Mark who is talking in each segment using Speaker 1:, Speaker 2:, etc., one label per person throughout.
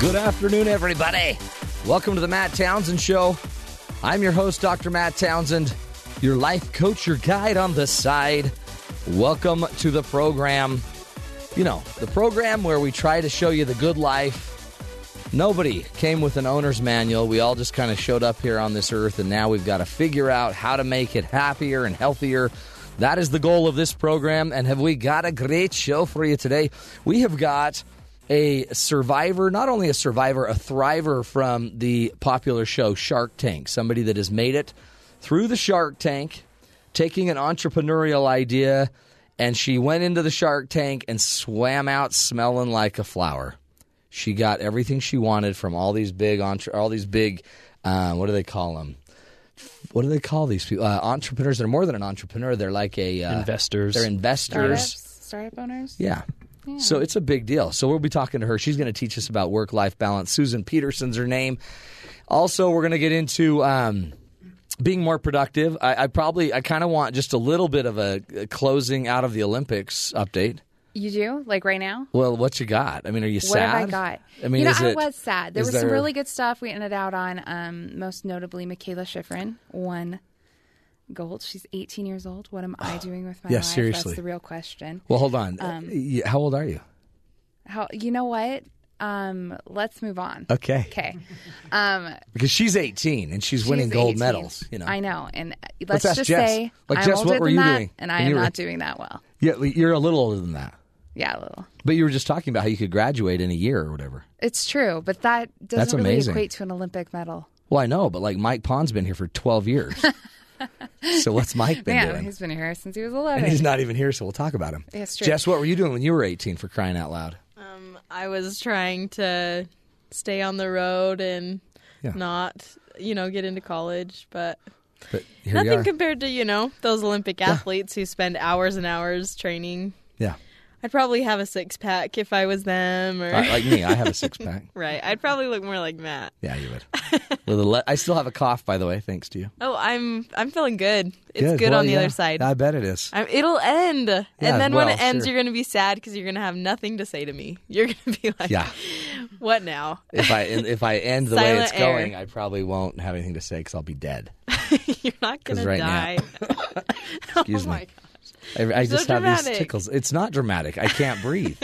Speaker 1: Good afternoon, everybody. Welcome to the Matt Townsend Show. I'm your host, Dr. Matt Townsend, your life coach, your guide on the side. Welcome to the program. You know, the program where we try to show you the good life. Nobody came with an owner's manual. We all just kind of showed up here on this earth, and now we've got to figure out how to make it happier and healthier. That is the goal of this program. And have we got a great show for you today? We have got a survivor, not only a survivor, a thriver from the popular show Shark Tank, somebody that has made it through the Shark Tank, taking an entrepreneurial idea, and she went into the Shark Tank and swam out smelling like a flower. She got everything she wanted from all these big entre- all these big uh, what do they call them? What do they call these people? Uh, entrepreneurs. They're more than an entrepreneur. They're like a uh,
Speaker 2: Investors.
Speaker 1: They're investors.
Speaker 3: startups, startup owners.
Speaker 1: Yeah. So it's a big deal. So we'll be talking to her. She's going to teach us about work life balance. Susan Peterson's her name. Also, we're going to get into um, being more productive. I, I probably, I kind of want just a little bit of a, a closing out of the Olympics update.
Speaker 3: You do like right now.
Speaker 1: Well, what you got? I mean, are you
Speaker 3: What
Speaker 1: sad?
Speaker 3: have I got?
Speaker 1: I mean,
Speaker 3: you know,
Speaker 1: is
Speaker 3: I
Speaker 1: it-
Speaker 3: was sad. There
Speaker 1: is
Speaker 3: was some really good stuff we ended out on. Um, most notably, Michaela Schifrin won gold. She's 18 years old. What am I doing with my
Speaker 1: Yeah,
Speaker 3: life?
Speaker 1: seriously.
Speaker 3: That's the real question.
Speaker 1: Well, hold on.
Speaker 4: Um,
Speaker 1: Yeah, How old are you?
Speaker 3: How you know what? Um, let's move on.
Speaker 1: Okay.
Speaker 3: Okay. Um,
Speaker 1: Because she's 18 and she's, winning
Speaker 3: she's
Speaker 1: gold
Speaker 3: 18.
Speaker 1: medals. You know.
Speaker 3: I know. And uh, let's,
Speaker 1: ask
Speaker 3: just
Speaker 1: Jess.
Speaker 3: say,
Speaker 1: Like,
Speaker 3: I'm
Speaker 1: Jess, what
Speaker 3: older
Speaker 1: were
Speaker 3: than
Speaker 1: you
Speaker 3: that,
Speaker 1: doing?
Speaker 3: and I
Speaker 1: And
Speaker 3: am
Speaker 1: you were-
Speaker 3: not doing that well.
Speaker 1: Yeah, you're a little older than that.
Speaker 3: Yeah, a little.
Speaker 1: But you were just talking about how you could graduate in a year or whatever.
Speaker 3: It's true, but that doesn't
Speaker 1: That's
Speaker 3: really
Speaker 1: amazing.
Speaker 3: equate to an Olympic medal.
Speaker 1: Well, I know, but like Mike Pond's been here for 12 years. so what's Mike been
Speaker 3: Yeah,
Speaker 1: doing?
Speaker 3: he's been here since he was 11.
Speaker 1: and he's not even here, so we'll talk about him.
Speaker 3: That's true.
Speaker 1: Jess, what were you doing when you were 18 for crying out loud?
Speaker 4: Um, I was trying to stay on the road and
Speaker 1: Yeah.
Speaker 4: not, you know, get into college, but
Speaker 1: But here you
Speaker 4: nothing
Speaker 1: are.
Speaker 4: compared to, you know, those Olympic athletes who spend hours and hours training.
Speaker 1: yeah.
Speaker 4: I'd probably have a six pack if I was them, or
Speaker 1: Uh, like me, I have a six pack.
Speaker 4: right. I'd probably look more like Matt.
Speaker 1: Yeah, you would. With a le- I still have a cough, by the way, thanks to you.
Speaker 4: Oh, I'm I'm feeling good. It's good,
Speaker 1: Well,
Speaker 4: on the
Speaker 1: yeah,
Speaker 4: other side.
Speaker 1: I bet it is.
Speaker 4: I'm, it'll end,
Speaker 1: Yeah,
Speaker 4: and then when
Speaker 1: well,
Speaker 4: it ends,
Speaker 1: sure.
Speaker 4: you're gonna be sad because you're gonna have nothing to say to me. You're gonna be like,
Speaker 1: Yeah.
Speaker 4: what now?
Speaker 1: If I if I end the way
Speaker 4: Silent
Speaker 1: it's
Speaker 4: air.
Speaker 1: going, I probably won't have anything to say because I'll be dead.
Speaker 4: you're not gonna
Speaker 1: right now-
Speaker 4: die." oh
Speaker 1: Excuse me.
Speaker 4: my god.
Speaker 1: I, I
Speaker 4: So
Speaker 1: just have these
Speaker 4: dramatic.
Speaker 1: tickles. It's not dramatic. I can't breathe.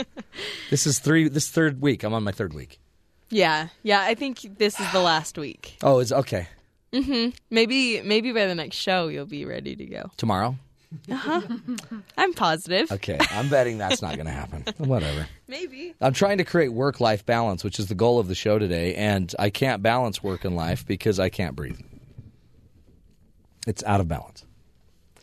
Speaker 1: this is three. This third week. I'm on my third week.
Speaker 4: Yeah, yeah. I think this is the last week.
Speaker 1: Oh, it's okay.
Speaker 4: Maybe, maybe by the next show you'll be ready to go.
Speaker 1: Tomorrow.
Speaker 4: I'm positive.
Speaker 1: Okay, I'm betting that's not going to happen. Whatever.
Speaker 4: Maybe.
Speaker 1: I'm trying to create work life balance, which is the goal of the show today, and I can't balance work and life because I can't breathe. It's out of balance.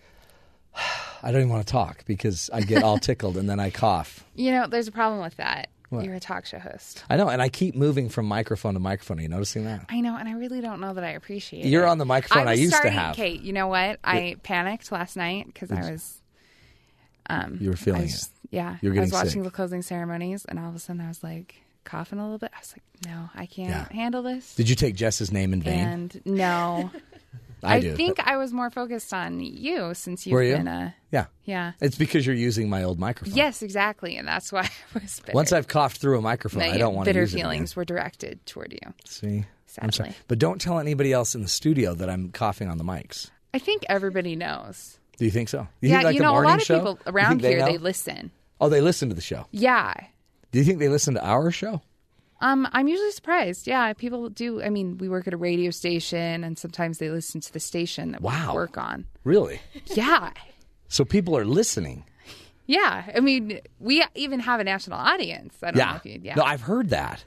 Speaker 1: I don't even want to talk because I get all tickled and then I cough.
Speaker 3: You know, there's a problem with that. You're a talk show host.
Speaker 1: I know, and I keep moving from microphone to microphone. Are you noticing that?
Speaker 3: I know, and I really don't know that I appreciate
Speaker 1: You're
Speaker 3: it.
Speaker 1: on the microphone I
Speaker 3: was
Speaker 1: used to
Speaker 3: starting,
Speaker 1: have.
Speaker 3: Kate, you know what? I panicked last night because I was,
Speaker 1: You were
Speaker 3: I
Speaker 1: feeling
Speaker 3: was yeah,
Speaker 1: You were
Speaker 3: I was
Speaker 1: getting sick.
Speaker 3: watching the closing ceremonies, and all of a sudden I was like coughing a little bit. I was like, no, I can't
Speaker 1: Yeah.
Speaker 3: handle
Speaker 1: it.
Speaker 3: this.
Speaker 1: Did you take Jess's name in vain?
Speaker 3: and no,
Speaker 1: I, do.
Speaker 3: think I was more focused on you since you've
Speaker 1: Were you?
Speaker 3: been a
Speaker 1: yeah.
Speaker 3: yeah.
Speaker 1: It's because you're using my old microphone.
Speaker 3: Yes, exactly, and that's why I was bitter.
Speaker 1: Once I've coughed through a microphone,
Speaker 3: That
Speaker 1: I don't want to
Speaker 3: bitter
Speaker 1: use it again.
Speaker 3: feelings were directed toward you.
Speaker 1: See, I'm sorry.
Speaker 3: Sadly.
Speaker 1: But don't tell anybody else in the studio that I'm coughing on the mics.
Speaker 3: I think everybody knows.
Speaker 1: Do you think so? Do
Speaker 3: yeah,
Speaker 1: think, like,
Speaker 3: you
Speaker 1: the
Speaker 3: know, a
Speaker 1: morning
Speaker 3: lot of
Speaker 1: show?
Speaker 3: people
Speaker 1: You think
Speaker 3: around here
Speaker 1: know?
Speaker 3: they listen.
Speaker 1: Oh, they listen to the show.
Speaker 3: Yeah.
Speaker 1: Do you think they listen to our show?
Speaker 3: Um, I'm usually surprised. Yeah, people do. I mean, we work at a radio station, and sometimes they listen to the station that
Speaker 1: Wow.
Speaker 3: we work on.
Speaker 1: Really?
Speaker 3: Yeah,
Speaker 1: So people are listening.
Speaker 3: yeah. I mean, we even have a national audience. I don't know
Speaker 1: Yeah.
Speaker 3: if you, yeah,
Speaker 1: No, I've heard that.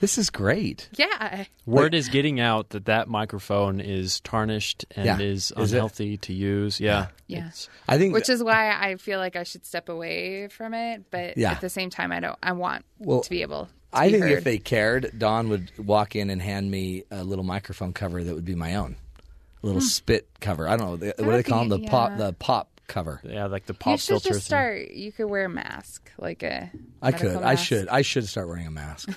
Speaker 1: This is great.
Speaker 3: yeah.
Speaker 2: Word is getting out that that microphone is tarnished and
Speaker 1: Yeah.
Speaker 2: is
Speaker 1: Is it?
Speaker 2: unhealthy to use. Yeah.
Speaker 3: Yeah.
Speaker 2: It's-
Speaker 1: I think.
Speaker 3: Which is why I feel like I should step away from it, but
Speaker 1: Yeah.
Speaker 3: at the same time, I don't. I want
Speaker 1: Well,
Speaker 3: to be able. To
Speaker 1: I
Speaker 3: be
Speaker 1: think if
Speaker 3: heard.
Speaker 1: they cared, Don would walk in and hand me a little microphone cover that would be my own, a little spit cover. I don't know the- what do they
Speaker 3: would
Speaker 1: call them.
Speaker 3: be-
Speaker 1: The pop,
Speaker 3: yeah.
Speaker 1: the pop cover.
Speaker 2: yeah, like the
Speaker 3: you
Speaker 2: pop
Speaker 3: should
Speaker 2: filter
Speaker 3: just
Speaker 2: thing.
Speaker 3: start. You could wear a mask, like a.
Speaker 1: I
Speaker 3: medical
Speaker 1: could. I
Speaker 3: mask.
Speaker 1: should. I should start wearing a mask.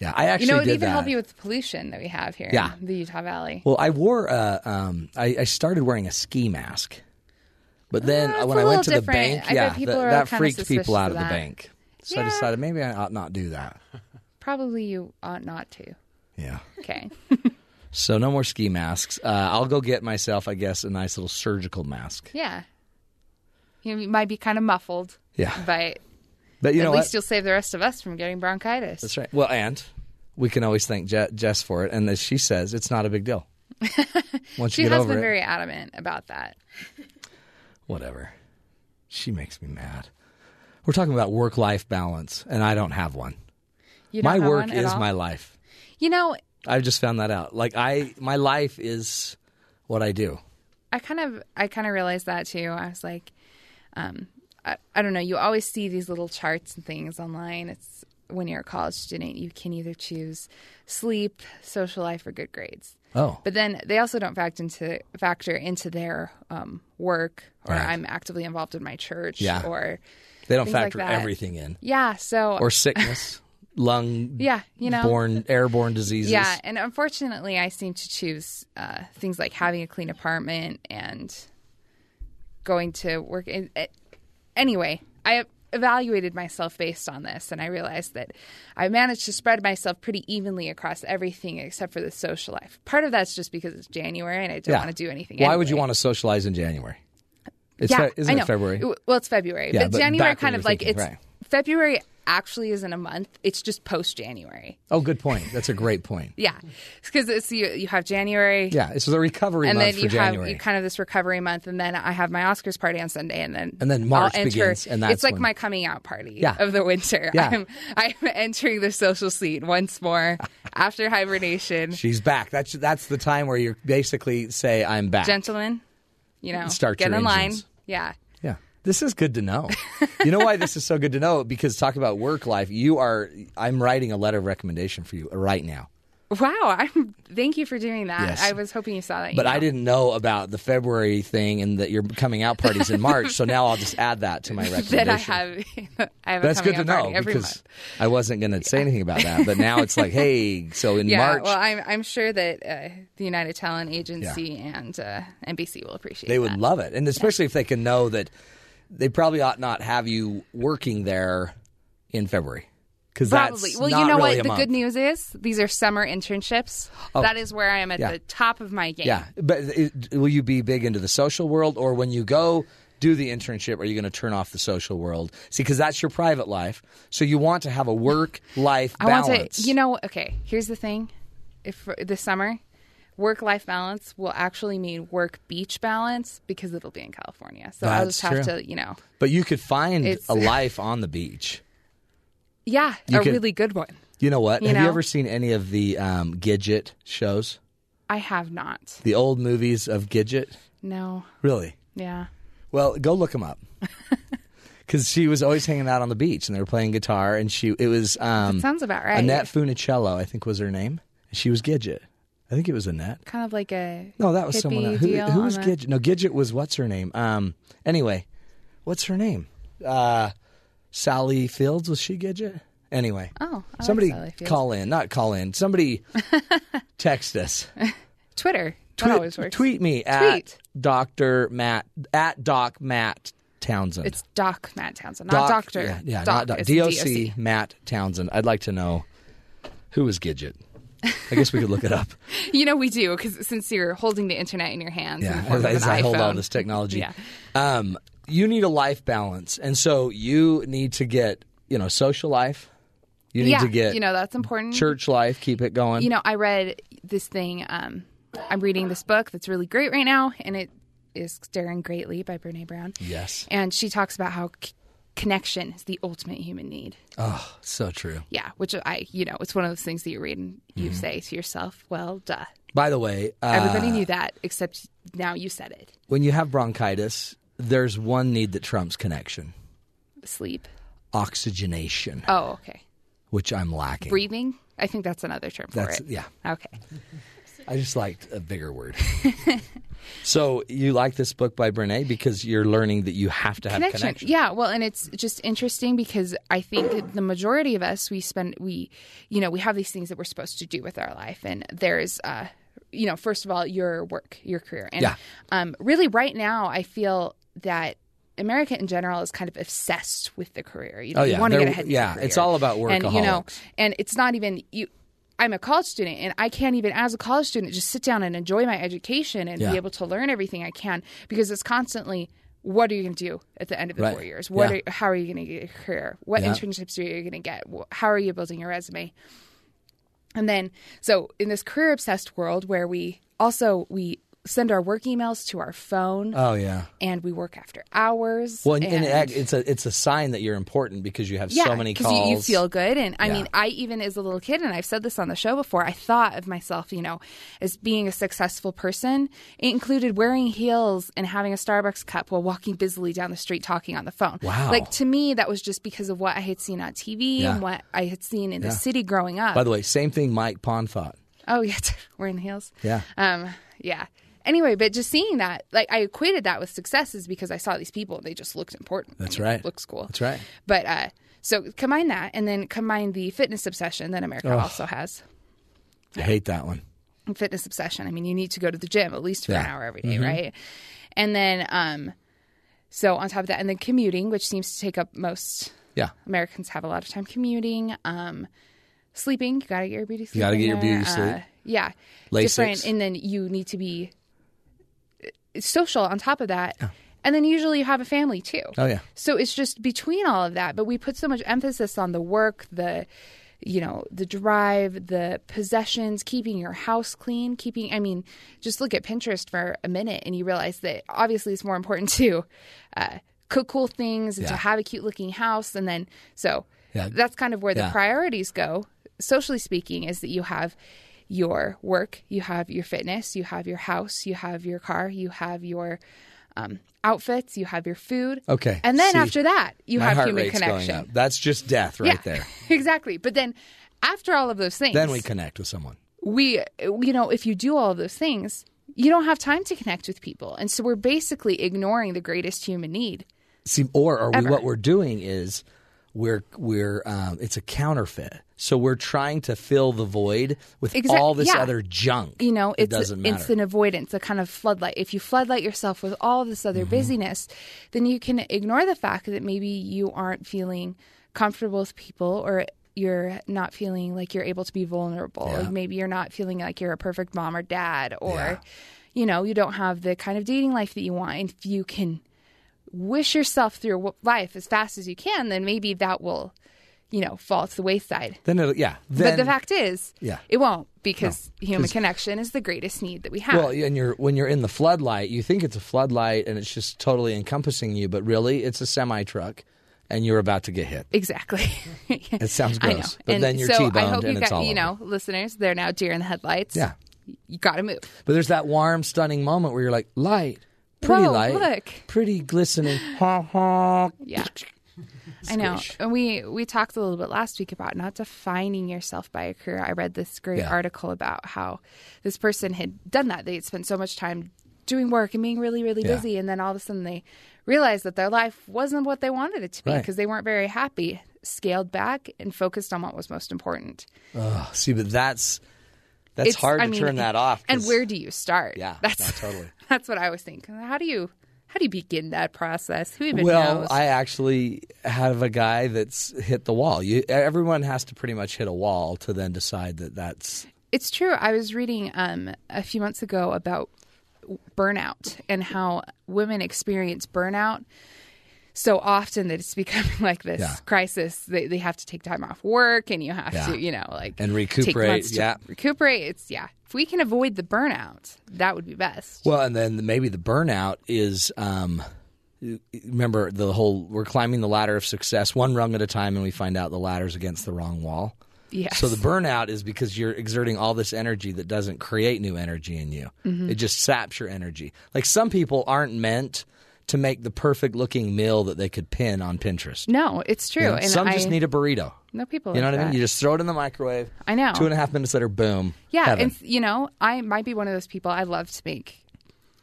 Speaker 1: yeah, I actually
Speaker 3: You know, it'd
Speaker 1: did
Speaker 3: even
Speaker 1: that.
Speaker 3: help you with the pollution that we have here
Speaker 1: Yeah.
Speaker 3: in the Utah Valley.
Speaker 1: Well, I wore a, um, I, I started wearing a ski mask, but then
Speaker 3: Ah, it's
Speaker 1: when
Speaker 3: a
Speaker 1: I went
Speaker 3: little
Speaker 1: to the
Speaker 3: different.
Speaker 1: bank,
Speaker 3: I bet
Speaker 1: yeah,
Speaker 3: people
Speaker 1: that-
Speaker 3: are
Speaker 1: that
Speaker 3: kinda
Speaker 1: freaked people
Speaker 3: suspicious
Speaker 1: out
Speaker 3: of
Speaker 1: of the
Speaker 3: that.
Speaker 1: bank. So I
Speaker 3: Yeah.
Speaker 1: decided maybe I ought not do that.
Speaker 3: Probably you ought not to.
Speaker 1: Yeah.
Speaker 3: Okay.
Speaker 1: So no more ski masks. Uh, I'll go get myself, I guess, a nice little surgical mask.
Speaker 3: yeah. You might be kind of muffled,
Speaker 1: Yeah.
Speaker 3: but
Speaker 1: But you
Speaker 3: at
Speaker 1: know
Speaker 3: least
Speaker 1: what?
Speaker 3: you'll save the rest of us from getting bronchitis.
Speaker 1: That's right. Well, and we can always thank Je- Jess for it. And as she says, it's not a big deal. Once
Speaker 3: She
Speaker 1: you get
Speaker 3: has
Speaker 1: over
Speaker 3: been
Speaker 1: it,
Speaker 3: very adamant about that.
Speaker 1: whatever. She makes me mad. We're talking about work-life balance, and I don't have one.
Speaker 3: You don't
Speaker 1: my
Speaker 3: have
Speaker 1: work
Speaker 3: one at
Speaker 1: is
Speaker 3: all?
Speaker 1: my life.
Speaker 3: You know,
Speaker 1: I've just found that out. Like I, my life is what I do.
Speaker 3: I kind of I kind of realized that too. I was like, um, I, I don't know. You always see these little charts and things online. It's when you're a college student, you can either choose sleep, social life, or good grades.
Speaker 1: Oh,
Speaker 3: But then they also don't fact into factor into their um, work, or
Speaker 1: Right.
Speaker 3: I'm actively involved in my church,
Speaker 1: Yeah.
Speaker 3: or
Speaker 1: they don't
Speaker 3: things like
Speaker 1: factor
Speaker 3: that.
Speaker 1: everything in
Speaker 3: yeah. So
Speaker 1: or sickness, lung,
Speaker 3: yeah, you know,
Speaker 1: born airborne diseases.
Speaker 3: Yeah, and unfortunately, I seem to choose uh, things like having a clean apartment and going to work. In, it, anyway, I evaluated myself based on this, and I realized that I managed to spread myself pretty evenly across everything except for the social life. Part of that's just because it's January and I don't
Speaker 1: Yeah.
Speaker 3: want to do anything.
Speaker 1: Why would you
Speaker 3: anyway.
Speaker 1: want to socialize in January? It's
Speaker 3: Yeah,
Speaker 1: fe- isn't
Speaker 3: I know.
Speaker 1: it February?
Speaker 3: W- Well, it's February,
Speaker 1: Yeah,
Speaker 3: but,
Speaker 1: but
Speaker 3: January
Speaker 1: back when
Speaker 3: kind
Speaker 1: you're
Speaker 3: of like
Speaker 1: thinking,
Speaker 3: it's
Speaker 1: right.
Speaker 3: February actually isn't a month. It's just post January.
Speaker 1: oh, good point. That's a great point.
Speaker 3: Yeah, because it's, you you have January.
Speaker 1: Mm-hmm. Yeah, it's the recovery
Speaker 3: and
Speaker 1: month
Speaker 3: then
Speaker 1: for
Speaker 3: you
Speaker 1: January.
Speaker 3: have you kind of this recovery month, and then I have my Oscars party on Sunday, and then
Speaker 1: And then March
Speaker 3: I'll enter,
Speaker 1: begins, and that's
Speaker 3: it's like
Speaker 1: when-
Speaker 3: my coming out party
Speaker 1: Yeah.
Speaker 3: of the winter.
Speaker 1: Yeah.
Speaker 3: I'm I'm entering the social scene once more after hibernation,
Speaker 1: She's back. That's that's the time where you basically say, "I'm back."
Speaker 3: gentlemen. You know,
Speaker 1: Start
Speaker 3: get
Speaker 1: your
Speaker 3: in line.
Speaker 1: engines.
Speaker 3: Yeah,
Speaker 1: Yeah. This is good to know. you know why this is so good to know? Because talk about work life. You are I'm writing a letter of recommendation for you right now.
Speaker 3: wow. I'm thank you for doing that.
Speaker 1: Yes.
Speaker 3: I was hoping you saw that,
Speaker 1: But I
Speaker 3: email.
Speaker 1: didn't know about the February thing and that your coming out parties in March, so now I'll just add that to my recommendation.
Speaker 3: That I have, I have a
Speaker 1: That's
Speaker 3: coming
Speaker 1: good to
Speaker 3: out
Speaker 1: know
Speaker 3: party every
Speaker 1: because
Speaker 3: month.
Speaker 1: I wasn't going to say anything about that, but now it's like, hey, so in
Speaker 3: Yeah,
Speaker 1: March
Speaker 3: well, I'm I'm sure that uh, the United Talent Agency and uh, NBC will appreciate.
Speaker 1: they would
Speaker 3: that.
Speaker 1: love it, and especially if they can know that they probably ought not have you working there in February because that's
Speaker 3: Probably. Well,
Speaker 1: not
Speaker 3: you know
Speaker 1: really
Speaker 3: what?
Speaker 1: a
Speaker 3: The
Speaker 1: month. Oh,
Speaker 3: good news is these are summer internships. That is where I am at
Speaker 1: Yeah.
Speaker 3: the top of my game.
Speaker 1: Yeah, but it, will you be big into the social world, or when you go do the internship, are you going to turn off the social world? See, because that's your private life, so you want to have a work life
Speaker 3: I
Speaker 1: balance.
Speaker 3: want to. You know, okay. Here's the thing: if this summer, work-life balance will actually mean work-beach balance because it'll be in California. So I'll
Speaker 1: That's
Speaker 3: just have
Speaker 1: true.
Speaker 3: to, you know,
Speaker 1: but you could find
Speaker 3: It's-
Speaker 1: a life on the beach.
Speaker 3: yeah,
Speaker 1: You
Speaker 3: a
Speaker 1: can-
Speaker 3: really good one.
Speaker 1: You know what?
Speaker 3: You
Speaker 1: have you
Speaker 3: know?
Speaker 1: ever seen any of the um, Gidget shows?
Speaker 3: I have not.
Speaker 1: The old movies of Gidget?
Speaker 3: No.
Speaker 1: Really?
Speaker 3: Yeah.
Speaker 1: Well, go look them up. Because she was always hanging out on the beach, and they were playing guitar, and she it was um,
Speaker 3: Sounds about right.
Speaker 1: Annette Funicello, I think was her name. She was Gidget. I think it was Annette.
Speaker 3: Kind of like a
Speaker 1: No, that was someone
Speaker 3: hippie
Speaker 1: else. Who,
Speaker 3: deal
Speaker 1: who
Speaker 3: on
Speaker 1: was
Speaker 3: the-
Speaker 1: Gidget? No, Gidget was what's her name? Um, anyway, what's her name? Uh, Sally Fields was she Gidget? Anyway,
Speaker 3: Oh, I like
Speaker 1: somebody
Speaker 3: Sally Fields.
Speaker 1: call in, not call in. Somebody text us.
Speaker 3: Twitter.
Speaker 1: Tweet-
Speaker 3: that always works.
Speaker 1: Tweet me
Speaker 3: Tweet.
Speaker 1: at Doctor Matt at Doc Matt Townsend.
Speaker 3: It's Doc Matt Townsend, not
Speaker 1: Doc-
Speaker 3: Doctor.
Speaker 1: Yeah, yeah not
Speaker 3: Doc
Speaker 1: doc,
Speaker 3: is
Speaker 1: DOC, Matt Townsend. I'd like to know who was Gidget. I guess we could look it up.
Speaker 3: You know we do because since you're holding the internet in your hands, in
Speaker 1: Yeah,
Speaker 3: the form
Speaker 1: as,
Speaker 3: of an
Speaker 1: as I hold all
Speaker 3: iPhone.
Speaker 1: this technology.
Speaker 3: Yeah.
Speaker 1: Um, you need a life balance, and so you need to get you know social life. You need
Speaker 3: yeah,
Speaker 1: to get
Speaker 3: you know that's important.
Speaker 1: church life. Keep it going.
Speaker 3: You know, I read this thing. Um, I'm reading this book that's really great right now, and it is Daring Greatly by Brene Brown.
Speaker 1: yes.
Speaker 3: And she talks about how c- connection is the ultimate human need.
Speaker 1: Oh, so true.
Speaker 3: Yeah, which I, you know, it's one of those things that you read and you say to yourself, well, duh.
Speaker 1: By the way, Mm-hmm. uh,
Speaker 3: Everybody knew that, except now you said it.
Speaker 1: when you have bronchitis, there's one need that trumps connection:
Speaker 3: Sleep.
Speaker 1: oxygenation,
Speaker 3: Oh, okay.
Speaker 1: which I'm lacking.
Speaker 3: Breathing. I think that's another term
Speaker 1: That's
Speaker 3: for it.
Speaker 1: yeah.
Speaker 3: Okay.
Speaker 1: I just liked a bigger word. so you like this book by Brene because you're learning that you have to have connection.
Speaker 3: Yeah, well, and it's just interesting because I think that the majority of us we spend we, you know, we have these things that we're supposed to do with our life, and there's, uh, you know, first of all, your work, your career, and
Speaker 1: Yeah.
Speaker 3: um, really right now I feel that America in general is kind of obsessed with the career. You,
Speaker 1: Oh,
Speaker 3: know,
Speaker 1: yeah.
Speaker 3: you want to
Speaker 1: They're-
Speaker 3: get ahead. in
Speaker 1: yeah,
Speaker 3: your
Speaker 1: it's
Speaker 3: career.
Speaker 1: all about
Speaker 3: And you know,
Speaker 1: workaholics.
Speaker 3: and it's not even you. I'm a college student, and I can't even, as a college student, just sit down and enjoy my education and
Speaker 1: Yeah.
Speaker 3: be able to learn everything I can because it's constantly. What are you going to do at the end of the
Speaker 1: Right.
Speaker 3: four years? What
Speaker 1: Yeah.
Speaker 3: are, how are you going to get your career? What
Speaker 1: Yeah.
Speaker 3: internships are you going to get? Wh- How are you building your resume? And then, so in this career obsessed world where we also we send our work emails to our phone
Speaker 1: Oh yeah.
Speaker 3: and we work after hours.
Speaker 1: Well, and, and it- it's a it's a sign that you're important because you have
Speaker 3: yeah,
Speaker 1: so many
Speaker 3: 'cause
Speaker 1: calls.
Speaker 3: you, you feel good. And I
Speaker 1: Yeah.
Speaker 3: mean, I even as a little kid, and I've said this on the show before, I thought of myself, you know, as being a successful person. It included wearing heels and having a Starbucks cup while walking busily down the street talking on the phone.
Speaker 1: Wow.
Speaker 3: Like to me, that was just because of what I had seen on TV
Speaker 1: Yeah.
Speaker 3: and what I had seen in
Speaker 1: Yeah.
Speaker 3: the city growing up.
Speaker 1: By the way, same thing Mike Pond thought.
Speaker 3: Oh yeah, wearing heels.
Speaker 1: Yeah.
Speaker 3: Um. Yeah. Anyway, but just seeing that, like, I equated that with successes because I saw these people and they just looked important.
Speaker 1: That's
Speaker 3: It
Speaker 1: right.
Speaker 3: looks cool.
Speaker 1: That's right.
Speaker 3: But uh, so combine that, and then combine the fitness obsession that America also has.
Speaker 1: I hate that one.
Speaker 3: And fitness obsession. I mean, you need to go to the gym at least for an
Speaker 1: Yeah. Mm-hmm.
Speaker 3: hour every day, right? And then, um, so on top of that, and then commuting, which seems to take up most
Speaker 1: Yeah.
Speaker 3: Americans have a lot of time commuting. Um, sleeping, you gotta get your beauty sleep.
Speaker 1: gotta
Speaker 3: in
Speaker 1: get your
Speaker 3: there.
Speaker 1: beauty sleep.
Speaker 3: Uh, yeah,
Speaker 1: LASIK.
Speaker 3: different, and then you need to be uh, social on top of that, and then usually you have a family too.
Speaker 1: Oh yeah.
Speaker 3: So it's just between all of that, but we put so much emphasis on the work, the you know, the drive, the possessions, keeping your house clean, keeping I mean, just look at Pinterest for a minute and you realize that obviously it's more important to uh, cook cool things and to
Speaker 1: Yeah.
Speaker 3: have a cute looking house and then so
Speaker 1: Yeah.
Speaker 3: that's kind of where
Speaker 1: Yeah.
Speaker 3: the priorities go, socially speaking, is that you have your work, you have your fitness, you have your house, you have your car, you have your um, outfits, you have your food.
Speaker 1: Okay.
Speaker 3: And then
Speaker 1: See,
Speaker 3: after that, you
Speaker 1: My
Speaker 3: have
Speaker 1: heart
Speaker 3: human
Speaker 1: rate's
Speaker 3: connection.
Speaker 1: going up. That's just death right there.
Speaker 3: exactly. But then after all of those things,
Speaker 1: Then we connect with someone.
Speaker 3: we you know, if you do all of those things, you don't have time to connect with people. And so we're basically ignoring the greatest human need.
Speaker 1: See, or are we,
Speaker 3: Ever.
Speaker 1: what we're doing is we're we're um, it's a counterfeit. So we're trying to fill the void with
Speaker 3: Exac-
Speaker 1: all this
Speaker 3: yeah.
Speaker 1: other junk.
Speaker 3: You know,
Speaker 1: it
Speaker 3: it's
Speaker 1: doesn't matter.
Speaker 3: it's an avoidance, a kind of floodlight. If you floodlight yourself with all this other
Speaker 1: Mm-hmm.
Speaker 3: busyness, then you can ignore the fact that maybe you aren't feeling comfortable with people or you're not feeling like you're able to be vulnerable.
Speaker 1: Yeah.
Speaker 3: Like maybe you're not feeling like you're a perfect mom or dad or
Speaker 1: Yeah.
Speaker 3: you know, you don't have the kind of dating life that you want. And if you can wish yourself through w- life as fast as you can, then maybe that will, you know, fall to the wayside.
Speaker 1: then it'll, yeah. Then
Speaker 3: but the fact is,
Speaker 1: Yeah.
Speaker 3: it won't because human connection is the greatest need that we have.
Speaker 1: Well, and you're when you're in the floodlight, you think it's a floodlight and it's just totally encompassing you, but really it's a semi truck, and you're about to get hit.
Speaker 3: exactly. it
Speaker 1: sounds
Speaker 3: I know.
Speaker 1: gross, but
Speaker 3: and
Speaker 1: then you're
Speaker 3: so I
Speaker 1: T-boned
Speaker 3: hope you
Speaker 1: and
Speaker 3: got,
Speaker 1: it's all
Speaker 3: you
Speaker 1: over.
Speaker 3: know, listeners, they're now deer in the headlights.
Speaker 1: Yeah.
Speaker 3: You got to move.
Speaker 1: But there's that warm, stunning moment where you're like, light, pretty
Speaker 3: Whoa,
Speaker 1: light,
Speaker 3: look.
Speaker 1: pretty glistening, ha ha.
Speaker 3: Yeah. I know. And we we talked a little bit last week about not defining yourself by a career. I read this great
Speaker 1: Yeah.
Speaker 3: article about how this person had done that. They had spent so much time doing work and being really really
Speaker 1: Yeah.
Speaker 3: busy and then all of a sudden they realized that their life wasn't what they wanted it to be
Speaker 1: Right.
Speaker 3: because they weren't very happy, scaled back and focused on what was most important.
Speaker 1: Oh, see, but that's that's
Speaker 3: It's-
Speaker 1: hard
Speaker 3: I
Speaker 1: to
Speaker 3: mean,
Speaker 1: turn that off.
Speaker 3: And
Speaker 1: 'cause-
Speaker 3: where do you start?
Speaker 1: Yeah,
Speaker 3: That's
Speaker 1: no, totally.
Speaker 3: That's what I was thinking. How do you how do you begin that process? Who even
Speaker 1: Well,
Speaker 3: knows?
Speaker 1: I actually have a guy that's hit the wall. You, e, everyone has to pretty much hit a wall to then decide that that's
Speaker 3: It's true. I was reading um, a few months ago about burnout and how women experience burnout so often that it's becoming like this
Speaker 1: Yeah.
Speaker 3: crisis. They, they have to take time off work and you have
Speaker 1: Yeah.
Speaker 3: to, you know, like
Speaker 1: And
Speaker 3: take
Speaker 1: recuperate,
Speaker 3: months to
Speaker 1: yeah.
Speaker 3: Recuperate. It's, yeah. If we can avoid the burnout, that would be best.
Speaker 1: Well, and then maybe the burnout is um, remember the whole we're climbing the ladder of success one rung at a time, and we find out the ladder's against the wrong wall.
Speaker 3: Yes.
Speaker 1: So the burnout is because you're exerting all this energy that doesn't create new energy in you.
Speaker 3: Mm-hmm.
Speaker 1: It just saps your energy. Like some people aren't meant to make the perfect looking meal that they could pin on Pinterest.
Speaker 3: no, it's true.
Speaker 1: You know,
Speaker 3: and
Speaker 1: some
Speaker 3: I,
Speaker 1: just need a burrito.
Speaker 3: no people.
Speaker 1: You know
Speaker 3: like
Speaker 1: what I mean?
Speaker 3: that.
Speaker 1: You just throw it in the microwave.
Speaker 3: I know.
Speaker 1: Two and a half minutes later, boom.
Speaker 3: yeah.
Speaker 1: heaven.
Speaker 3: And, you know, I might be one of those people. I love to make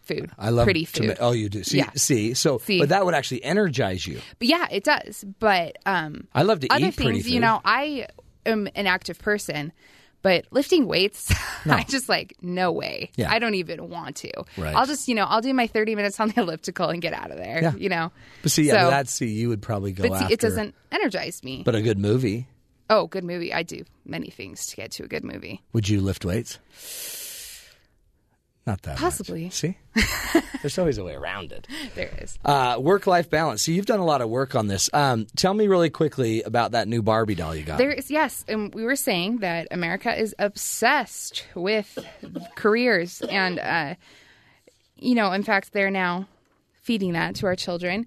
Speaker 3: food.
Speaker 1: I love
Speaker 3: pretty
Speaker 1: toma-
Speaker 3: food.
Speaker 1: oh, you do. See,
Speaker 3: Yeah.
Speaker 1: see, so
Speaker 3: See.
Speaker 1: but that would actually energize you.
Speaker 3: But yeah, it does. But um,
Speaker 1: I love to
Speaker 3: other
Speaker 1: eat pretty
Speaker 3: things. You
Speaker 1: food.
Speaker 3: know, I am an active person, But lifting weights, I just like no way.
Speaker 1: Yeah.
Speaker 3: I don't even want to.
Speaker 1: Right.
Speaker 3: I'll just you know I'll do my thirty minutes on the elliptical and get out of there.
Speaker 1: Yeah.
Speaker 3: You know.
Speaker 1: But see, yeah,
Speaker 3: So-
Speaker 1: that's see, you would probably go
Speaker 3: But see,
Speaker 1: after.
Speaker 3: it doesn't energize me.
Speaker 1: But a good movie.
Speaker 3: oh, good movie. I do many things to get to a good movie.
Speaker 1: Would you lift weights? Not that much.
Speaker 3: Possibly.
Speaker 1: See, there's always a way around it.
Speaker 3: There is.
Speaker 1: Uh, work-life balance. So you've done a lot of work on this. Um, tell me really quickly about that new Barbie doll you got.
Speaker 3: There is, yes. And we were saying that America is obsessed with careers. And, uh, you know, in fact, they're now feeding that to our children.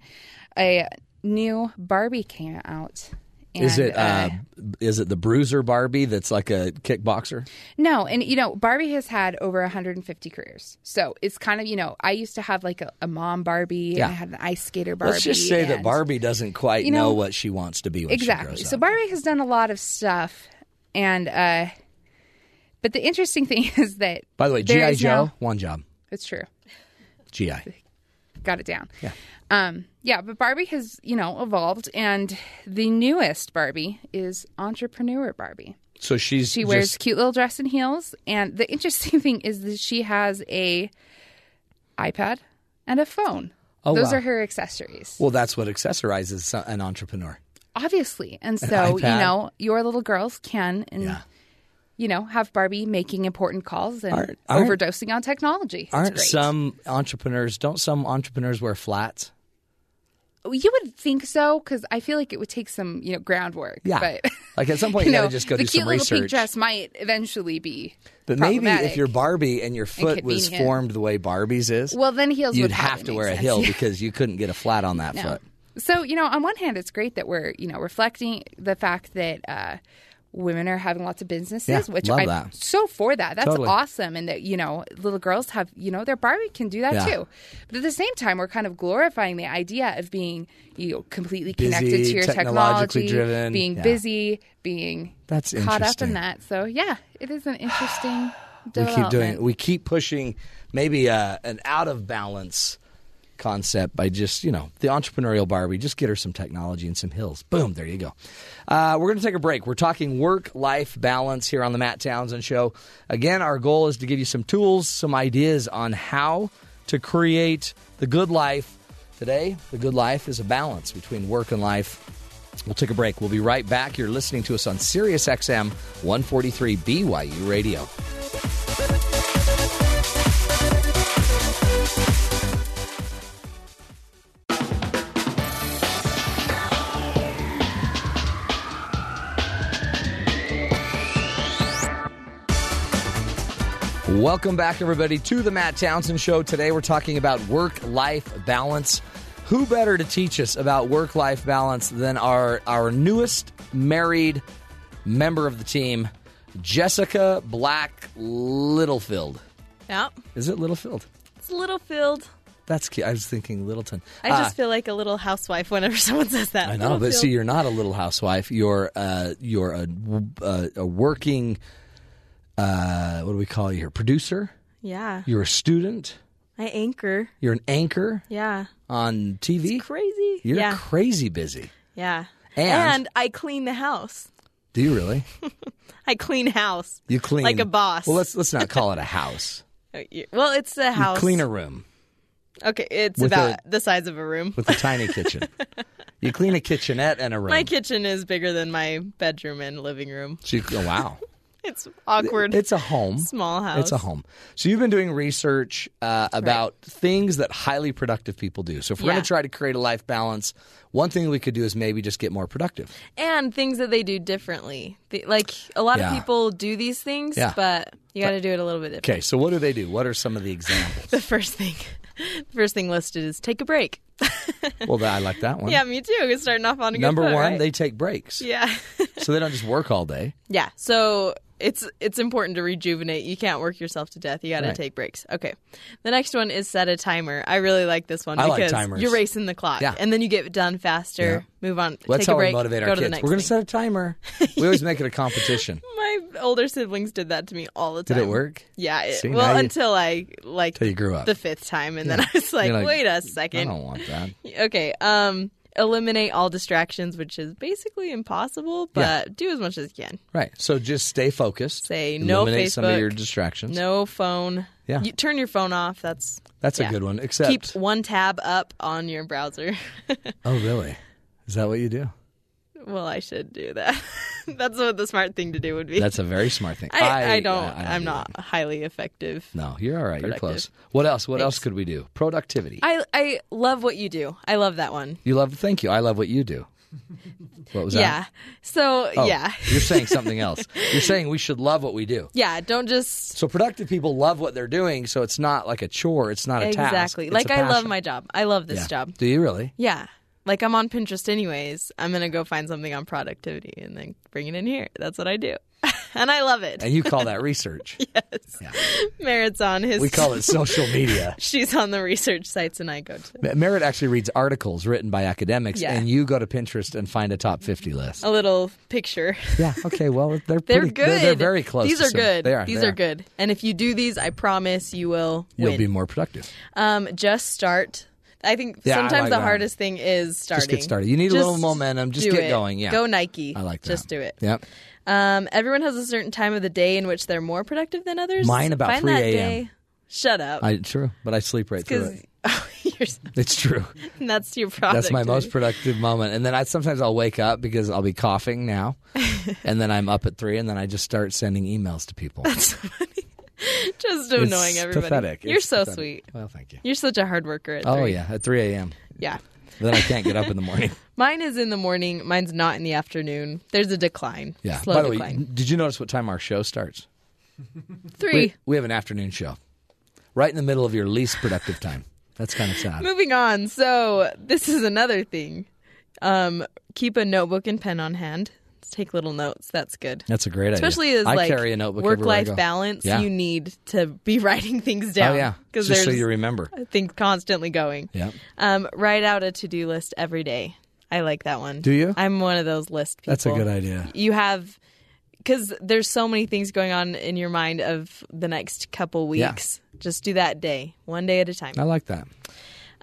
Speaker 3: A new Barbie came out. And,
Speaker 1: Is it uh, is it the Bruiser Barbie that's like a kickboxer?
Speaker 3: No, and you know, Barbie has had over 150 careers. So it's kind of, you know, I used to have like a, a mom Barbie
Speaker 1: Yeah.
Speaker 3: and I had an ice skater Barbie.
Speaker 1: Let's just say that
Speaker 3: and-
Speaker 1: Barbie doesn't quite
Speaker 3: you
Speaker 1: know,
Speaker 3: know-
Speaker 1: what she wants to be when
Speaker 3: exactly.
Speaker 1: she grows
Speaker 3: so
Speaker 1: up.
Speaker 3: Barbie has done a lot of stuff, and uh, but the interesting thing is that
Speaker 1: By the way,
Speaker 3: there
Speaker 1: GI
Speaker 3: is
Speaker 1: Joe,
Speaker 3: now-
Speaker 1: one job,
Speaker 3: it's true,
Speaker 1: GI.
Speaker 3: got it down. Yeah, um, yeah, but Barbie has you know evolved, and the newest Barbie is entrepreneur Barbie.
Speaker 1: So she's
Speaker 3: She
Speaker 1: just-
Speaker 3: wears cute little dress and heels, and the interesting thing is that she has a iPad and a phone.
Speaker 1: Oh,
Speaker 3: Those
Speaker 1: wow.
Speaker 3: are her accessories.
Speaker 1: Well, that's what accessorizes so- an entrepreneur.
Speaker 3: obviously and so you
Speaker 1: iPad.
Speaker 3: know your little girls can and
Speaker 1: Yeah.
Speaker 3: you know have barbie making important calls and
Speaker 1: Aren't- aren't-
Speaker 3: overdosing on technology It's
Speaker 1: Aren't
Speaker 3: great.
Speaker 1: some entrepreneurs? Don't some entrepreneurs wear flats?
Speaker 3: you would think so because i feel like it would take some you know groundwork
Speaker 1: Yeah.
Speaker 3: but
Speaker 1: Like at some point,
Speaker 3: you
Speaker 1: you,
Speaker 3: know
Speaker 1: gotta just go
Speaker 3: the
Speaker 1: do
Speaker 3: cute
Speaker 1: some
Speaker 3: little
Speaker 1: research.
Speaker 3: pink dress might eventually be
Speaker 1: but maybe if
Speaker 3: problematic.
Speaker 1: you're Barbie and your foot was
Speaker 3: convenient.
Speaker 1: formed the way Barbie's is,
Speaker 3: well then heels
Speaker 1: you'd
Speaker 3: would
Speaker 1: have
Speaker 3: probably
Speaker 1: to
Speaker 3: make
Speaker 1: wear a
Speaker 3: sense.
Speaker 1: heel
Speaker 3: Yeah.
Speaker 1: because you couldn't get a flat on that foot.
Speaker 3: So, you know, on one hand, it's great that we're, you know, reflecting the fact that uh, women are having lots of businesses,
Speaker 1: Yeah,
Speaker 3: which
Speaker 1: love
Speaker 3: I'm
Speaker 1: that.
Speaker 3: so for that. That's
Speaker 1: Totally.
Speaker 3: awesome. And that, you know, little girls have, you know, their Barbie can do that
Speaker 1: Yeah.
Speaker 3: too. But at the same time, we're kind of glorifying the idea of being, you know, completely
Speaker 1: Busy,
Speaker 3: connected to your
Speaker 1: technologically
Speaker 3: technology,
Speaker 1: driven.
Speaker 3: being
Speaker 1: Yeah.
Speaker 3: busy, being
Speaker 1: That's
Speaker 3: caught up
Speaker 1: interesting.
Speaker 3: in that. So, yeah, it is an interesting
Speaker 1: We keep doing.
Speaker 3: development.
Speaker 1: We keep pushing maybe uh, an out of balance concept by just you know the entrepreneurial Barbie. Just get her some technology and some hills. Boom, there you go. Uh, we're going to take a break. We're talking work life balance here on the Matt Townsend Show. Again, our goal is to give you some tools, some ideas on how to create the good life. Today, the good life is a balance between work and life. We'll take a break. We'll be right back. You're listening to us on Sirius XM 143 BYU Radio. Welcome back, everybody, to the Matt Townsend Show. Today, we're talking about work life balance. Who better to teach us about work life balance than our, our newest married member of the team, Jessica Black Littlefield?
Speaker 4: Yeah.
Speaker 1: Is it Littlefield?
Speaker 4: It's Littlefield.
Speaker 1: That's cute. I was thinking Littleton.
Speaker 4: I just feel like a little housewife whenever someone says that.
Speaker 1: Ah. I know, but see, you're not a little housewife. You're uh, you're a, a, a working. Uh, what do we call you here? Producer.
Speaker 4: yeah.
Speaker 1: You're a student.
Speaker 4: I anchor.
Speaker 1: You're an anchor
Speaker 4: Yeah.
Speaker 1: on TV.
Speaker 4: Crazy.
Speaker 1: You're
Speaker 4: yeah.
Speaker 1: crazy busy.
Speaker 4: yeah.
Speaker 1: And-
Speaker 4: I clean the house.
Speaker 1: Do you really?
Speaker 4: I clean house.
Speaker 1: You clean
Speaker 4: Like a boss.
Speaker 1: Well, let's let's not call it a house.
Speaker 4: Uh, you- Well, it's a house.
Speaker 1: You clean a room
Speaker 4: Okay, it's
Speaker 1: With
Speaker 4: about
Speaker 1: a-
Speaker 4: the size of a room.
Speaker 1: with a tiny kitchen. You clean a kitchenette and a room.
Speaker 4: My kitchen is bigger than my bedroom and living room.
Speaker 1: So you- oh, wow,
Speaker 4: It's awkward.
Speaker 1: it's a home.
Speaker 4: small house.
Speaker 1: It's a home. So you've been doing research uh, about things that highly productive people do. So if we're
Speaker 4: Yeah.
Speaker 1: going to try to create a life balance, one thing we could do is maybe just get more productive.
Speaker 4: and things that they do differently. The, like a lot
Speaker 1: Yeah.
Speaker 4: of people do these things,
Speaker 1: Yeah.
Speaker 4: but you got to do it a little bit different.
Speaker 1: Okay, so what do they do? What are some of the examples?
Speaker 4: The first thing, first thing listed is take a break.
Speaker 1: well, that- I like that one.
Speaker 4: yeah, me too. We're starting off on a good
Speaker 1: Number
Speaker 4: foot,
Speaker 1: one,
Speaker 4: right?
Speaker 1: they take breaks,
Speaker 4: yeah,
Speaker 1: so they don't just work all day.
Speaker 4: yeah. So it's it's important to rejuvenate. You can't work yourself to death. You got to
Speaker 1: Right.
Speaker 4: take breaks. Okay. The next one is set a timer. I really like this one
Speaker 1: I like
Speaker 4: because
Speaker 1: timers.
Speaker 4: you're racing the clock,
Speaker 1: Yeah.
Speaker 4: and then you get done faster. Move on.
Speaker 1: Well, that's
Speaker 4: take a
Speaker 1: how
Speaker 4: break.
Speaker 1: we motivate
Speaker 4: go
Speaker 1: our
Speaker 4: to the
Speaker 1: kids.
Speaker 4: next
Speaker 1: We're going to
Speaker 4: thing.
Speaker 1: set a timer. We always make it a competition.
Speaker 4: My older siblings did that to me all the
Speaker 1: Did
Speaker 4: time.
Speaker 1: it work?
Speaker 4: Yeah. It,
Speaker 1: See, now
Speaker 4: well,
Speaker 1: you-
Speaker 4: until I like
Speaker 1: Till you grew up.
Speaker 4: the fifth time, and then I was like,
Speaker 1: You're like,
Speaker 4: wait a
Speaker 1: I
Speaker 4: second.
Speaker 1: don't want that.
Speaker 4: Okay. Um, eliminate all distractions, which is basically impossible, but do as much as you can.
Speaker 1: Right. So just stay focused.
Speaker 4: Say no
Speaker 1: Eliminate some of
Speaker 4: Facebook.
Speaker 1: your distractions.
Speaker 4: No phone.
Speaker 1: Yeah.
Speaker 4: You turn your phone off. That's
Speaker 1: That's a
Speaker 4: yeah.
Speaker 1: good one. Except.
Speaker 4: keep one tab up on your browser.
Speaker 1: oh, really? Is that what you do?
Speaker 4: well, I should do that. That's what the smart thing to do would be.
Speaker 1: That's a very smart thing.
Speaker 4: I, I, don't,
Speaker 1: I
Speaker 4: I'm
Speaker 1: do
Speaker 4: not highly effective.
Speaker 1: that. No, you're all right. You're
Speaker 4: Productive.
Speaker 1: close. What else? What else could we do? Productivity.
Speaker 4: I I love what you do. I love that one.
Speaker 1: you love. Thank you. I love what you do. What was
Speaker 4: yeah.
Speaker 1: that?
Speaker 4: So
Speaker 1: Oh,
Speaker 4: yeah.
Speaker 1: you're saying something else. You're saying we should love what we do.
Speaker 4: Yeah, don't just
Speaker 1: So productive people love what they're doing, so it's not like a chore. It's not a task.
Speaker 4: exactly.
Speaker 1: It's
Speaker 4: like
Speaker 1: a
Speaker 4: I love
Speaker 1: passion.
Speaker 4: my job. I love this
Speaker 1: Yeah.
Speaker 4: job.
Speaker 1: Do you really?
Speaker 4: Yeah. Like I'm on Pinterest anyways. I'm going to go find something on productivity and then bring it in here. That's what I do. and I love it.
Speaker 1: And you call that research?
Speaker 4: Merritt's on his
Speaker 1: We call it social media.
Speaker 4: She's on the research sites and I go to
Speaker 1: M- Merritt actually reads articles written by academics,
Speaker 4: Yeah.
Speaker 1: and you go to Pinterest and find a top 50 list.
Speaker 4: a little picture.
Speaker 1: Yeah, okay, well, they're
Speaker 4: They're
Speaker 1: pretty,
Speaker 4: good.
Speaker 1: They're, they're very close.
Speaker 4: These
Speaker 1: to
Speaker 4: are
Speaker 1: some-
Speaker 4: good.
Speaker 1: They are.
Speaker 4: These
Speaker 1: they
Speaker 4: are good. And if you do these, I promise you will
Speaker 1: You'll
Speaker 4: win.
Speaker 1: be more productive.
Speaker 4: Um, just start. I think
Speaker 1: Yeah, I
Speaker 4: sometimes
Speaker 1: like
Speaker 4: the
Speaker 1: that.
Speaker 4: hardest thing is starting.
Speaker 1: Just get started. You need a
Speaker 4: Just
Speaker 1: little momentum. Just
Speaker 4: do
Speaker 1: get
Speaker 4: it.
Speaker 1: going. Yeah,
Speaker 4: Go Nike.
Speaker 1: I like that.
Speaker 4: Just do it.
Speaker 1: Yep.
Speaker 4: Um, everyone has a certain time of the day in which they're more productive than others.
Speaker 1: Mine about
Speaker 4: Find
Speaker 1: 3
Speaker 4: that
Speaker 1: a.m..
Speaker 4: day. Shut up.
Speaker 1: I true, but I sleep right through
Speaker 4: Because
Speaker 1: it.
Speaker 4: you're,
Speaker 1: It's true.
Speaker 4: that's your product.
Speaker 1: That's my most productive moment. And then I sometimes I'll wake up because I'll be coughing now, and then I'm up at three, and then I just start sending emails to people.
Speaker 4: Just
Speaker 1: It's
Speaker 4: annoying everybody.
Speaker 1: Pathetic.
Speaker 4: You're
Speaker 1: It's
Speaker 4: so
Speaker 1: pathetic.
Speaker 4: sweet.
Speaker 1: Well, thank you.
Speaker 4: You're such a hard worker. At
Speaker 1: Oh
Speaker 4: three.
Speaker 1: yeah, at three a.m.
Speaker 4: yeah.
Speaker 1: Then I can't get up in the morning.
Speaker 4: Mine is in the morning. Mine's not in the afternoon. There's a decline.
Speaker 1: Yeah.
Speaker 4: Slow
Speaker 1: By the
Speaker 4: decline.
Speaker 1: way, did you notice what time our show starts?
Speaker 4: Three.
Speaker 1: We, we have an afternoon show, right in the middle of your least productive time. That's kind of sad.
Speaker 4: Moving on. So this is another thing. Um, keep a notebook and pen on hand. Let's take little notes. That's good.
Speaker 1: That's a great
Speaker 4: Especially
Speaker 1: idea.
Speaker 4: as
Speaker 1: I
Speaker 4: like
Speaker 1: carry a notebook everywhere I
Speaker 4: work-life
Speaker 1: go.
Speaker 4: balance,
Speaker 1: Yeah.
Speaker 4: you need to be writing things down.
Speaker 1: Oh yeah,
Speaker 4: because
Speaker 1: just
Speaker 4: there's
Speaker 1: so you remember.
Speaker 4: things constantly going.
Speaker 1: Yeah.
Speaker 4: Um, write out a to-do list every day. I like that one.
Speaker 1: Do you?
Speaker 4: I'm one of those list people.
Speaker 1: That's a good idea.
Speaker 4: You have because there's so many things going on in your mind of the next couple
Speaker 1: Yeah.
Speaker 4: weeks. Just do that day, one day at a time.
Speaker 1: I like that.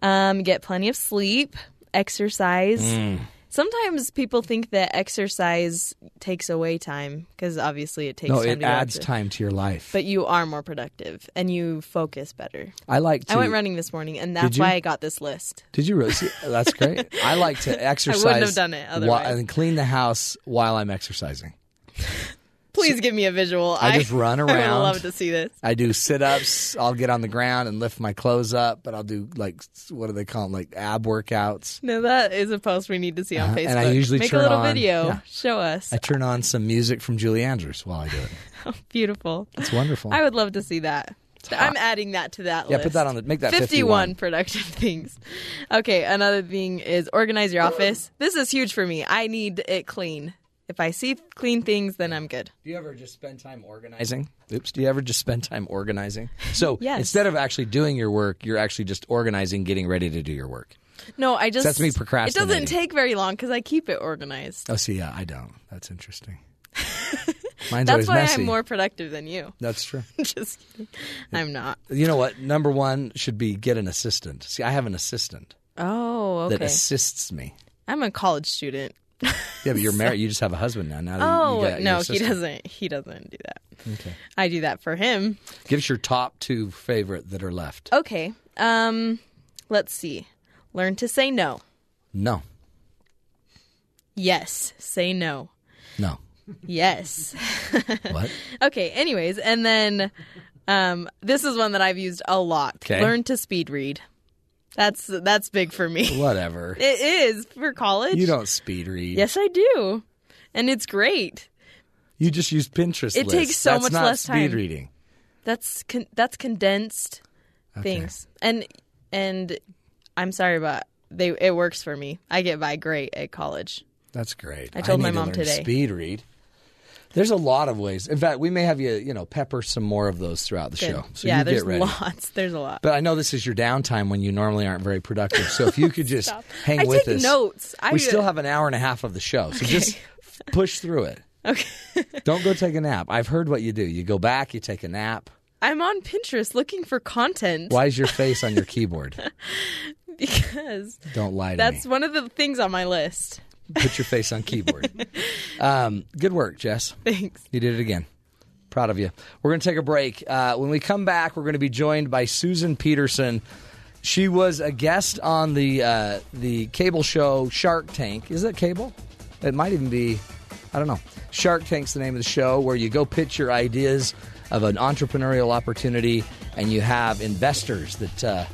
Speaker 4: Um, get plenty of sleep, exercise.
Speaker 1: Mm.
Speaker 4: Sometimes people think that exercise takes away time because obviously it takes
Speaker 1: No,
Speaker 4: time
Speaker 1: it
Speaker 4: to go out
Speaker 1: adds
Speaker 4: to-
Speaker 1: time to your life.
Speaker 4: But you are more productive and you focus better.
Speaker 1: I like to.
Speaker 4: I went running this morning and that's
Speaker 1: you?
Speaker 4: why I got this list.
Speaker 1: Did you really? See, that's great. I like to exercise.
Speaker 4: done it
Speaker 1: whi-
Speaker 4: otherwise.
Speaker 1: and clean the house while I'm exercising.
Speaker 4: Please give me a visual.
Speaker 1: I just run
Speaker 4: I would
Speaker 1: around.
Speaker 4: love to see this.
Speaker 1: I do sit ups. I'll get on the ground and lift my clothes up, but I'll do like s- what do they call them? Like ab workouts.
Speaker 4: No, that is a post we need to see on
Speaker 1: Uh-huh.
Speaker 4: Facebook.
Speaker 1: And I usually
Speaker 4: Make
Speaker 1: turn
Speaker 4: a little
Speaker 1: on-
Speaker 4: video.
Speaker 1: yeah.
Speaker 4: Show us.
Speaker 1: I turn on some music from Julie Andrews while I do it.
Speaker 4: Beautiful.
Speaker 1: It's wonderful.
Speaker 4: I would love to see that. I'm adding that to that
Speaker 1: yeah,
Speaker 4: list.
Speaker 1: put that on the make that
Speaker 4: 51 productive things. Okay, another thing is organize your office. This is huge for me. I need it clean. If I see clean things, then I'm good.
Speaker 1: Do you ever just spend time organizing? Oops. Do you ever just spend time organizing? So
Speaker 4: Yes.
Speaker 1: instead of actually doing your work, you're actually just organizing, getting ready to do your work.
Speaker 4: No, I just
Speaker 1: That's me
Speaker 4: It
Speaker 1: procrastinating.
Speaker 4: doesn't take very long because I keep it organized.
Speaker 1: Oh, see, yeah, I don't. That's interesting. Mine's
Speaker 4: That's
Speaker 1: always
Speaker 4: why
Speaker 1: messy.
Speaker 4: I'm more productive than you.
Speaker 1: That's true.
Speaker 4: just kidding. I'm not.
Speaker 1: You know what? Number one should be get an assistant. See, I have an assistant
Speaker 4: Oh,
Speaker 1: that
Speaker 4: okay.
Speaker 1: assists me.
Speaker 4: I'm a college student.
Speaker 1: Yeah, but you're married. You just have a husband now. Now, that you, you
Speaker 4: Oh
Speaker 1: got your
Speaker 4: no, he
Speaker 1: assistant.
Speaker 4: doesn't. He doesn't do that. Okay. I do that for him.
Speaker 1: Give us your top two favorite that are left.
Speaker 4: Okay. Um, let's see. Learn to say no.
Speaker 1: No,
Speaker 4: Yes, say no.
Speaker 1: no.
Speaker 4: Yes.
Speaker 1: What?
Speaker 4: Okay, anyways, and then um this is one that I've used a lot.
Speaker 1: 'Kay.
Speaker 4: Learn to speed read. That's that's big for me.
Speaker 1: Whatever.
Speaker 4: It is for college.
Speaker 1: You don't speed read.
Speaker 4: Yes, I do. And it's great.
Speaker 1: You just use Pinterest.
Speaker 4: It
Speaker 1: lists.
Speaker 4: takes so
Speaker 1: That's
Speaker 4: much
Speaker 1: not
Speaker 4: less
Speaker 1: speed
Speaker 4: time.
Speaker 1: reading.
Speaker 4: That's con- that's condensed things. And and I'm sorry but they it works for me. I get by great at college.
Speaker 1: That's great.
Speaker 4: I told
Speaker 1: need
Speaker 4: my
Speaker 1: to
Speaker 4: mom
Speaker 1: learn
Speaker 4: today.
Speaker 1: Speed read. There's a lot of ways. In fact, we may have you, you know, pepper some more of those throughout the
Speaker 4: Good.
Speaker 1: show. So
Speaker 4: yeah,
Speaker 1: you
Speaker 4: there's
Speaker 1: get ready.
Speaker 4: lots. There's a lot.
Speaker 1: But I know this is your downtime when you normally aren't very productive. So if you could just hang
Speaker 4: I
Speaker 1: with
Speaker 4: take
Speaker 1: us.
Speaker 4: notes. I uh,
Speaker 1: we still have an hour and a half of the show. So just push through it.
Speaker 4: Okay.
Speaker 1: Don't go take a nap. I've heard what you do. You go back, you take a nap,
Speaker 4: I'm on Pinterest looking for content
Speaker 1: Why is your face on your keyboard?
Speaker 4: because
Speaker 1: Don't lie to
Speaker 4: that's
Speaker 1: me.
Speaker 4: one of the things on my list.
Speaker 1: Put your face on keyboard. Um, good work, Jess.
Speaker 4: Thanks.
Speaker 1: You did it again. Proud of you. We're going to take a break. Uh, when we come back, we're going to be joined by Susan Peterson. She was a guest on the uh, the cable show Shark Tank. Is that cable? It might even be. I don't know. Shark Tank's the name of the show where you go pitch your ideas of an entrepreneurial opportunity, and you have investors that uh,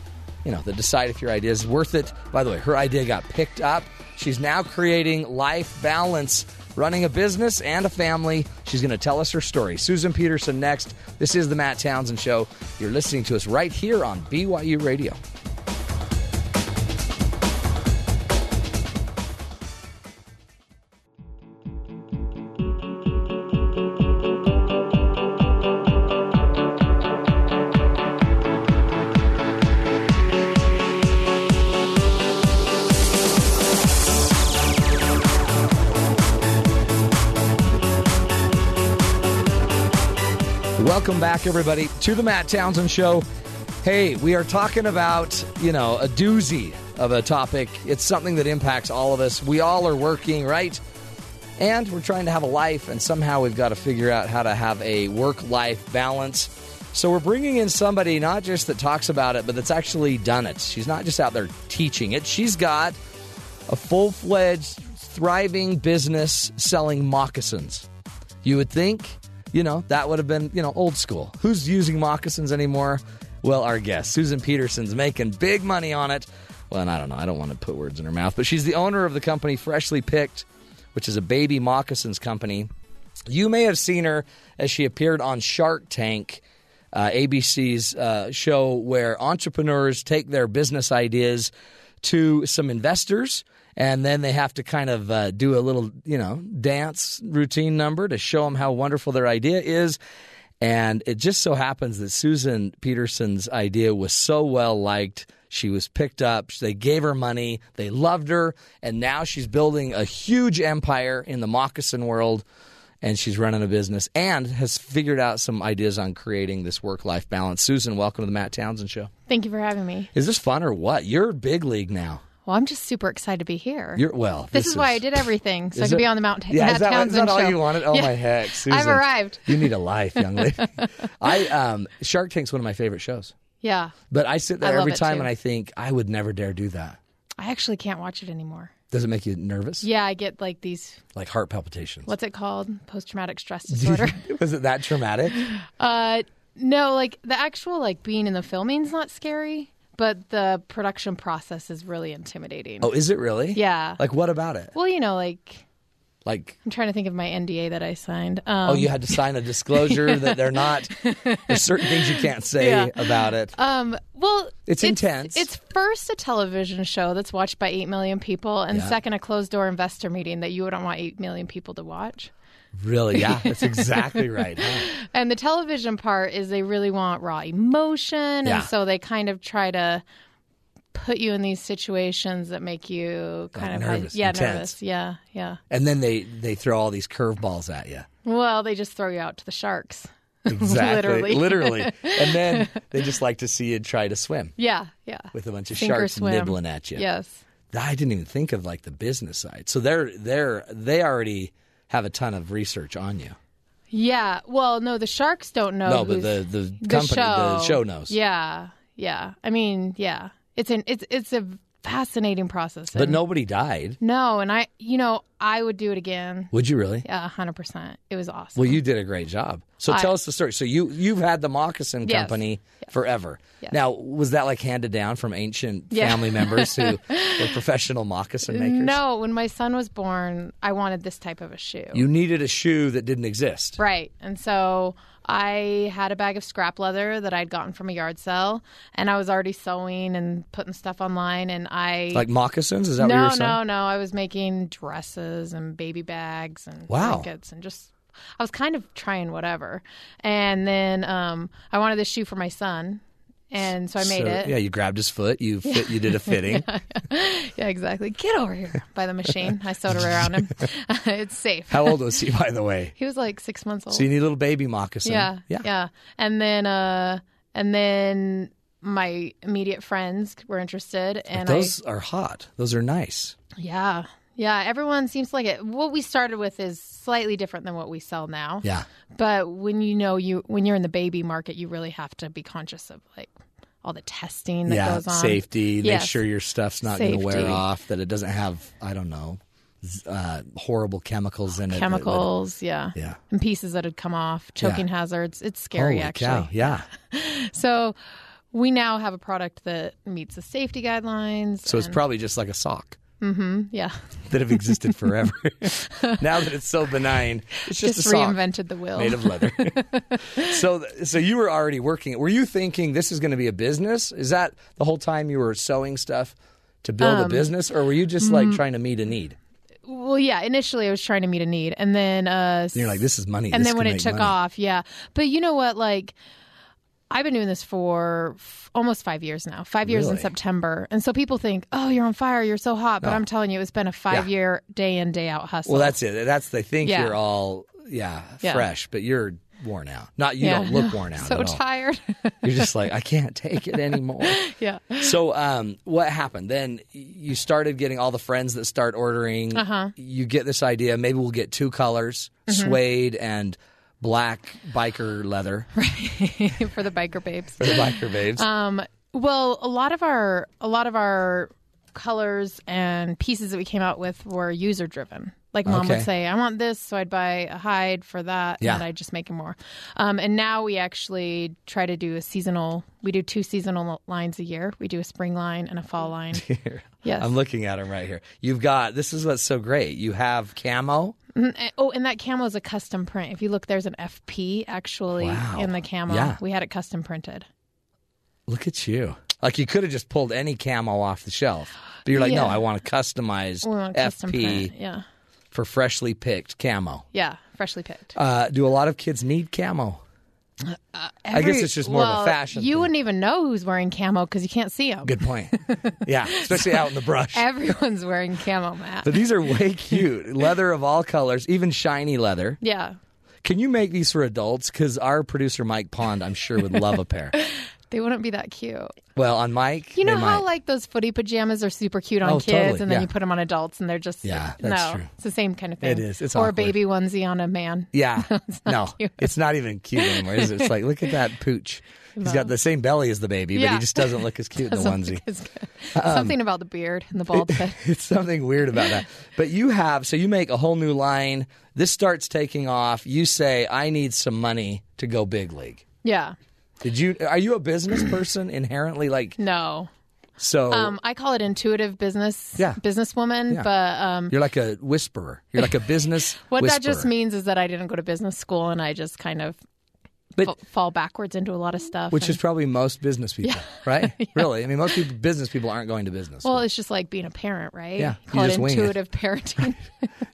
Speaker 1: you know that decide if your idea is worth it. By the way, her idea got picked up. She's now creating life balance, running a business and a family. She's going to tell us her story. Susan Peterson next. This is the Matt Townsend Show. You're listening to us right here on BYU Radio. Welcome back, everybody, to the Matt Townsend Show. Hey, we are talking about, you know, a doozy of a topic. It's something that impacts all of us. We all are working, right? And we're trying to have a life, and somehow we've got to figure out how to have a work life balance. So we're bringing in somebody not just that talks about it, but that's actually done it. She's not just out there teaching it, she's got a full fledged, thriving business selling moccasins. You would think, you know, that would have been, you know, old school. Who's using moccasins anymore? Well, our guest, Susan Peterson's making big money on it. Well, and I don't know. I don't want to put words in her mouth, but she's the owner of the company Freshly Picked, which is a baby moccasins company. You may have seen her as she appeared on Shark Tank, uh, ABC's uh, show where entrepreneurs take their business ideas to some investors, and then they have to kind of uh, do a little, you know, dance routine number to show them how wonderful their idea is. And it just so happens that Susan Peterson's idea was so well liked. She was picked up. They gave her money. They loved her. And now she's building a huge empire in the moccasin world and she's running a business and has figured out some ideas on creating this work life balance. Susan, welcome to the Matt Townsend Show.
Speaker 5: Thank you for having me.
Speaker 1: Is this fun or what? You're big league now.
Speaker 5: Well, I'm just super excited to be here.
Speaker 1: You're well.
Speaker 5: this, is, why I did everything, so I
Speaker 1: Is it-
Speaker 5: could be on the Mount
Speaker 1: Yeah,
Speaker 5: Matt
Speaker 1: is that, what- is
Speaker 5: Townsend
Speaker 1: that all
Speaker 5: show.
Speaker 1: you wanted? Oh
Speaker 5: Yeah.
Speaker 1: my heck, Susan!
Speaker 5: I've arrived.
Speaker 1: You need a life, young lady. I um, Shark Tank's one of my favorite shows,
Speaker 5: Yeah,
Speaker 1: but I sit there
Speaker 5: love
Speaker 1: every
Speaker 5: it,
Speaker 1: time
Speaker 5: too.
Speaker 1: and I think I would never dare do that.
Speaker 5: I actually can't watch it anymore.
Speaker 1: Does it make you nervous?
Speaker 5: Yeah, I get like these.
Speaker 1: Like heart palpitations.
Speaker 5: What's it called? Post traumatic stress disorder.
Speaker 1: Was it that traumatic?
Speaker 5: uh, no, like the actual like being in the filming's not scary, but the production process is really intimidating.
Speaker 1: Oh, is it really?
Speaker 5: Yeah.
Speaker 1: Like what about it?
Speaker 5: Well, you know, like
Speaker 1: Like
Speaker 5: I'm trying to think of my NDA that I signed. Um,
Speaker 1: Oh, you had to sign a disclosure that they're not. There's certain things you can't say
Speaker 5: Yeah.
Speaker 1: about it.
Speaker 5: Um, well,
Speaker 1: It's intense.
Speaker 5: It's first a television show that's watched by 8 million people, and second, a closed door investor meeting that you wouldn't want 8 million people to watch.
Speaker 1: really? Yeah, that's exactly right. huh?
Speaker 5: And the television part is they really want raw emotion,
Speaker 1: Yeah.
Speaker 5: and so they kind of try to put you in these situations that make you kind of
Speaker 1: nervous,
Speaker 5: yeah,
Speaker 1: intense.
Speaker 5: nervous. Yeah, yeah.
Speaker 1: And then they they throw all these curveballs at you.
Speaker 5: Well, they just throw you out to the sharks.
Speaker 1: Exactly.
Speaker 5: Literally.
Speaker 1: Literally. And then they just like to see you try to swim
Speaker 5: Yeah, yeah.
Speaker 1: with a bunch of
Speaker 5: Sink or
Speaker 1: sharks
Speaker 5: swim.
Speaker 1: nibbling at you.
Speaker 5: Yes.
Speaker 1: I didn't even think of like the business side. So they're they're they already have a ton of research on you.
Speaker 5: Yeah. Well, no, the sharks don't know.
Speaker 1: no, but
Speaker 5: Oh, who's-
Speaker 1: the the company, the show knows.
Speaker 5: Yeah, yeah. I mean, yeah. It's an it's it's a fascinating process.
Speaker 1: But
Speaker 5: and-
Speaker 1: nobody died.
Speaker 5: no, and I, you know, I would do it again.
Speaker 1: Would you really?
Speaker 5: Yeah, hundred percent. It was awesome.
Speaker 1: Well, you did a great job. So
Speaker 5: I-
Speaker 1: tell us the story. So you you've had the moccasin
Speaker 5: Yes.
Speaker 1: company forever. Now, was that like handed down from ancient
Speaker 5: Yeah.
Speaker 1: family members who were professional moccasin makers?
Speaker 5: no, when my son was born, I wanted this type of a shoe.
Speaker 1: You needed a shoe that didn't exist.
Speaker 5: Right. And so I had a bag of scrap leather that I'd gotten from a yard sale, and I was already sewing and putting stuff online, and I
Speaker 1: Like moccasins? Is that what you
Speaker 5: no,
Speaker 1: were saying?
Speaker 5: no, no. I was making dresses and baby bags and
Speaker 1: Wow.
Speaker 5: blankets and just. I was kind of trying whatever, and then um, I wanted this shoe for my son, and so I made
Speaker 1: So,
Speaker 5: it.
Speaker 1: Yeah, you grabbed his foot. You fit, you did a fitting.
Speaker 5: Yeah, exactly. Get over here by the machine. I sewed her around him. it's safe.
Speaker 1: How old was he, by the way?
Speaker 5: He was like six months old.
Speaker 1: So you need a little baby moccasin.
Speaker 5: yeah,
Speaker 1: yeah.
Speaker 5: And then, uh, and then my immediate friends were interested, and
Speaker 1: Those are hot. Those are nice.
Speaker 5: I, yeah, yeah. Everyone seems to like it. What we started with is slightly different than what we sell now.
Speaker 1: Yeah.
Speaker 5: But when you know you when you're in the baby market, you really have to be conscious of like all the testing that
Speaker 1: yeah.
Speaker 5: goes on.
Speaker 1: Safety. Make
Speaker 5: Yes.
Speaker 1: sure your stuff's not going to wear
Speaker 5: Safety.
Speaker 1: off. That it doesn't have I don't know z- uh, horrible chemicals in it. that would-
Speaker 5: Chemicals, yeah.
Speaker 1: Yeah.
Speaker 5: And pieces that had come off, choking hazards. It's scary
Speaker 1: Holy
Speaker 5: actually.
Speaker 1: cow! Yeah.
Speaker 5: So we now have a product that meets the safety guidelines.
Speaker 1: So it's probably just like a sock
Speaker 5: yeah,
Speaker 1: that have existed forever. now that it's so benign, it's just,
Speaker 5: just,
Speaker 1: a sock.
Speaker 5: reinvented the wheel.
Speaker 1: made of leather. so, th- so you were already working. Were you thinking this is going to be a business? Is that the whole time you were sewing stuff to build
Speaker 5: Um,
Speaker 1: a business, or were you just like
Speaker 5: mm.
Speaker 1: trying to meet a need?
Speaker 5: well, yeah. Initially, I was trying to meet a need, and then uh,
Speaker 1: You're like, this is money.
Speaker 5: and
Speaker 1: This
Speaker 5: then
Speaker 1: can
Speaker 5: when it
Speaker 1: make
Speaker 5: took
Speaker 1: money.
Speaker 5: off, yeah. But you know what? Like, I've been doing this for f- almost five years now. Five years in
Speaker 1: Really? Oh.
Speaker 5: September, and so people think, "Oh, you're on fire! You're so hot!" But I'm telling you, it's been a five-year day in day out hustle.
Speaker 1: Well, that's it. That's they think
Speaker 5: Yeah.
Speaker 1: you're all yeah,
Speaker 5: Yeah.
Speaker 1: fresh, but you're worn out. Not you
Speaker 5: Yeah.
Speaker 1: don't look worn out.
Speaker 5: so
Speaker 1: at all.
Speaker 5: tired.
Speaker 1: You're just like I can't take it anymore.
Speaker 5: yeah.
Speaker 1: So, um, what happened then? You started getting all the friends that start ordering. Uh-huh. You get this idea. Maybe we'll get two colors:
Speaker 5: Mm-hmm.
Speaker 1: suede and black biker leather
Speaker 5: for the biker babes.
Speaker 1: for the biker babes.
Speaker 5: Uh, Well, a lot of our a lot of our colors and pieces that we came out with were user driven. Like mom
Speaker 1: Okay.
Speaker 5: would say, "I want this," so I'd buy a hide for that,
Speaker 1: Yeah.
Speaker 5: and then I'd just make it more. Um, and now we actually try to do a seasonal. We do two seasonal lines a year. We do a spring line and a fall line. yes.
Speaker 1: I'm looking at them right here. You've got this is what's so great. You have camo.
Speaker 5: Mm, and- oh, and that camo is a custom print. If you look, there's an FP actually
Speaker 1: Wow.
Speaker 5: in the camo.
Speaker 1: Yeah.
Speaker 5: We had it custom printed.
Speaker 1: Look at you. Like you could have just pulled any camo off the shelf, but you're like, no,
Speaker 5: Yeah.
Speaker 1: I want to customize
Speaker 5: We want a
Speaker 1: FP
Speaker 5: custom print. Yeah.
Speaker 1: for freshly picked camo.
Speaker 5: Yeah. Freshly picked.
Speaker 1: Uh, do a lot of kids need camo? I guess
Speaker 5: Every-
Speaker 1: it's just more of a
Speaker 5: well,
Speaker 1: fashion
Speaker 5: You
Speaker 1: thing.
Speaker 5: wouldn't even know who's wearing camo because you can't see them.
Speaker 1: Good point. yeah, especially out in the brush.
Speaker 5: Everyone's wearing camo, Matt.
Speaker 1: But these are way cute. Leather of all colors, even shiny leather.
Speaker 5: yeah,
Speaker 1: Can you make these for adults? Because our producer Mike Pond, I'm sure, would love a pair.
Speaker 5: they wouldn't be that cute.
Speaker 1: Well, on Mike,
Speaker 5: You know
Speaker 1: they
Speaker 5: how
Speaker 1: might.
Speaker 5: like those footy pajamas are super cute on
Speaker 1: Oh,
Speaker 5: kids,
Speaker 1: totally,
Speaker 5: and then
Speaker 1: yeah.
Speaker 5: you put them on adults, and they're just
Speaker 1: Yeah,
Speaker 5: no,
Speaker 1: that's true.
Speaker 5: it's the same kind of thing.
Speaker 1: It is. It's
Speaker 5: or a
Speaker 1: awkward.
Speaker 5: baby onesie on a man.
Speaker 1: yeah, no, it's not even cute anymore. Is it? It's like look at that pooch. He's got the same belly as the baby, but he
Speaker 5: Yeah.
Speaker 1: just doesn't look as cute in the onesie. Um,
Speaker 5: It's good. Something about the beard and the bald head.
Speaker 1: It's something weird about that. But you have so you make a whole new line. This starts taking off. You say, "I need some money to go big league."
Speaker 5: Yeah,
Speaker 1: Did you? Are you a business person inherently? Like
Speaker 5: no.
Speaker 1: so?
Speaker 5: Um, I call it intuitive business.
Speaker 1: Oh. Yeah.
Speaker 5: businesswoman.
Speaker 1: Yeah.
Speaker 5: But um,
Speaker 1: You're like a whisperer. You're like a business.
Speaker 5: what
Speaker 1: whisperer.
Speaker 5: that just means is that I didn't go to business school, and I just kind of
Speaker 1: But-
Speaker 5: fa- fall backwards into a lot of stuff.
Speaker 1: which
Speaker 5: and-
Speaker 1: is probably most business people, right? Really, I mean, most people, business people aren't going to business.
Speaker 5: Well, it's just like being a parent, right?
Speaker 1: Yeah,
Speaker 5: You Call
Speaker 1: you
Speaker 5: it
Speaker 1: just wing it.
Speaker 5: intuitive parenting.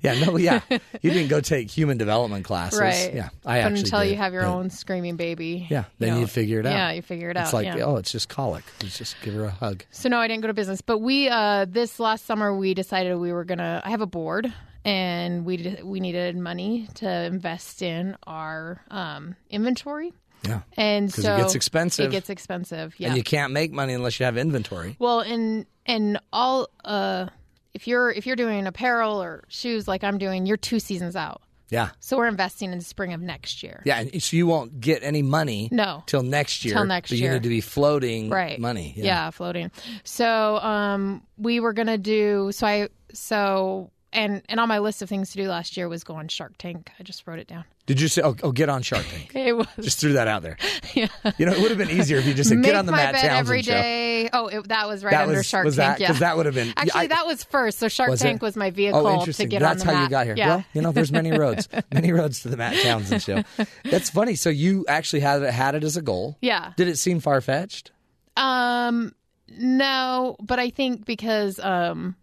Speaker 1: yeah, no, yeah, you didn't go take human development classes,
Speaker 5: right.
Speaker 1: Yeah, I
Speaker 5: but
Speaker 1: actually
Speaker 5: until
Speaker 1: did,
Speaker 5: you have your
Speaker 1: but-
Speaker 5: own screaming baby.
Speaker 1: Yeah, then you
Speaker 5: know,
Speaker 1: figure it out.
Speaker 5: Yeah, you figure it out.
Speaker 1: It's like,
Speaker 5: yeah.
Speaker 1: oh, it's just colic. Let's just give her a hug.
Speaker 5: So no, I didn't go to business, but we uh this last summer we decided we were going to I have a board and we d- we needed money to invest in our um inventory.
Speaker 1: Yeah,
Speaker 5: And
Speaker 1: 'Cause it
Speaker 5: so
Speaker 1: gets expensive.
Speaker 5: It gets expensive. Yeah.
Speaker 1: and you can't make money unless you have inventory.
Speaker 5: Well, and and all uh if you're if you're doing apparel or shoes like I'm doing, you're two seasons out.
Speaker 1: Yeah,
Speaker 5: So we're investing in spring of next year.
Speaker 1: yeah, and so you won't get any money
Speaker 5: No.
Speaker 1: till next year.
Speaker 5: Till next
Speaker 1: but you
Speaker 5: year.
Speaker 1: need to be floating
Speaker 5: right
Speaker 1: money.
Speaker 5: yeah. floating so um we were gonna do so i so and and on my list of things to do last year was go on shark tank i just wrote it down
Speaker 1: Did you say, oh, oh, get on Shark Tank?
Speaker 5: it was
Speaker 1: Just threw that out there. You know, it would have been easier if you just said,
Speaker 5: Make
Speaker 1: get on the
Speaker 5: my
Speaker 1: Matt
Speaker 5: bed
Speaker 1: Townsend
Speaker 5: every
Speaker 1: show.
Speaker 5: day. Oh, it, that was right
Speaker 1: That
Speaker 5: under
Speaker 1: was-
Speaker 5: Shark
Speaker 1: was that-
Speaker 5: Tank.
Speaker 1: 'cause
Speaker 5: Yeah,
Speaker 1: that would have been-
Speaker 5: actually
Speaker 1: I-
Speaker 5: that was first. So Shark
Speaker 1: Was it?
Speaker 5: Tank was my vehicle
Speaker 1: Oh, interesting.
Speaker 5: to get
Speaker 1: That's
Speaker 5: on the
Speaker 1: how you
Speaker 5: mat.
Speaker 1: got here.
Speaker 5: Yeah,
Speaker 1: Well, you know, there's many roads, many roads to the Matt Townsend show. That's funny. So you actually had it, had it as a goal.
Speaker 5: yeah.
Speaker 1: Did it seem far fetched?
Speaker 5: Um, no, but I think because um,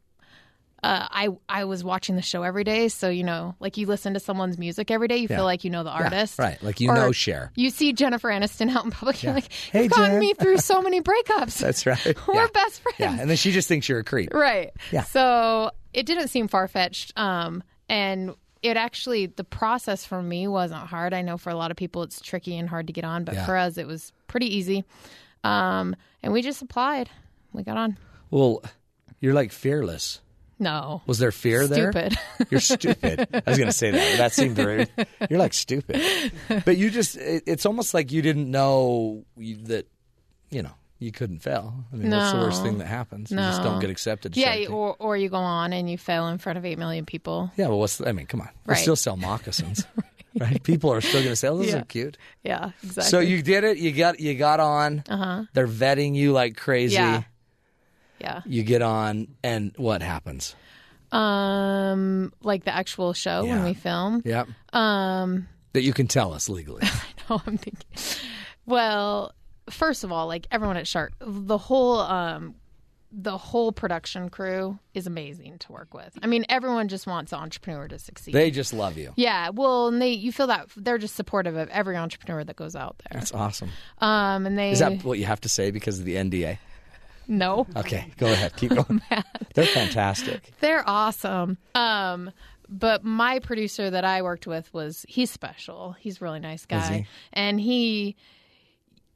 Speaker 5: uh, I I was watching the show every day, so you know, like you listen to someone's music every day, you feel like you know the artist,
Speaker 1: right, like you
Speaker 5: Or
Speaker 1: know Cher.
Speaker 5: You see Jennifer Aniston out in public, you're like,
Speaker 1: Hey,
Speaker 5: "You've gotten
Speaker 1: Jen."
Speaker 5: me through so many breakups.
Speaker 1: That's right.
Speaker 5: We're
Speaker 1: yeah.
Speaker 5: best friends."
Speaker 1: Yeah, and then she just thinks you're a creep.
Speaker 5: Right.
Speaker 1: Yeah.
Speaker 5: So it didn't seem far fetched. Um, and it actually, the process for me wasn't hard. I know for a lot of people it's tricky and hard to get on, but for us it was pretty easy. Um, and we just applied. We got on.
Speaker 1: Well, you're like fearless.
Speaker 5: No.
Speaker 1: Was there fear there?
Speaker 5: Stupid.
Speaker 1: You're stupid. I was going to say that. but That seemed very. You're like stupid. But you just. It, it's almost like you didn't know you, that. You know, you couldn't fail. I mean, what's the worst
Speaker 5: No.
Speaker 1: thing that happens? You just don't
Speaker 5: No.
Speaker 1: get accepted. to
Speaker 5: yeah.
Speaker 1: certain things.
Speaker 5: Or, or you go on and you fail in front of 8 million people.
Speaker 1: Yeah, well, what's the, I mean, come on. We
Speaker 5: Right.
Speaker 1: still sell moccasins, right? People are still going to say, "Oh, those
Speaker 5: Yeah.
Speaker 1: are cute."
Speaker 5: Yeah. Exactly.
Speaker 1: So you did it. You got you got on. Uh-huh. They're vetting you like crazy.
Speaker 5: Yeah. Yeah.
Speaker 1: You get on, and what happens?
Speaker 5: Um, like the actual show
Speaker 1: Yeah.
Speaker 5: when we film.
Speaker 1: Yeah.
Speaker 5: Um,
Speaker 1: That you can tell us legally.
Speaker 5: know I'm thinking. Well, first of all, like everyone at Shark, the whole um the whole production crew is amazing to work with. I mean, everyone just wants an entrepreneur to succeed.
Speaker 1: they just love you.
Speaker 5: yeah, well, and they you feel that they're just supportive of every entrepreneur that goes out there.
Speaker 1: That's awesome.
Speaker 5: Um and they
Speaker 1: Is that what you have to say because of the NDA?
Speaker 5: no.
Speaker 1: Okay, go ahead. Keep
Speaker 5: Oh,
Speaker 1: going. They're fantastic.
Speaker 5: They're awesome. Um, but my producer that I worked with was he's special. He's a really nice guy,
Speaker 1: he?
Speaker 5: and he,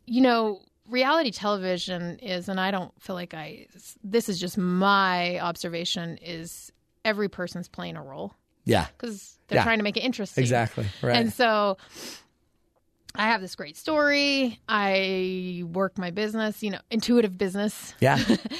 Speaker 5: you know, reality television is, and I don't feel like I. This is just my observation: is every person's playing a role
Speaker 1: Yeah,
Speaker 5: because they're
Speaker 1: Yeah.
Speaker 5: trying to make it interesting.
Speaker 1: exactly. Right.
Speaker 5: And so I have this great story. I work my business, you know, intuitive business.
Speaker 1: yeah.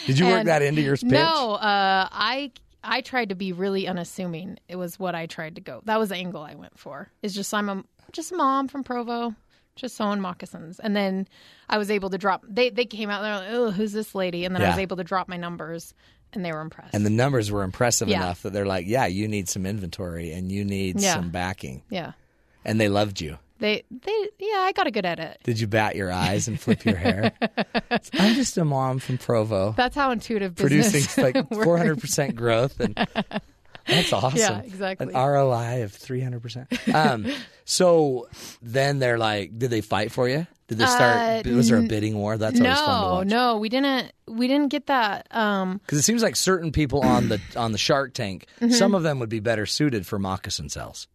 Speaker 1: Did you work
Speaker 5: And-
Speaker 1: that into your pitch?
Speaker 5: No, uh, I I tried to be really unassuming. It was what I tried to go. That was the angle I went for. Is just I'm a just a mom from Provo, just sewing moccasins, and then I was able to drop. They they came out. They're like, oh, who's this lady? And then I was
Speaker 1: Yeah.
Speaker 5: able to drop my numbers, and they were impressed.
Speaker 1: And the numbers were impressive
Speaker 5: Yeah.
Speaker 1: enough that they're like, "Yeah, you need some inventory and you need
Speaker 5: Yeah.
Speaker 1: some backing."
Speaker 5: yeah,
Speaker 1: And they loved you.
Speaker 5: they they yeah, I got a good edit.
Speaker 1: Did you bat your eyes and flip your hair? I'm just a mom from Provo,
Speaker 5: That's how intuitive business
Speaker 1: producing like
Speaker 5: works.
Speaker 1: 400 percent growth, and that's awesome.
Speaker 5: Yeah, exactly.
Speaker 1: An ROI of 300 percent. Um, so then they're like, did they fight for you? Did they start?
Speaker 5: Uh,
Speaker 1: was there a bidding war? That's always fun to
Speaker 5: No,
Speaker 1: watch.
Speaker 5: no, we didn't. We didn't get that. Um,
Speaker 1: Because it seems like certain people on the on the Shark Tank,
Speaker 5: Mm-hmm.
Speaker 1: some of them would be better suited for moccasin cells.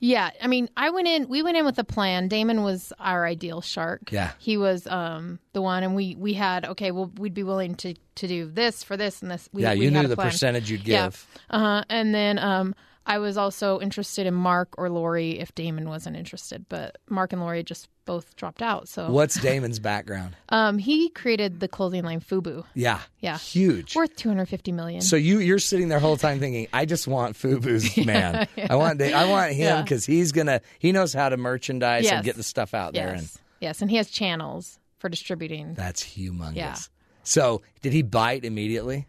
Speaker 5: Yeah, I mean, I went in. We went in with a plan. Damon was our ideal shark.
Speaker 1: Yeah.
Speaker 5: he was um, the one, and we we had okay. Well, we'd be willing to to do this for this and this. We,
Speaker 1: yeah,
Speaker 5: we
Speaker 1: you
Speaker 5: had
Speaker 1: knew
Speaker 5: a
Speaker 1: the
Speaker 5: plan.
Speaker 1: percentage you'd give.
Speaker 5: Yeah, uh and then um, I was also interested in Mark or Lori if Damon wasn't interested, but Mark and Lori just both dropped out. So
Speaker 1: What's Damon's background?
Speaker 5: Um, he created the clothing line Fubu,
Speaker 1: Yeah,
Speaker 5: Yeah.
Speaker 1: huge.
Speaker 5: worth two hundred fifty million.
Speaker 1: So you you're sitting there whole time thinking, I just want Fubu's man. I want Da- I want him
Speaker 5: Yeah.
Speaker 1: because he's gonna he knows how to merchandise and
Speaker 5: Yes.
Speaker 1: get the stuff out there, and
Speaker 5: yes, yes, and he has channels for distributing.
Speaker 1: that's humongous.
Speaker 5: Yeah.
Speaker 1: So did he bite immediately?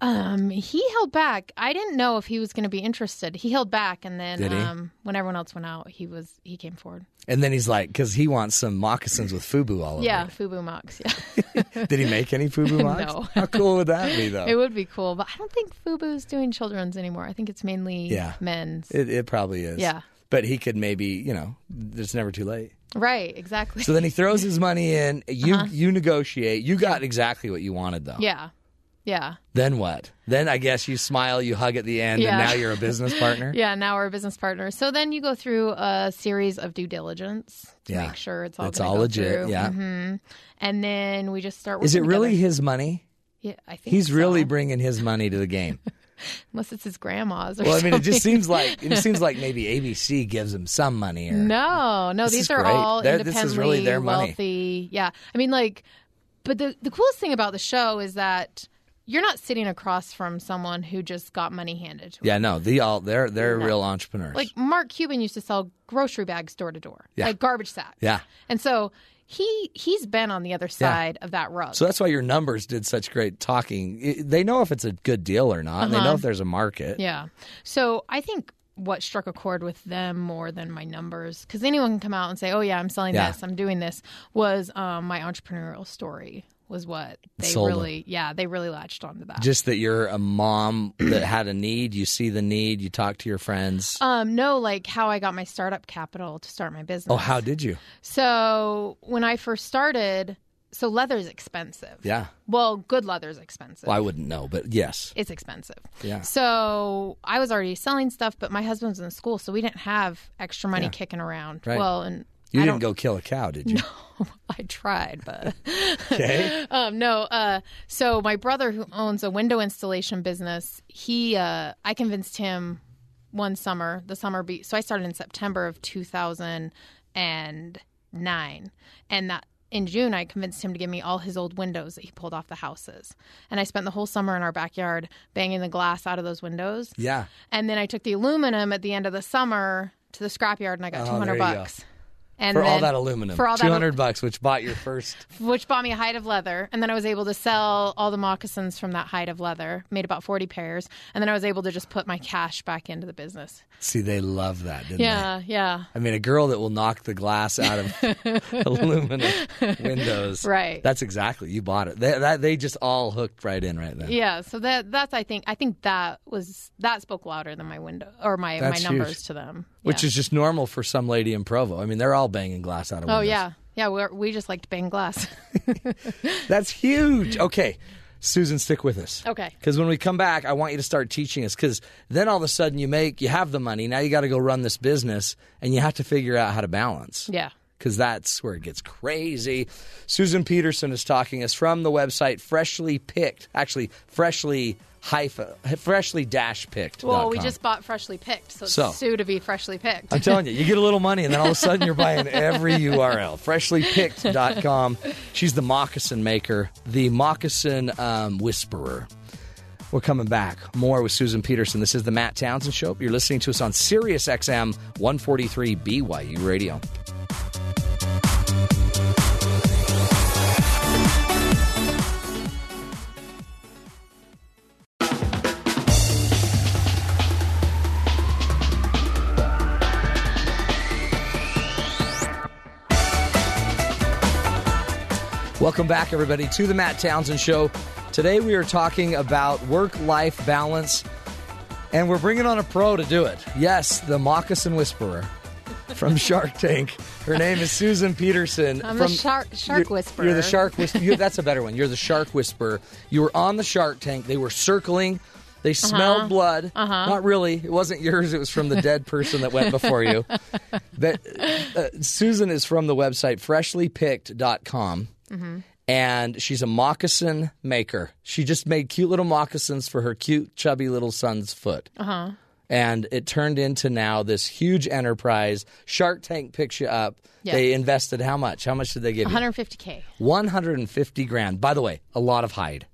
Speaker 5: Um, he held back. I didn't know if he was going to be interested. He held back, and then
Speaker 1: Did he?
Speaker 5: um, when everyone else went out, he was he came forward.
Speaker 1: And then he's like, because he wants some moccasins with Fubu all over.
Speaker 5: Yeah, Fubu Mox. Yeah,
Speaker 1: it. Did he make any Fubu mocks?
Speaker 5: No.
Speaker 1: How cool would that be
Speaker 5: it
Speaker 1: though?
Speaker 5: would be cool, but I don't think Fubu's doing children's anymore. I think it's mainly
Speaker 1: Yeah.
Speaker 5: men's.
Speaker 1: It, it probably is.
Speaker 5: Yeah.
Speaker 1: But he could maybe you know it's never too late.
Speaker 5: right, exactly.
Speaker 1: So then he throws his money in. You
Speaker 5: Uh-huh.
Speaker 1: you negotiate. You got exactly what you wanted though.
Speaker 5: yeah, yeah,
Speaker 1: Then what? Then I guess you smile, you hug at the end,
Speaker 5: Yeah.
Speaker 1: and now you're a business partner.
Speaker 5: yeah. Now we're business partners. So then you go through a series of due diligence to
Speaker 1: Yeah.
Speaker 5: make sure it's all
Speaker 1: It's
Speaker 5: gonna
Speaker 1: all
Speaker 5: go
Speaker 1: legit,
Speaker 5: through.
Speaker 1: yeah.
Speaker 5: hmm and then we just start.
Speaker 1: Is it
Speaker 5: working
Speaker 1: really
Speaker 5: together.
Speaker 1: his money?
Speaker 5: Yeah, I think
Speaker 1: He's
Speaker 5: so.
Speaker 1: really bringing his money to the game.
Speaker 5: unless it's his grandma's. Or
Speaker 1: Well, I mean, it just
Speaker 5: something.
Speaker 1: seems like it seems like maybe ABC gives him some money. Or,
Speaker 5: No, no,
Speaker 1: This is
Speaker 5: these are
Speaker 1: great.
Speaker 5: all
Speaker 1: They're- this
Speaker 5: independently
Speaker 1: is really their money.
Speaker 5: wealthy. Yeah, I mean, like, but the the coolest thing about the show is that you're not sitting across from someone who just got money handed to them.
Speaker 1: Yeah, no, they all they're they're real entrepreneurs.
Speaker 5: Like Mark Cuban used to sell grocery bags door to door,
Speaker 1: Yeah.
Speaker 5: like garbage sacks.
Speaker 1: yeah,
Speaker 5: and so he he's been on the other side of that rug.
Speaker 1: so that's why your numbers did such great talking. It- they know if it's a good deal or not. They know if there's a market.
Speaker 5: Uh-huh. Yeah. So I think what struck a chord with them more than my numbers, because anyone can come out and say, "Oh yeah, I'm selling
Speaker 1: Yeah.
Speaker 5: this, I'm doing this," was um, my entrepreneurial story. was what they
Speaker 1: Sold 'em.
Speaker 5: really, yeah, they really latched onto that.
Speaker 1: Just that you're a mom that had a need, you see the need, you talk to your friends.
Speaker 5: um, no, like how I got my startup capital to start my business.
Speaker 1: oh, how did you?
Speaker 5: So when I first started, so leather's expensive.
Speaker 1: Yeah.
Speaker 5: Well, good leather's expensive.
Speaker 1: Well, I wouldn't know, but yes.
Speaker 5: it's expensive.
Speaker 1: Yeah.
Speaker 5: So I was already selling stuff, but my husband's in school, so we didn't have extra money kicking around.
Speaker 1: Right.
Speaker 5: Well, and
Speaker 1: You
Speaker 5: I
Speaker 1: didn't
Speaker 5: don't,
Speaker 1: go kill a cow, did you?
Speaker 5: I tried, but
Speaker 1: Okay.
Speaker 5: um, no. Uh, so my brother, who owns a window installation business, he uh, I convinced him one summer, the summer be so I started in September of two thousand and nine, and that in June I convinced him to give me all his old windows that he pulled off the houses, and I spent the whole summer in our backyard banging the glass out of those windows,
Speaker 1: Yeah.
Speaker 5: and then I took the aluminum at the end of the summer to the scrapyard and I got
Speaker 1: Oh,
Speaker 5: two hundred
Speaker 1: there you go.
Speaker 5: bucks. And
Speaker 1: For all
Speaker 5: then-
Speaker 1: that aluminum.
Speaker 5: For all that
Speaker 1: 200 bucks, which bought your first.
Speaker 5: which bought me a hide of leather. And then I was able to sell all the moccasins from that hide of leather, made about 40 pairs. And then I was able to just put my cash back into the business.
Speaker 1: See, they love that, didn't they?
Speaker 5: Yeah, yeah.
Speaker 1: I mean, a girl that will knock the glass out of aluminum windows.
Speaker 5: Right.
Speaker 1: That's exactly. You bought it. They, that, they just all hooked right in right then.
Speaker 5: Yeah, so that that's I think I think that was that spoke louder than my window or my
Speaker 1: That's
Speaker 5: my
Speaker 1: huge.
Speaker 5: numbers to them.
Speaker 1: Which
Speaker 5: Yeah.
Speaker 1: is just normal for some lady in Provo. I mean, they're all banging glass out of
Speaker 5: Oh
Speaker 1: windows.
Speaker 5: yeah. Yeah, we we just like to bang glass.
Speaker 1: That's huge. Okay. Susan, stick with us.
Speaker 5: Okay.
Speaker 1: Because when we come back, I want you to start teaching us. Because then all of a sudden you make, you have the money. Now you got to go run this business and you have to figure out how to balance.
Speaker 5: yeah.
Speaker 1: because that's where it gets crazy. Susan Peterson is talking us from the website freshly picked, actually freshly hyphen, freshly dash picked.
Speaker 5: Well, we just bought freshly picked, so it's
Speaker 1: So.
Speaker 5: sue to be freshly picked.
Speaker 1: I'm telling you, you get a little money and then all of a sudden you're buying every URL. Freshlypicked.com. She's the moccasin maker, the moccasin um, whisperer. We're coming back. More with Susan Peterson. This is the Matt Townsend Show. You're listening to us on Sirius XM 143 BYU Radio. Welcome back, everybody, to the Matt Townsend Show. Today we are talking about work life balance, and we're bringing on a pro to do it. Yes, the moccasin whisperer from Shark Tank. Her name is Susan Peterson.
Speaker 5: I'm
Speaker 1: from,
Speaker 5: the shark
Speaker 1: you're-
Speaker 5: shark whisperer.
Speaker 1: You're the shark whisperer. you, that's a better one. You're the shark whisperer. You were on the Shark Tank. They were circling. They smelled blood. Uh-huh. Not really. It wasn't yours. It was from the dead person that went before you. But uh, Susan is from the website freshlypicked.com.
Speaker 5: Mm-hmm.
Speaker 1: And she's a moccasin maker. She just made cute little moccasins for her cute, chubby little son's foot. Uh-huh. And it turned into now this huge enterprise. Shark Tank picks you up.
Speaker 5: Yeah.
Speaker 1: They invested how much? How much did they give you?
Speaker 5: 150k.
Speaker 1: 150 grand. By the way, a lot of hide.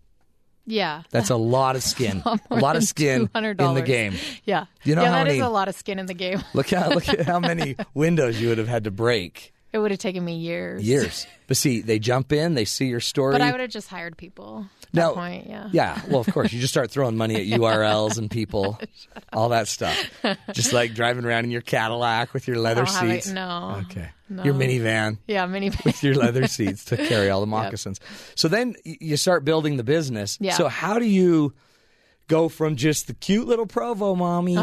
Speaker 5: Yeah.
Speaker 1: That's a lot of skin. a lot of skin in the
Speaker 5: $200.
Speaker 1: game.
Speaker 5: Yeah.
Speaker 1: You know
Speaker 5: yeah,
Speaker 1: how
Speaker 5: that is
Speaker 1: many-
Speaker 5: a lot of skin in the game.
Speaker 1: Look how look at how many windows you would have had to break.
Speaker 5: It would have taken me years.
Speaker 1: Years. But see, they jump in, they see your story.
Speaker 5: But I would have just hired people. At
Speaker 1: No.
Speaker 5: that point, yeah.
Speaker 1: Yeah, well, of course, you just start throwing money at URLs and people, all that stuff. Just like driving around in your Cadillac with your leather
Speaker 5: I don't have it.
Speaker 1: seats.
Speaker 5: No.
Speaker 1: Okay. Your minivan.
Speaker 5: Yeah, many.
Speaker 1: your leather seats to carry all the moccasins. So then y- you start building the business.
Speaker 5: Yeah.
Speaker 1: So how do you go from just the cute little Provo mommy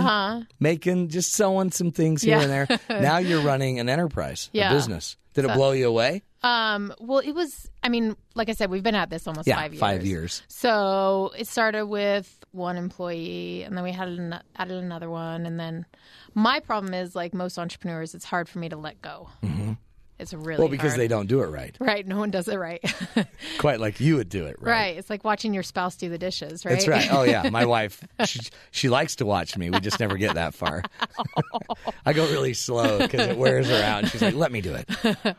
Speaker 1: making just sewing some things here
Speaker 5: Uh-huh. Yeah.
Speaker 1: and there? now you're running an enterprise,
Speaker 5: Yeah.
Speaker 1: a business. Did it blow you away?
Speaker 5: um, well, it was. I mean, like I said, we've been at this almost
Speaker 1: Yeah,
Speaker 5: five years.
Speaker 1: five years.
Speaker 5: So it started with one employee, and then we had an, added another one, and then my problem is like most entrepreneurs, it's hard for me to let go. Mm-hmm. It's really
Speaker 1: Well, because
Speaker 5: hard.
Speaker 1: they don't do it right,
Speaker 5: right. No one does it right. right.
Speaker 1: quite like you would do it right.
Speaker 5: It's like watching your spouse do the dishes. Right.
Speaker 1: That's right. Oh yeah, my wife, she, she likes to watch me. We just never get that far. I go really slow because it wears her out. She's like, "Let me do it."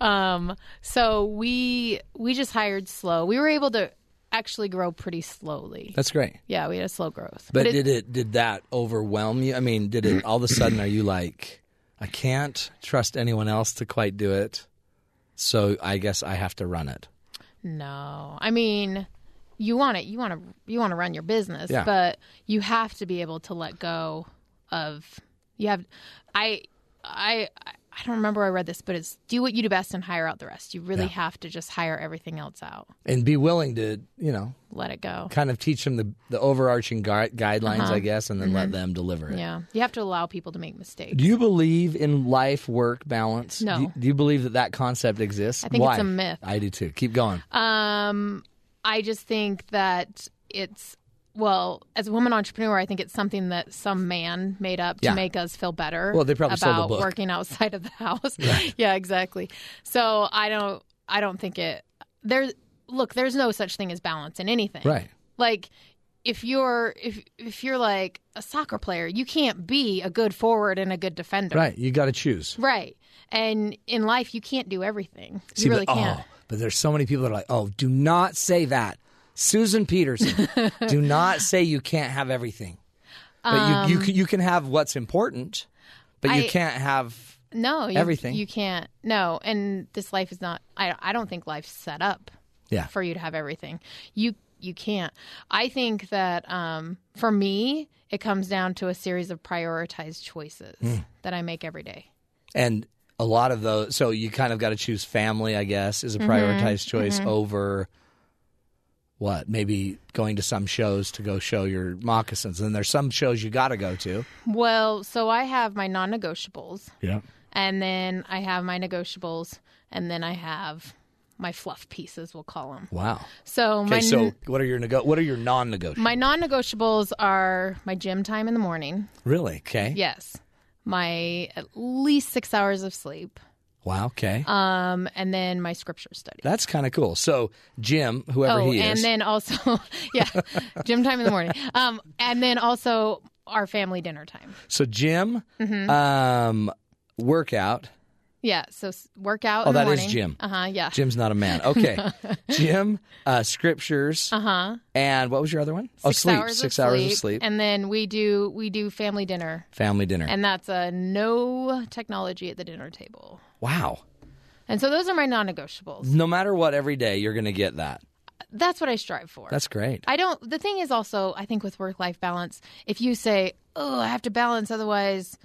Speaker 5: Um, so we we just hired slow. We were able to actually grow pretty slowly.
Speaker 1: That's great.
Speaker 5: yeah, we had a slow growth.
Speaker 1: But, did it did that overwhelm you? I mean, did it all of a sudden are you like I can't trust anyone else to quite do it. So I guess I have to run it.
Speaker 5: no, I mean, you want it. You want to. You want to run your business,
Speaker 1: Yeah.
Speaker 5: but you have to be able to let go of. You have, I, I, I don't remember where I read this, but it's do what you do best and hire out the rest. You really
Speaker 1: Yeah.
Speaker 5: have to just hire everything else out.
Speaker 1: and be willing to, you know,
Speaker 5: Let it go.
Speaker 1: kind of teach them the, the overarching gui- guidelines, I guess, and then let them deliver it.
Speaker 5: Uh-huh. Mm-hmm. Yeah. You have to allow people to make mistakes.
Speaker 1: Do you believe in life work balance?
Speaker 5: No.
Speaker 1: Do you, do you believe that that concept exists?
Speaker 5: I think
Speaker 1: Why?
Speaker 5: it's a myth.
Speaker 1: I do too. Keep going.
Speaker 5: Um, I just think that it's well, as a woman entrepreneur, I think it's something that some man made up to
Speaker 1: Yeah.
Speaker 5: make us feel better.
Speaker 1: Well, they probably
Speaker 5: about
Speaker 1: sold the book.
Speaker 5: working outside of the house. Yeah. exactly. So I don't, I don't think it. There's look, there's no such thing as balance in anything,
Speaker 1: Right.
Speaker 5: Like if you're if if you're like a soccer player, you can't be a good forward and a good defender,
Speaker 1: Right. You got to choose.
Speaker 5: Right. And in life, you can't do everything.
Speaker 1: See,
Speaker 5: you really
Speaker 1: but,
Speaker 5: can't.
Speaker 1: Oh, but there's so many people that are like, oh, do not say that. Susan Peterson, do not say you can't have everything. But you, you, can- you can have what's important, but you
Speaker 5: Um, I-
Speaker 1: can't have.
Speaker 5: No, you,
Speaker 1: Everything.
Speaker 5: You can't. No, and this life is not. I I don't think life's set up
Speaker 1: Yeah.
Speaker 5: for you to have everything. You you can't. I think that um, for me, it comes down to a series of prioritized choices
Speaker 1: Hmm.
Speaker 5: that I make every day.
Speaker 1: And a lot of those, so you kind of got to choose family, I guess, is a
Speaker 5: Mm-hmm,
Speaker 1: prioritized choice over what? Maybe going to some shows to go show your moccasins. And there's some shows you got to go to.
Speaker 5: Well, so I have my non-negotiables,
Speaker 1: Yeah.
Speaker 5: and then I have my negotiables, and then I have my fluff pieces. We'll call them.
Speaker 1: Wow.
Speaker 5: So my
Speaker 1: Okay, so what are your nego- what are your non-negotiables?
Speaker 5: my non-negotiables are my gym time in the morning.
Speaker 1: really? Okay.
Speaker 5: Yes. My at least six hours of sleep.
Speaker 1: Wow. Okay.
Speaker 5: Um, and then my scripture study.
Speaker 1: That's kind of cool. So Jim, whoever
Speaker 5: oh,
Speaker 1: he
Speaker 5: and
Speaker 1: is,
Speaker 5: then also, yeah, gym time in the morning. Um, and then also our family dinner time.
Speaker 1: so Jim,
Speaker 5: Mm-hmm.
Speaker 1: um, workout.
Speaker 5: Yeah. So s- workout.
Speaker 1: Oh,
Speaker 5: in the
Speaker 1: that is
Speaker 5: morning.
Speaker 1: gym.
Speaker 5: Uh huh. Yeah.
Speaker 1: Jim's not a man. Okay, Jim, uh, scriptures,
Speaker 5: Uh huh.
Speaker 1: and what was your other one? oh,
Speaker 5: Six
Speaker 1: sleep.
Speaker 5: Hours
Speaker 1: Six
Speaker 5: of
Speaker 1: hours
Speaker 5: sleep,
Speaker 1: of sleep.
Speaker 5: And then we do we do family dinner,
Speaker 1: Family dinner.
Speaker 5: and that's a no technology at the dinner table.
Speaker 1: wow.
Speaker 5: And so those are my non-negotiables.
Speaker 1: No matter what, every day you're going to get that.
Speaker 5: That's what I strive for.
Speaker 1: That's great.
Speaker 5: I don't. The thing is also, I think with work life balance, if you say, "Oh, I have to balance, otherwise,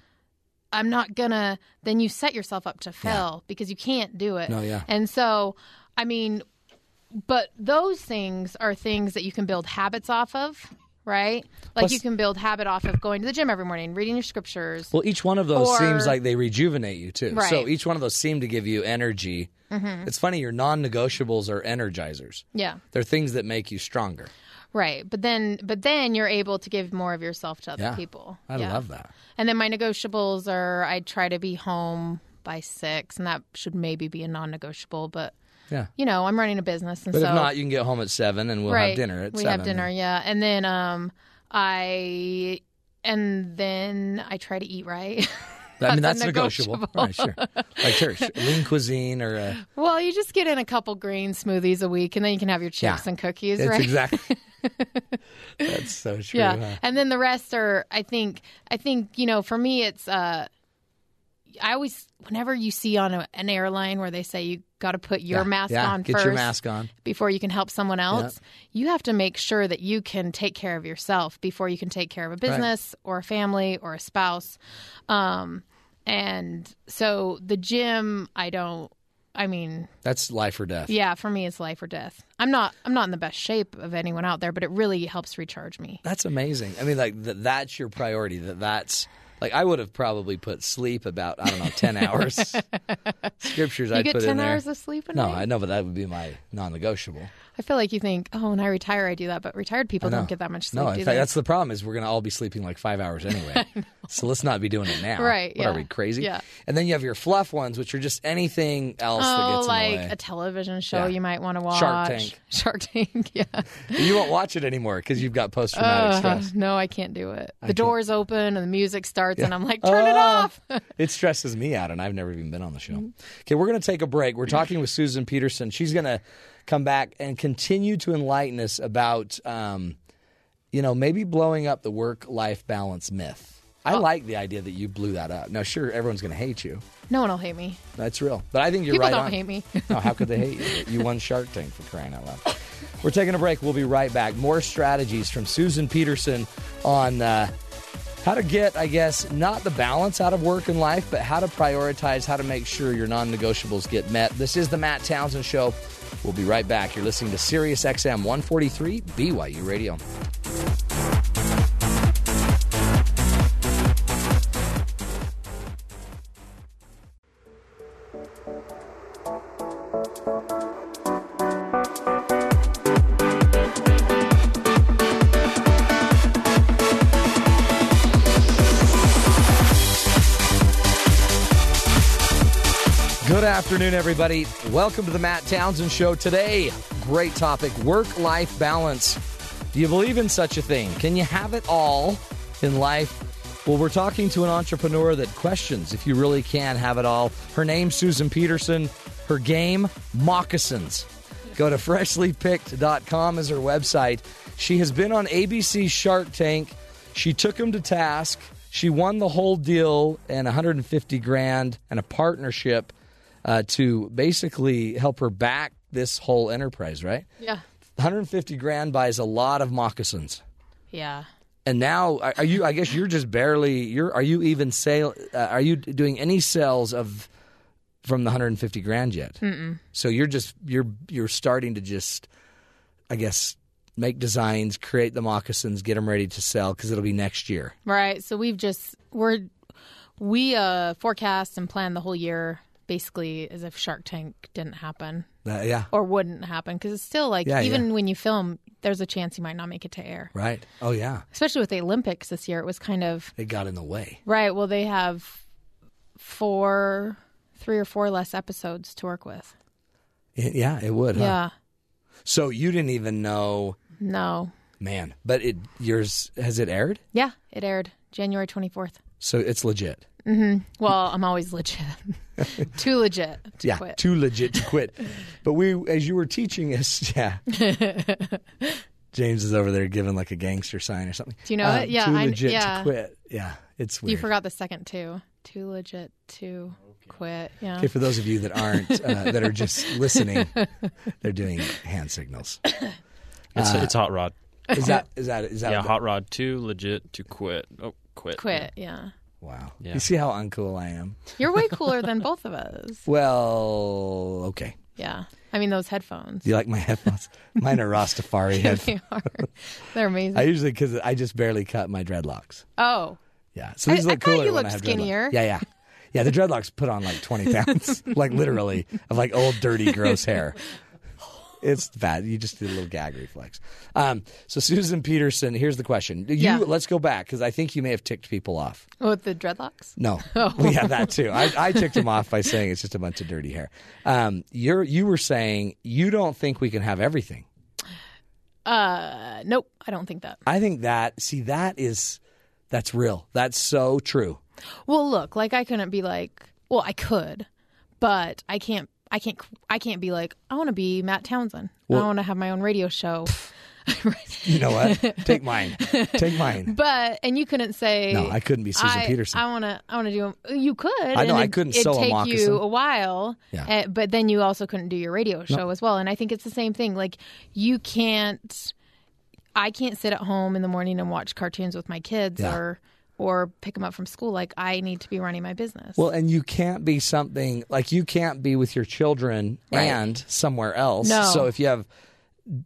Speaker 5: I'm not gonna," then you set yourself up to fail because you can't do it.
Speaker 1: No, yeah.
Speaker 5: And so, I mean, but those things are things that you can build habits off of, right? Like
Speaker 1: Plus-
Speaker 5: you can build habit off of going to the gym every morning, reading your scriptures.
Speaker 1: Well, each one of those
Speaker 5: Or-
Speaker 1: seems like they rejuvenate you too. So
Speaker 5: Right. Mm-hmm.
Speaker 1: each one of those seem to give you energy. It's funny. Your non-negotiables are energizers.
Speaker 5: yeah,
Speaker 1: They're things that make you stronger.
Speaker 5: right. But then, but then you're able to give more of yourself to other
Speaker 1: Yeah.
Speaker 5: people.
Speaker 1: I
Speaker 5: Yeah.
Speaker 1: love that.
Speaker 5: And then my negotiables are I try to be home by six, and that should maybe be a non negotiable, but
Speaker 1: Yeah.
Speaker 5: you know, I'm running a business. And
Speaker 1: But
Speaker 5: so,
Speaker 1: if not, you can get home at seven, and we'll have dinner at
Speaker 5: we
Speaker 1: seven.
Speaker 5: have dinner, yeah. And then um, I. And then I try to eat right.
Speaker 1: I mean, that's
Speaker 5: That's a
Speaker 1: negotiable. Right, sure. Like church, lean cuisine, or uh,
Speaker 5: well, you just get in a couple green smoothies a week, and then you can have your chips
Speaker 1: Yeah.
Speaker 5: and cookies,
Speaker 1: it's
Speaker 5: right?
Speaker 1: exactly. that's so true.
Speaker 5: yeah
Speaker 1: huh?
Speaker 5: and then the rest are i think i think you know for me it's uh i always whenever you see on a, an airline where they say you got to put your
Speaker 1: Yeah,
Speaker 5: mask
Speaker 1: yeah,
Speaker 5: on
Speaker 1: Get
Speaker 5: first
Speaker 1: your mask on.
Speaker 5: before you can help someone else you have to make sure that you can take care of yourself before you can take care of a business or a family or a spouse um and so the gym i don't i mean
Speaker 1: That's life or death.
Speaker 5: yeah for me it's life or death i'm not i'm not in the best shape of anyone out there but it really helps recharge me
Speaker 1: That's amazing. I mean, like th- that's your priority. That that's like I would have probably put sleep about I don't know ten hours. Scriptures
Speaker 5: You
Speaker 1: I
Speaker 5: get
Speaker 1: put in
Speaker 5: ten
Speaker 1: there.
Speaker 5: hours of sleep a
Speaker 1: no,
Speaker 5: night.
Speaker 1: I know, but that would be my non-negotiable.
Speaker 5: I feel like you think, oh, when I retire, I do that, but retired people
Speaker 1: No.
Speaker 5: don't get that much sleep.
Speaker 1: No, in
Speaker 5: do
Speaker 1: fact,
Speaker 5: they?
Speaker 1: that's the problem is we're going to all be sleeping like five hours anyway. so let's not be doing it now.
Speaker 5: Right,
Speaker 1: What are
Speaker 5: yeah.
Speaker 1: we, crazy?
Speaker 5: Yeah.
Speaker 1: And then you have your fluff ones, which are just anything else that
Speaker 5: oh,
Speaker 1: gets
Speaker 5: like
Speaker 1: in the way.
Speaker 5: a television show
Speaker 1: Yeah.
Speaker 5: you might want to watch.
Speaker 1: Shark Tank.
Speaker 5: Shark Tank. Yeah.
Speaker 1: you won't watch it anymore because you've got post-traumatic
Speaker 5: Uh,
Speaker 1: stress.
Speaker 5: no, I can't do it. The doors open and the music starts, and I'm like, turn it
Speaker 1: Oh.
Speaker 5: off.
Speaker 1: It stresses me out, and I've never even been on the show.
Speaker 5: Mm-hmm.
Speaker 1: Okay, we're going to take a break. We're talking with Susan Peterson. She's going to come back and continue to enlighten us about, um, you know, maybe blowing up the work-life balance myth.
Speaker 5: Oh.
Speaker 1: I like the idea that you blew that up. Now, sure, everyone's going to hate you.
Speaker 5: No one will hate me.
Speaker 1: That's real. But I think you're
Speaker 5: People
Speaker 1: right
Speaker 5: don't
Speaker 1: on.
Speaker 5: hate me.
Speaker 1: no, how could they hate you? You won Shark Tank for crying out loud. We're taking a break. We'll be right back. More strategies from Susan Peterson on uh, how to get, I guess, not the balance out of work and life, but how to prioritize, how to make sure your non negotiables get met. This is the Matt Townsend Show. We'll be right back. You're listening to Sirius XM 143 BYU Radio. Good afternoon, everybody. Welcome to the Matt Townsend Show. Today, great topic work life balance. Do you believe in such a thing? Can you have it all in life? Well, we're talking to an entrepreneur that questions if you really can have it all. Her name's Susan Peterson. Her game, Moccasins. Go to freshlypicked.com as her website. She has been on ABC Shark Tank. She took him to task. She won the whole deal and 150 grand and a partnership uh, to basically help her back this whole enterprise, right?
Speaker 5: Yeah.
Speaker 1: 150 grand buys a lot of moccasins.
Speaker 5: Yeah.
Speaker 1: And now, are are you? I guess you're just barely. You're. Are you even sale? Uh, are you doing any sales of from the 150 grand yet? Mm-mm. So you're just you're you're starting to just, I guess, make designs, create the moccasins, get them ready to sell because it'll be next year.
Speaker 5: Right. So we've just we're we uh forecast and plan the whole year basically as if Shark Tank didn't happen
Speaker 1: Uh, yeah.
Speaker 5: or wouldn't happen because it's still like
Speaker 1: Yeah,
Speaker 5: even
Speaker 1: yeah.
Speaker 5: when you film, there's a chance you might not make it to air.
Speaker 1: Right. Oh yeah.
Speaker 5: Especially with the Olympics this year, it was kind of
Speaker 1: It got in the way.
Speaker 5: right. Well, they have four, three or four less episodes to work with.
Speaker 1: It- yeah, it would. huh?
Speaker 5: Yeah.
Speaker 1: So you didn't even know,
Speaker 5: No.
Speaker 1: man. But it yours has it aired?
Speaker 5: Yeah, it aired January 24th.
Speaker 1: So it's legit.
Speaker 5: Well, I'm always legit. Too legit to
Speaker 1: yeah,
Speaker 5: quit.
Speaker 1: too legit to quit. but we, as you were teaching us, yeah. James is over there giving like a gangster sign or something.
Speaker 5: Do you know it? Yeah,
Speaker 1: Uh, too
Speaker 5: I-
Speaker 1: legit to
Speaker 5: yeah.
Speaker 1: quit. Yeah, it's weird.
Speaker 5: you forgot the second two. Too legit to quit. Yeah.
Speaker 1: Okay, for those of you that aren't, uh, that are just listening, they're doing hand signals.
Speaker 2: It's, it's hot rod.
Speaker 1: Is that is that is Uh, that?
Speaker 2: Yeah, hot rod. Too legit to quit. Oh, quit.
Speaker 5: Quit. Yeah.
Speaker 1: Wow.
Speaker 2: Yeah.
Speaker 1: You see how uncool I am?
Speaker 5: You're way cooler than both of us.
Speaker 1: Well, okay.
Speaker 5: Yeah. I mean, those headphones.
Speaker 1: Do you like my headphones? Mine are Rastafari headphones.
Speaker 5: They are. They're amazing.
Speaker 1: I usually because I just barely cut my dreadlocks.
Speaker 5: oh,
Speaker 1: Yeah. So
Speaker 5: I-
Speaker 1: these
Speaker 5: I
Speaker 1: look
Speaker 5: thought you
Speaker 1: cooler when
Speaker 5: looked
Speaker 1: I have
Speaker 5: skinnier.
Speaker 1: dreadlocks. Yeah, yeah. Yeah, the dreadlocks put on like 20 pounds, like literally, of like old, dirty, gross hair. It's bad. You just did a little gag reflex. Um, so Susan Peterson, here's the question. You
Speaker 5: Yeah.
Speaker 1: let's go back because I think you may have ticked people off.
Speaker 5: with the dreadlocks?
Speaker 1: No,
Speaker 5: Oh.
Speaker 1: we have that too. I, I ticked them off by saying it's just a bunch of dirty hair. Um, you're you were saying you don't think we can have everything.
Speaker 5: Uh, nope. I don't think that.
Speaker 1: I think that see that is that's real. That's so true.
Speaker 5: Well, look, like I couldn't be like, well, I could, but I can't. I can't. I can't be like, I want to be Matt Townsend. I want to have my own radio show.
Speaker 1: You know what? Take mine. Take mine.
Speaker 5: But and you couldn't say
Speaker 1: No, I couldn't be Susan
Speaker 5: I-
Speaker 1: Peterson.
Speaker 5: I want to. I want to do. a- You could.
Speaker 1: I know,
Speaker 5: and
Speaker 1: I
Speaker 5: it'd-
Speaker 1: couldn't
Speaker 5: It'd
Speaker 1: sew a
Speaker 5: take
Speaker 1: moccasin.
Speaker 5: you a while.
Speaker 1: Yeah.
Speaker 5: uh, but then you also couldn't do your radio show as well. And I think it's the same thing. Like you can't. I can't sit at home in the morning and watch cartoons with my kids
Speaker 1: Yeah.
Speaker 5: or or pick them up from school. Like I need to be running my business.
Speaker 1: Well, and you can't be something like you can't be with your children and somewhere else.
Speaker 5: No.
Speaker 1: So if you have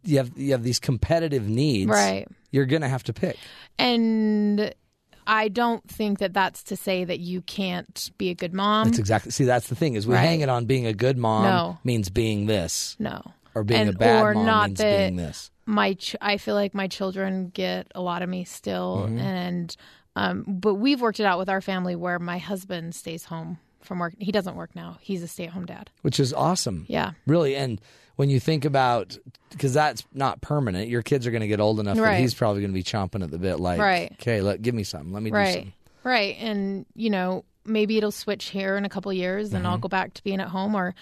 Speaker 1: you have you have these competitive needs,
Speaker 5: Right.
Speaker 1: You're gonna have to pick.
Speaker 5: and I don't think that that's to say that you can't be a good mom.
Speaker 1: That's exactly see. That's the thing is we
Speaker 5: Right.
Speaker 1: hang it on being a good mom
Speaker 5: No.
Speaker 1: means being this,
Speaker 5: no.
Speaker 1: or being
Speaker 5: And-
Speaker 1: a bad
Speaker 5: or
Speaker 1: mom
Speaker 5: not
Speaker 1: means
Speaker 5: that-
Speaker 1: being this.
Speaker 5: my ch- I feel like my children get a lot of me still, and um, but we've worked it out with our family where my husband stays home from work. He doesn't work now. He's a stay-at-home dad.
Speaker 1: which is awesome.
Speaker 5: Yeah.
Speaker 1: Really. And when you think about, because that's not permanent, your kids are going to get old enough that
Speaker 5: Right.
Speaker 1: he's probably going to be chomping at the bit like,
Speaker 5: Right.
Speaker 1: okay, let, give me something. Let me do
Speaker 5: Right.
Speaker 1: something.
Speaker 5: Right. And you know maybe it'll switch here in a couple years, and I'll go back to being at home, or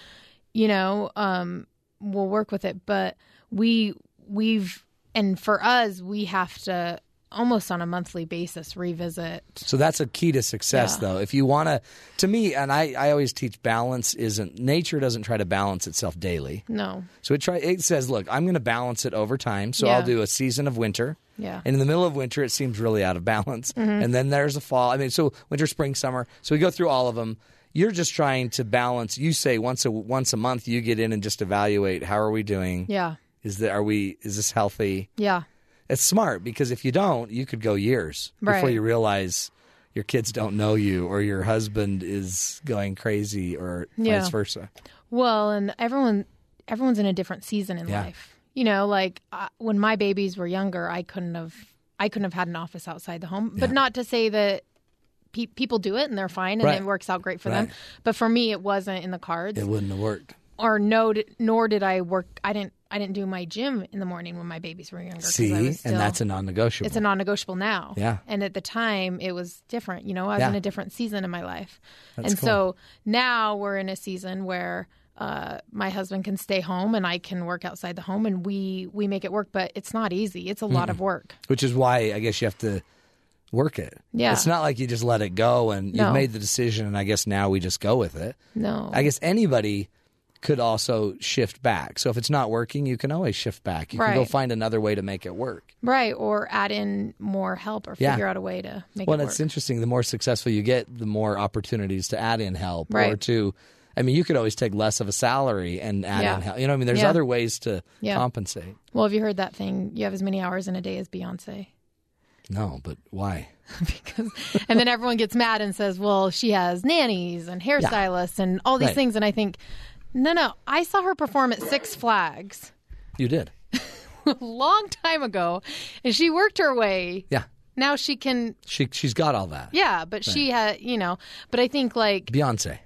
Speaker 5: you know um, we'll work with it. But we we've and for us we have to almost on a monthly basis revisit.
Speaker 1: So that's a key to success, though. If you want to, to me, and I, I always teach balance isn't nature doesn't try to balance itself daily.
Speaker 5: No,
Speaker 1: So it try it says, look, I'm going to balance it over time. So I'll
Speaker 5: Yeah.
Speaker 1: do a season of winter.
Speaker 5: Yeah. Mm-hmm.
Speaker 1: And in the middle of winter, it seems really out of balance. And then there's a fall. I mean, so winter, spring, summer. So we go through all of them. You're just trying to balance. You say once a once a month, you get in and just evaluate how are we doing.
Speaker 5: yeah,
Speaker 1: Is that are we? Is this healthy?
Speaker 5: yeah,
Speaker 1: It's smart because if you don't, you could go years before
Speaker 5: Right.
Speaker 1: you realize your kids don't know you or your husband is going crazy or
Speaker 5: Yeah.
Speaker 1: vice versa.
Speaker 5: Well, and everyone everyone's in a different season in
Speaker 1: Yeah.
Speaker 5: life. You know, like uh, when my babies were younger, I couldn't have I couldn't have had an office outside the home. But not to say that pe- people do it and they're fine and
Speaker 1: Right.
Speaker 5: it works out great for
Speaker 1: Right.
Speaker 5: them. But for me, it wasn't in the cards.
Speaker 1: It wouldn't have worked.
Speaker 5: or no, d- nor did I work. I didn't. I didn't do my gym in the morning when my babies were younger. 'cause I
Speaker 1: See,
Speaker 5: was still-
Speaker 1: and that's a non-negotiable.
Speaker 5: it's a non-negotiable now.
Speaker 1: Yeah.
Speaker 5: And at the time, it was different. You know, I was
Speaker 1: Yeah.
Speaker 5: in a different season in my life, and
Speaker 1: cool.
Speaker 5: so now we're in a season where uh, my husband can stay home and I can work outside the home, and we we make it work. But it's not easy. It's a lot of work.
Speaker 1: which is why I guess you have to work it.
Speaker 5: Yeah.
Speaker 1: It's not like you just let it go and you've
Speaker 5: No.
Speaker 1: made the decision and I guess now we just go with it.
Speaker 5: No.
Speaker 1: I guess anybody could also shift back. So if it's not working, you can always shift back. You can go
Speaker 5: Right.
Speaker 1: find another way to make it work.
Speaker 5: right. Or add in more help, or
Speaker 1: Yeah.
Speaker 5: figure out a way to make
Speaker 1: Well,
Speaker 5: it
Speaker 1: and
Speaker 5: work.
Speaker 1: it's interesting. The more successful you get, the more opportunities to add in help or
Speaker 5: Right.
Speaker 1: to. I mean, you could always take less of a salary and add
Speaker 5: Yeah.
Speaker 1: in help. You know, what I mean, there's
Speaker 5: Yeah.
Speaker 1: other ways to
Speaker 5: Yeah.
Speaker 1: compensate.
Speaker 5: well, have you heard that thing? You have as many hours in a day as Beyonce.
Speaker 1: No, but why?
Speaker 5: because and then everyone gets mad and says, "Well, she has nannies and hairstylists and all these
Speaker 1: Right.
Speaker 5: things." And I think, "No, no, I saw her perform at Six Flags
Speaker 1: You did.
Speaker 5: a long time ago, and she worked her way.
Speaker 1: Yeah,
Speaker 5: Now she can,
Speaker 1: she she's got all that.
Speaker 5: yeah, but she had, you know, but I think like,
Speaker 1: Beyonce.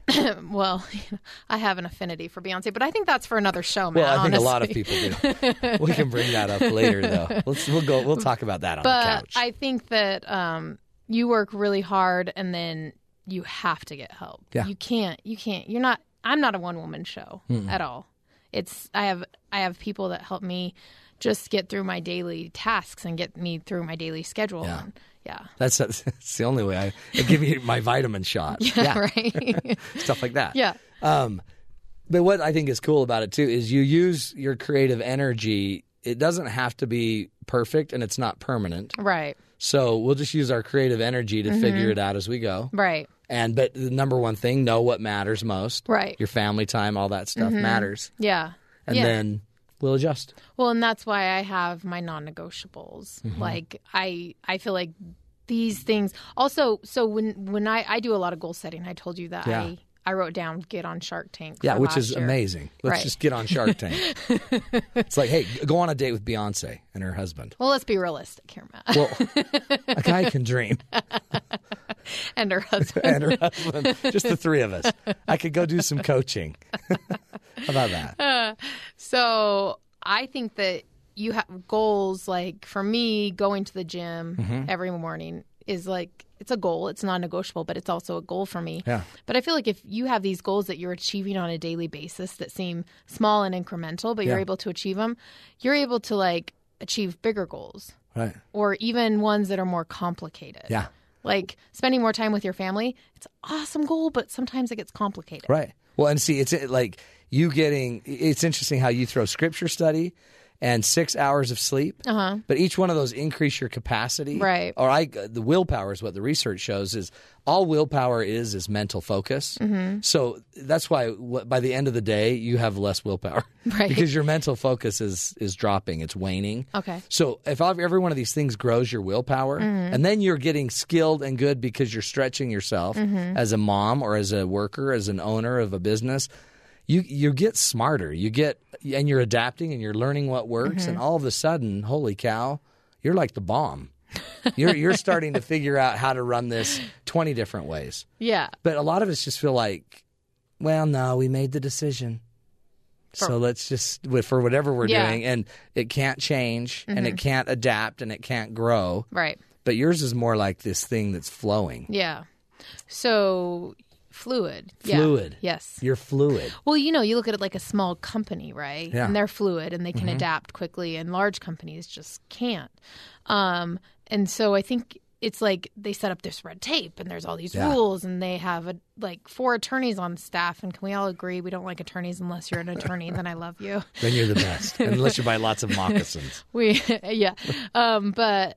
Speaker 5: well, I have an affinity for Beyonce, but I think that's for another show, man.
Speaker 1: Well, I think a
Speaker 5: honestly.
Speaker 1: lot of people do. we can bring that up later, though. Let's we'll go. We'll talk about that on
Speaker 5: but
Speaker 1: the couch.
Speaker 5: I think that um, you work really hard, and then you have to get help.
Speaker 1: Yeah.
Speaker 5: you can't. You can't. You're not. I'm not a one woman show at all. It's I have I have people that help me just get through my daily tasks and get me through my daily schedule.
Speaker 1: Yeah.
Speaker 5: And- yeah.
Speaker 1: that's, that's the only way I, I give you my vitamin shot. Yeah,
Speaker 5: right.
Speaker 1: stuff like that.
Speaker 5: yeah.
Speaker 1: But what I think is cool about it too is you use your creative energy. It doesn't have to be perfect and it's not permanent.
Speaker 5: Right.
Speaker 1: So we'll just use our creative energy
Speaker 5: Mm-hmm.
Speaker 1: to figure it out as we go.
Speaker 5: Right.
Speaker 1: And but the number one thing, know what matters most.
Speaker 5: Right.
Speaker 1: Your family time, all that stuff matters.
Speaker 5: Yeah.
Speaker 1: And
Speaker 5: Mm-hmm. yeah.
Speaker 1: then we'll adjust.
Speaker 5: Well, and that's why I have my non-negotiables.
Speaker 1: Mm-hmm.
Speaker 5: Like I I feel like these things also so when when I I do a lot of goal setting. I told you that
Speaker 1: Yeah.
Speaker 5: I I wrote down get on Shark Tank.
Speaker 1: Yeah,
Speaker 5: for
Speaker 1: which
Speaker 5: last
Speaker 1: is
Speaker 5: year.
Speaker 1: amazing. Let's
Speaker 5: Right.
Speaker 1: just get on Shark Tank. it's like, hey, go on a date with Beyonce and her husband.
Speaker 5: Well, let's be realistic here, Matt.
Speaker 1: Well, a guy can dream.
Speaker 5: and her husband.
Speaker 1: and her husband, just the three of us. I could go do some coaching. How about that?
Speaker 5: So I think that you have goals like for me going to the gym
Speaker 1: Mm-hmm.
Speaker 5: every morning is like it's a goal it's non-negotiable but it's also a goal for me
Speaker 1: Yeah.
Speaker 5: but i feel like if you have these goals that you're achieving on a daily basis that seem small and incremental but you're
Speaker 1: Yeah.
Speaker 5: able to achieve them you're able to like achieve bigger goals
Speaker 1: Right.
Speaker 5: or even ones that are more complicated
Speaker 1: Yeah.
Speaker 5: like spending more time with your family it's an awesome goal but sometimes it gets complicated
Speaker 1: Right. Well, and see, it's it, like you getting. It's interesting how you throw scripture study and six hours of sleep, uh-huh. but each one of those increase your capacity.
Speaker 5: Right.
Speaker 1: Or I, the willpower is what the research shows is all willpower is is mental focus.
Speaker 5: Mm-hmm.
Speaker 1: So that's why wh- by the end of the day you have less willpower,
Speaker 5: Right.
Speaker 1: Because your mental focus is is dropping, it's waning.
Speaker 5: Okay.
Speaker 1: So if ev- every one of these things grows your willpower, and then you're getting skilled and good because you're stretching yourself as a mom or as a worker, as an owner of a business, you you get smarter. You get and you're adapting and you're learning what works, and all of a sudden, holy cow, you're like the bomb. You're you're starting to figure out how to run this twenty different ways.
Speaker 5: yeah
Speaker 1: But a lot of us just feel like, well, no, we made the decision. So let's just with- for whatever we're
Speaker 5: Yeah.
Speaker 1: doing, and it can't change, and it can't adapt, and it can't grow.
Speaker 5: right
Speaker 1: But yours is more like this thing that's flowing,
Speaker 5: Yeah. So fluid. Yeah.
Speaker 1: fluid.
Speaker 5: Yes.
Speaker 1: you're fluid.
Speaker 5: Well, you know, you look at it like a small company, right?
Speaker 1: Yeah. Mm-hmm.
Speaker 5: And they're fluid and they can adapt quickly, and large companies just can't. Um, And so I think it's like they set up this red tape and there's all these
Speaker 1: Yeah.
Speaker 5: rules and they have a, like four attorneys on staff and can we all agree we don't like attorneys unless you're an attorney then I love you.
Speaker 1: Then you're the best, unless you buy lots of moccasins.
Speaker 5: We yeah. Um but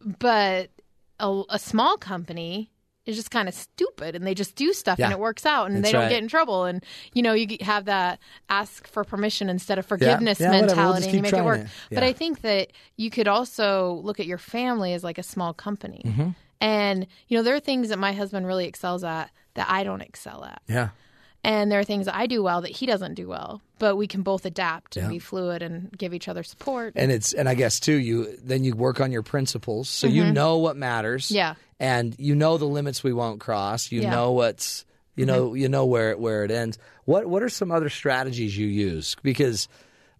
Speaker 5: but a, a small company is just kind of stupid and they just do stuff and
Speaker 1: Yeah.
Speaker 5: it works out and
Speaker 1: That's
Speaker 5: they don't
Speaker 1: right.
Speaker 5: get in trouble and you know you have that ask for permission instead of forgiveness
Speaker 1: Yeah, whatever. We'll
Speaker 5: mentality
Speaker 1: just
Speaker 5: and
Speaker 1: keep
Speaker 5: you make
Speaker 1: trying
Speaker 5: it work.
Speaker 1: it.
Speaker 5: But
Speaker 1: Yeah.
Speaker 5: I think that you could also look at your family as like a small company.
Speaker 1: Mm-hmm.
Speaker 5: And you know there are things that my husband really excels at that I don't excel at.
Speaker 1: Yeah.
Speaker 5: And there are things that I do well that he doesn't do well, but we can both adapt and be fluid and give each other support.
Speaker 1: and it's and I guess too you then you work on your principles so you know what matters
Speaker 5: Mm-hmm. Yeah.
Speaker 1: and you know the limits we won't cross you
Speaker 5: Yeah. Mm-hmm.
Speaker 1: know what's you know you know where it where it ends what what are some other strategies you use because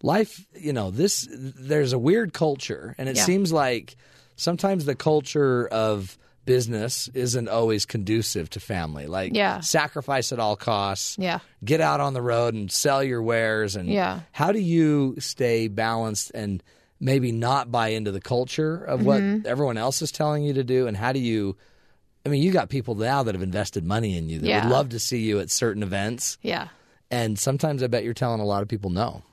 Speaker 1: life you know this there's a weird culture and it
Speaker 5: Yeah.
Speaker 1: seems like sometimes the culture of business isn't always conducive to family like
Speaker 5: Yeah.
Speaker 1: sacrifice at all costs
Speaker 5: Yeah.
Speaker 1: get out on the road and sell your wares and
Speaker 5: Yeah.
Speaker 1: how do you stay balanced and maybe not buy into the culture of what
Speaker 5: Mm-hmm.
Speaker 1: everyone else is telling you to do and how do you I mean you got people now that have invested money in you that
Speaker 5: Yeah.
Speaker 1: would love to see you at certain events
Speaker 5: Yeah.
Speaker 1: and sometimes I bet you're telling a lot of people no.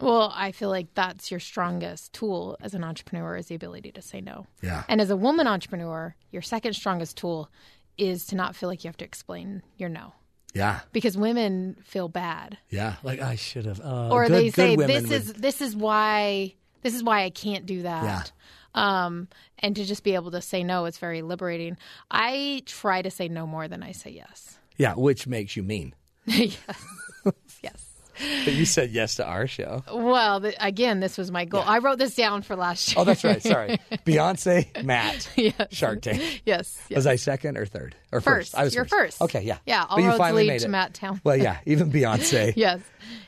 Speaker 5: Well, I feel like that's your strongest tool as an entrepreneur is the ability to say no.
Speaker 1: Yeah.
Speaker 5: And as a woman entrepreneur, your second strongest tool is to not feel like you have to explain your no.
Speaker 1: Yeah.
Speaker 5: Because women feel bad.
Speaker 1: Yeah. Like I should have uh,
Speaker 5: Or
Speaker 1: good,
Speaker 5: they
Speaker 1: good
Speaker 5: say
Speaker 1: women
Speaker 5: this
Speaker 1: would-
Speaker 5: is this is why this is why I can't do that.
Speaker 1: Yeah.
Speaker 5: Um, and to just be able to say no is very liberating. I try to say no more than I say yes.
Speaker 1: Yeah, which makes you mean.
Speaker 5: yes. Yes.
Speaker 1: But you said yes to our show.
Speaker 5: Well, th- again, this was my goal. I wrote this down for last year.
Speaker 1: Oh, that's right. Sorry. Beyonce, Matt, Shark Tank.
Speaker 5: yes. yes.
Speaker 1: Was I second or third or first?
Speaker 5: First.
Speaker 1: I was
Speaker 5: You're first.
Speaker 1: Okay, yeah,
Speaker 5: Yeah, all
Speaker 1: But you
Speaker 5: roads
Speaker 1: finally
Speaker 5: lead
Speaker 1: made
Speaker 5: to
Speaker 1: it.
Speaker 5: Matt Town.
Speaker 1: Well, yeah, even Beyonce.
Speaker 5: Yes.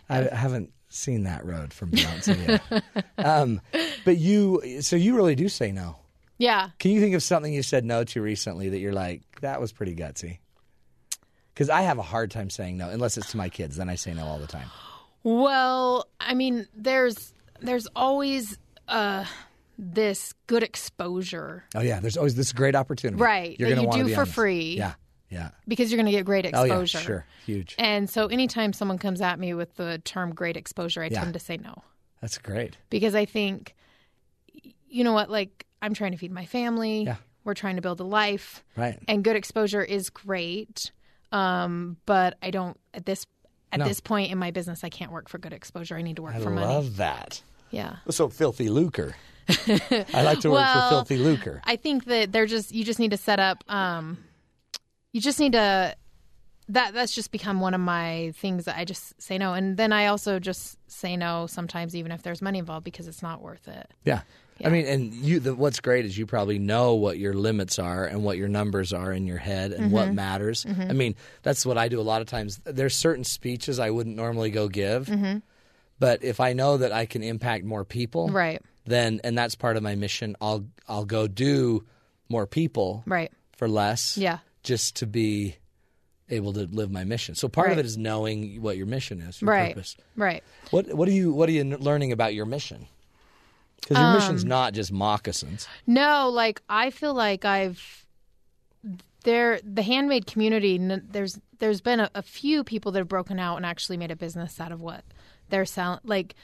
Speaker 1: I haven't seen that road from Beyonce yet. um, but you, so you really do say no.
Speaker 5: Yeah.
Speaker 1: Can you think of something you said no to recently that you're like, that was pretty gutsy? Because I have a hard time saying no unless it's to my kids. Then I say no all the time.
Speaker 5: Well, I mean, there's there's always uh this good exposure
Speaker 1: Oh yeah, there's always this great opportunity,
Speaker 5: Right,
Speaker 1: You're
Speaker 5: that
Speaker 1: gonna
Speaker 5: you
Speaker 1: wanna
Speaker 5: do
Speaker 1: be
Speaker 5: for
Speaker 1: on this.
Speaker 5: free.
Speaker 1: Yeah, yeah.
Speaker 5: because you're going to get great
Speaker 1: Oh
Speaker 5: exposure.
Speaker 1: yeah, sure, huge.
Speaker 5: And so anytime someone comes at me with the term great exposure, I
Speaker 1: Yeah.
Speaker 5: tend to say no
Speaker 1: That's great.
Speaker 5: because I think you know what, like I'm trying to feed my family.
Speaker 1: Yeah.
Speaker 5: We're trying to build a life.
Speaker 1: Right.
Speaker 5: and good exposure is great um but i don't at this at
Speaker 1: No.
Speaker 5: this point in my business i can't work for good exposure i need to work
Speaker 1: I
Speaker 5: for
Speaker 1: love
Speaker 5: money
Speaker 1: that.
Speaker 5: yeah
Speaker 1: So filthy lucre. I like to work
Speaker 5: Well,
Speaker 1: for filthy lucre.
Speaker 5: i think that they're just you just need to set up um you just need to that that's just become one of my things that i just say no and then i also just say no sometimes even if there's money involved because it's not worth it
Speaker 1: Yeah. I mean, and you. The, what's great is you probably know what your limits are and what your numbers are in your head and
Speaker 5: Mm-hmm.
Speaker 1: what matters. I mean, that's what I do a lot of times. There's certain speeches I wouldn't normally go give,
Speaker 5: Mm-hmm.
Speaker 1: but if I know that I can impact more people,
Speaker 5: right
Speaker 1: Then, and that's part of my mission. I'll I'll go do more people
Speaker 5: right
Speaker 1: for less,
Speaker 5: Yeah.
Speaker 1: just to be able to live my mission. So part of
Speaker 5: Right.
Speaker 1: it is knowing what your mission is, your
Speaker 5: right
Speaker 1: purpose.
Speaker 5: right
Speaker 1: What What are you What are you learning about your mission? Because
Speaker 5: Um,
Speaker 1: your mission's not just moccasins.
Speaker 5: No, like I feel like I've there the handmade community. n- There's there's been a, a few people that have broken out and actually made a business out of what they're selling. Like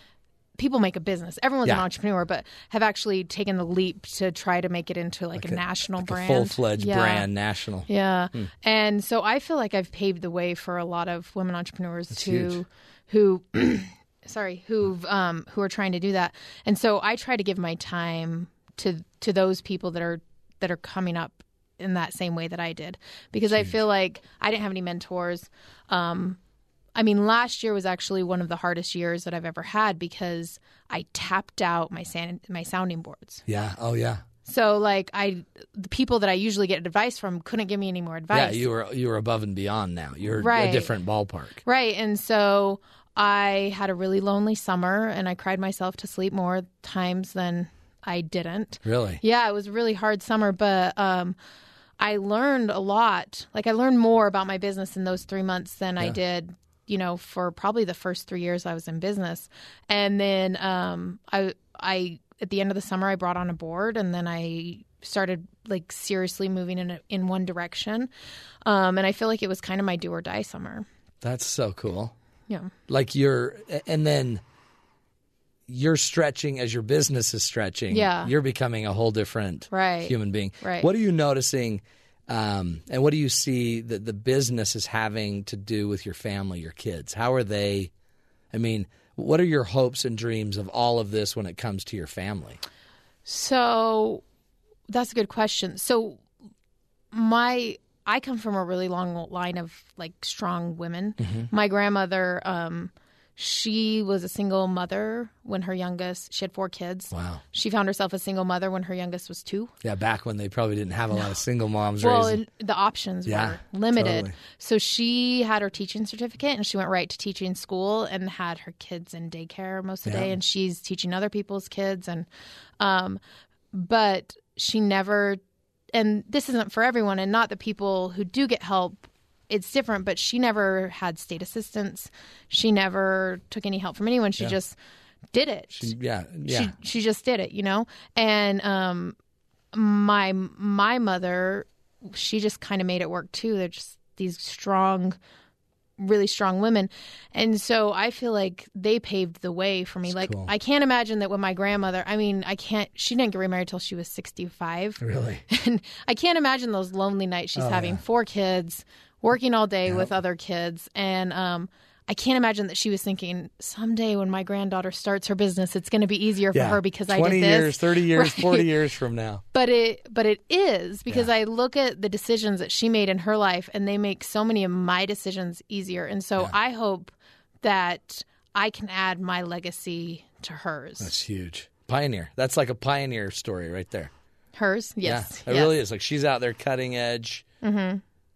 Speaker 5: people make a business. Everyone's an
Speaker 1: Yeah.
Speaker 5: entrepreneur, but have actually taken the leap to try to make it into like, a, national brand,
Speaker 1: full fledged
Speaker 5: Yeah.
Speaker 1: brand, national.
Speaker 5: Yeah. And so I feel like I've paved the way for a lot of women entrepreneurs
Speaker 1: huge.
Speaker 5: who who sorry, who've um who are trying to do that. And so I try to give my time to to those people that are that are coming up in that same way that I did because I feel like I didn't have any mentors. Um I mean, last year was actually one of the hardest years that I've ever had because I tapped out my san- my sounding boards.
Speaker 1: Yeah. Oh, yeah.
Speaker 5: So like I the people that I usually get advice from couldn't give me any more advice.
Speaker 1: Yeah. You were you were above and beyond. Now you're a
Speaker 5: Right.
Speaker 1: different ballpark.
Speaker 5: Right. And so I had a really lonely summer and I cried myself to sleep more times than I didn't.
Speaker 1: Really.
Speaker 5: Yeah, it was a really hard summer, but um I learned a lot. Like I learned more about my business in those 3 months than I did you know, for probably the first three years I was in business, and then um, I, I at the end of the summer I brought on a board, and then I started like seriously moving in a, in one direction, um, and I feel like it was kind of my do or die summer.
Speaker 1: That's so cool.
Speaker 5: Yeah.
Speaker 1: Like you're, and then you're stretching as your business is stretching.
Speaker 5: Yeah.
Speaker 1: You're becoming a whole different
Speaker 5: Right.
Speaker 1: human being.
Speaker 5: Right.
Speaker 1: What are you noticing? Um, and what do you see that the business is having to do with your family, your kids? How are they? I mean, what are your hopes and dreams of all of this when it comes to your family?
Speaker 5: So that's a good question. So my I come from a really long line of like strong women. My grandmother um she was a single mother when her youngest she had four kids.
Speaker 1: Wow.
Speaker 5: She found herself a single mother when her youngest was 2.
Speaker 1: Yeah, back when they probably didn't have a lot of single moms
Speaker 5: Well,
Speaker 1: raising.
Speaker 5: and the options
Speaker 1: Yeah,
Speaker 5: were limited.
Speaker 1: totally.
Speaker 5: So she had her teaching certificate and she went right to teaching school and had her kids in daycare most of the day. And she's teaching other people's kids. And, um, but she never, and this isn't for everyone and not the people who do get help. It's different, but she never had state assistance. She never took any help from anyone. She just did it
Speaker 1: yeah, yeah.
Speaker 5: she she just did it, you know. And um, my my mother, she just kind of made it work too. They're just these strong, really strong women, and so I feel like they paved the way for me. like
Speaker 1: cool.
Speaker 5: I can't imagine that when my grandmother, I mean, I can't. She didn't get remarried till she was sixty five,
Speaker 1: really.
Speaker 5: and I can't imagine those lonely nights
Speaker 1: Oh,
Speaker 5: she's having four kids, working all day with other kids, and um. I can't imagine that she was thinking someday when my granddaughter starts her business, it's going to be easier for
Speaker 1: Yeah.
Speaker 5: her because I
Speaker 1: 20
Speaker 5: did this.
Speaker 1: years, 30 years,
Speaker 5: Right.
Speaker 1: 40 years from now.
Speaker 5: But it, but it is because I look at the decisions that she made in her life, and they make so many of my decisions easier. And so I hope that I can add my legacy to hers.
Speaker 1: That's huge. Pioneer. That's like a pioneer story right there.
Speaker 5: hers, yes,
Speaker 1: yeah, it
Speaker 5: yes. Mm-hmm.
Speaker 1: really is. Like she's out there cutting edge,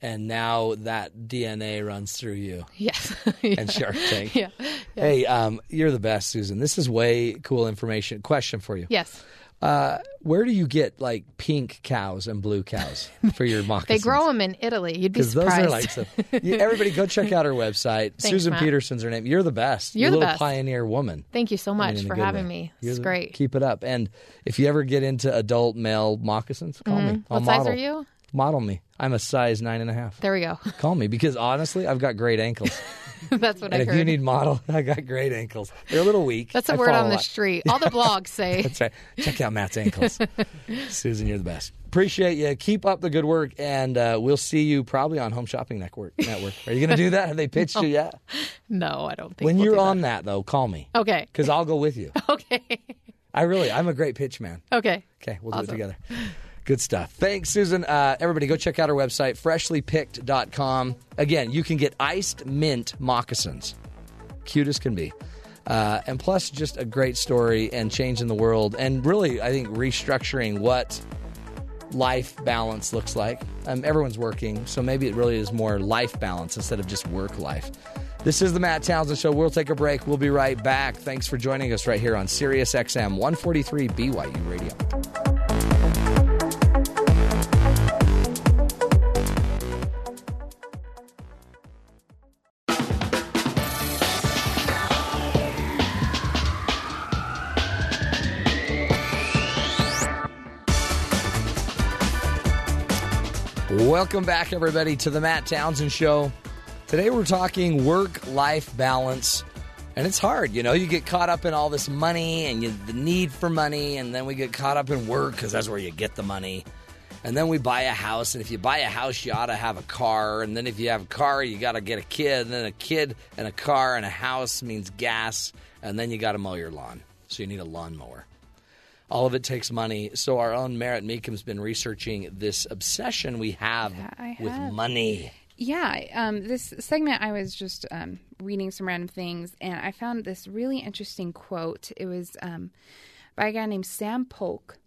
Speaker 1: and now that DNA runs through you
Speaker 5: yes.
Speaker 1: and Shark Tank.
Speaker 5: Yeah.
Speaker 1: Hey, um, you're the best, Susan. This is way cool information. Question for you:
Speaker 5: yes.
Speaker 1: uh, Where do you get like pink cows and blue cows for your moccasins?
Speaker 5: They grow them in Italy. You'd be
Speaker 1: Because those
Speaker 5: surprised.
Speaker 1: are like some, you, everybody go check out her website. Susan
Speaker 5: Matt.
Speaker 1: Peterson's her name. You're the best.
Speaker 5: You're
Speaker 1: a
Speaker 5: the
Speaker 1: little
Speaker 5: best.
Speaker 1: pioneer woman.
Speaker 5: Thank you so
Speaker 1: I mean,
Speaker 5: much
Speaker 1: in a
Speaker 5: for
Speaker 1: good
Speaker 5: having
Speaker 1: way.
Speaker 5: me.
Speaker 1: You're
Speaker 5: It's
Speaker 1: the-
Speaker 5: great.
Speaker 1: Keep it up. And if you ever get into adult male moccasins, call me. I'll
Speaker 5: Mm-hmm. what
Speaker 1: model.
Speaker 5: size are you?
Speaker 1: Model me. I'm a size nine and a half.
Speaker 5: There we go.
Speaker 1: Call me because honestly, I've got great ankles.
Speaker 5: That's what
Speaker 1: and
Speaker 5: I
Speaker 1: if
Speaker 5: heard.
Speaker 1: you need model, I got great ankles. They're a little weak.
Speaker 5: That's a
Speaker 1: I
Speaker 5: word
Speaker 1: fall
Speaker 5: on the
Speaker 1: lot.
Speaker 5: street. All the blogs say.
Speaker 1: That's right. Check out Matt's ankles. Susan, you're the best. Appreciate you. Keep up the good work, and uh, we'll see you probably on Home Shopping Network. Network. Are you going to do that? Have they pitched you yet?
Speaker 5: no, I don't think.
Speaker 1: When
Speaker 5: we'll
Speaker 1: you're
Speaker 5: do
Speaker 1: on that though, call me
Speaker 5: That. Okay.
Speaker 1: because I'll go with you.
Speaker 5: Okay.
Speaker 1: I really, I'm a great pitch man.
Speaker 5: Okay.
Speaker 1: Okay, we'll do it together. Good stuff. Thanks, Susan. Uh, everybody, go check out our website, freshlypicked.com. Again, you can get iced mint moccasins. Cute as can be. Uh, and plus, just a great story and changing the world, and really, I think, restructuring what life balance looks like. Um, everyone's working, so maybe it really is more life balance instead of just work life. This is the Matt Townsend Show. We'll take a break. We'll be right back. Thanks for joining us right here on Sirius XM 143 BYU Radio. Welcome back, everybody, to the Matt Townsend Show. Today we're talking work life balance. And it's hard, you know, you get caught up in all this money and you, the need for money, and then we get caught up in work because that's where you get the money. And then we buy a house, and if you buy a house, you ought to have a car. And then if you have a car, you got to get a kid. And then a kid and a car and a house means gas. And then you got to mow your lawn. So you need a lawnmower. All of it takes money. So our own Merritt Meekum's been researching this obsession we have
Speaker 3: I
Speaker 1: with
Speaker 3: have.
Speaker 1: money.
Speaker 3: Yeah, um, this segment I was just um, reading some random things, and I found this really interesting quote. It was um, by a guy named Sam Polk,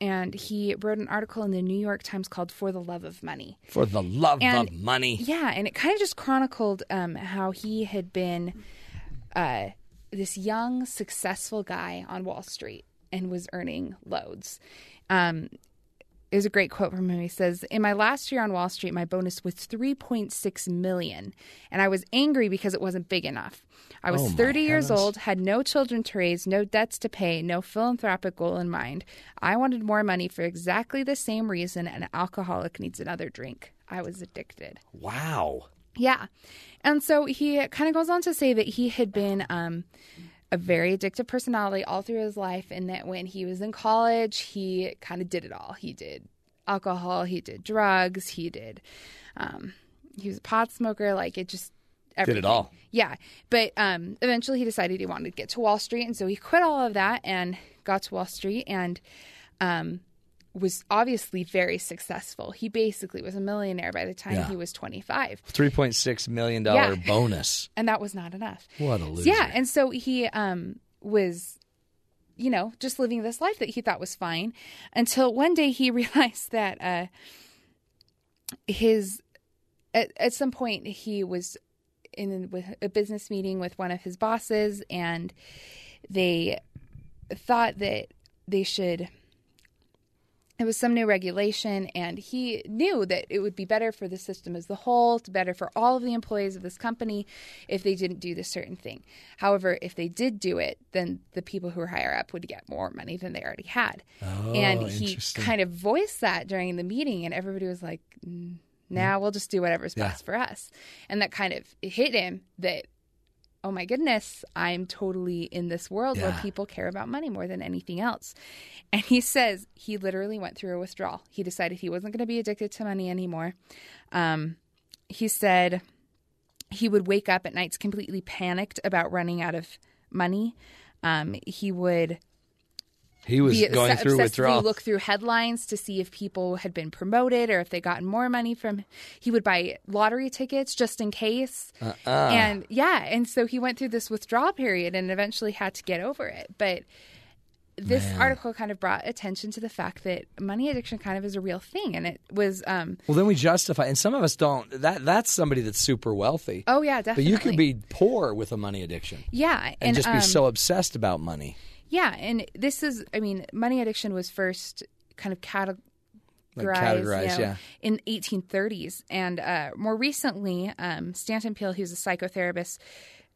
Speaker 3: and he wrote an article in the New York Times called "For the Love of Money."
Speaker 1: For the love
Speaker 3: And-
Speaker 1: of money.
Speaker 3: Yeah, and it kind of just chronicled um, how he had been uh, this young, successful guy on Wall Street and was earning loads. Um, it was a great quote from him. He says, "In my last year on Wall Street, my bonus was 3.6 million, and I was angry because it wasn't big enough. I was
Speaker 1: Oh, my
Speaker 3: 30 years
Speaker 1: heavens.
Speaker 3: old, had no children to raise, no debts to pay, no philanthropic goal in mind. I wanted more money for exactly the same reason an alcoholic needs another drink. I was addicted."
Speaker 1: Wow.
Speaker 3: Yeah. And so he kind of goes on to say that he had been um, a very addictive personality all through his life, and that when he was in college, he kind of did it all. He did alcohol, he did drugs, he did, um, he was a pot smoker. Like it just,
Speaker 1: Did it all.
Speaker 3: yeah. But um, eventually he decided he wanted to get to Wall Street. And so he quit all of that and got to Wall Street and um, was obviously very successful. He basically was a millionaire by the time
Speaker 1: Yeah.
Speaker 3: he was 25.
Speaker 1: $3.6 million
Speaker 3: Yeah.
Speaker 1: bonus.
Speaker 3: And that was not enough.
Speaker 1: What a
Speaker 3: So,
Speaker 1: loser.
Speaker 3: yeah. And so he um, was, you know, just living this life that he thought was fine until one day he realized that uh, his, at, at some point, he was in with a business meeting with one of his bosses and they thought that they should it was some new regulation and he knew that it would be better for the system as the whole to better for all of the employees of this company if they didn't do this certain thing however if they did do it then the people who were higher up would get more money than they already had and he
Speaker 1: interesting.
Speaker 3: kind of voiced that during the meeting and everybody was like "Mm, now we'll just do whatever's
Speaker 1: Mm-hmm. Yeah.
Speaker 3: best for us and that kind of hit him that oh my goodness, I'm totally in this world
Speaker 1: Yeah.
Speaker 3: where people care about money more than anything else. And he says he literally went through a withdrawal. He decided he wasn't going to be addicted to money anymore. Um, he said he would wake up at nights completely panicked about running out of money. Um, he would
Speaker 1: He was
Speaker 3: be
Speaker 1: going
Speaker 3: obs-
Speaker 1: through
Speaker 3: obsessively
Speaker 1: withdrawal.
Speaker 3: look through headlines to see if people had been promoted or if they gotten more money from. He would buy lottery tickets just in case.
Speaker 1: Uh-uh.
Speaker 3: And yeah, and so he went through this withdrawal period and eventually had to get over it. But this article kind of brought attention to the fact that money addiction kind of is a real thing, and it was. um
Speaker 1: well, then we justify. And some of us don't. That That's somebody that's super wealthy.
Speaker 3: Oh yeah,
Speaker 1: but
Speaker 3: definitely.
Speaker 1: you could be poor with a money addiction
Speaker 3: yeah, and,
Speaker 1: and, just be
Speaker 3: um,
Speaker 1: so obsessed about money.
Speaker 3: yeah, and this is. I mean, money addiction was first kind of categorized.
Speaker 1: Like
Speaker 3: categorized,
Speaker 1: categorized,
Speaker 3: you
Speaker 1: yeah.
Speaker 3: know, in 1830s and uh, more recently um, stanton peel who's a psychotherapist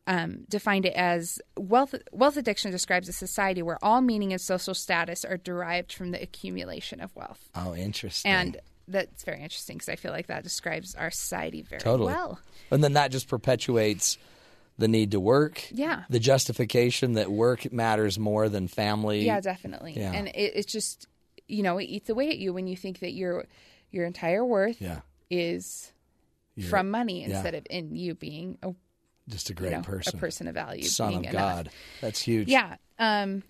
Speaker 3: um, defined it as wealth wealth addiction describes a society where all meaning and social status are derived from the accumulation of wealth
Speaker 1: Oh, interesting.
Speaker 3: and that's very interesting because i feel like that describes our society very
Speaker 1: Totally.
Speaker 3: well
Speaker 1: And then that just perpetuates the need to work.
Speaker 3: Yeah.
Speaker 1: The justification that work matters more than family.
Speaker 3: Yeah, definitely.
Speaker 1: Yeah.
Speaker 3: And it, it's just, you know, it eats away at you when you think that your your entire worth
Speaker 1: Yeah.
Speaker 3: is from money
Speaker 1: yeah.
Speaker 3: instead of in you being a, you
Speaker 1: Just a great
Speaker 3: know,
Speaker 1: person.
Speaker 3: a person of value,
Speaker 1: Son of
Speaker 3: being enough.
Speaker 1: God. That's huge.
Speaker 3: Yeah. Um,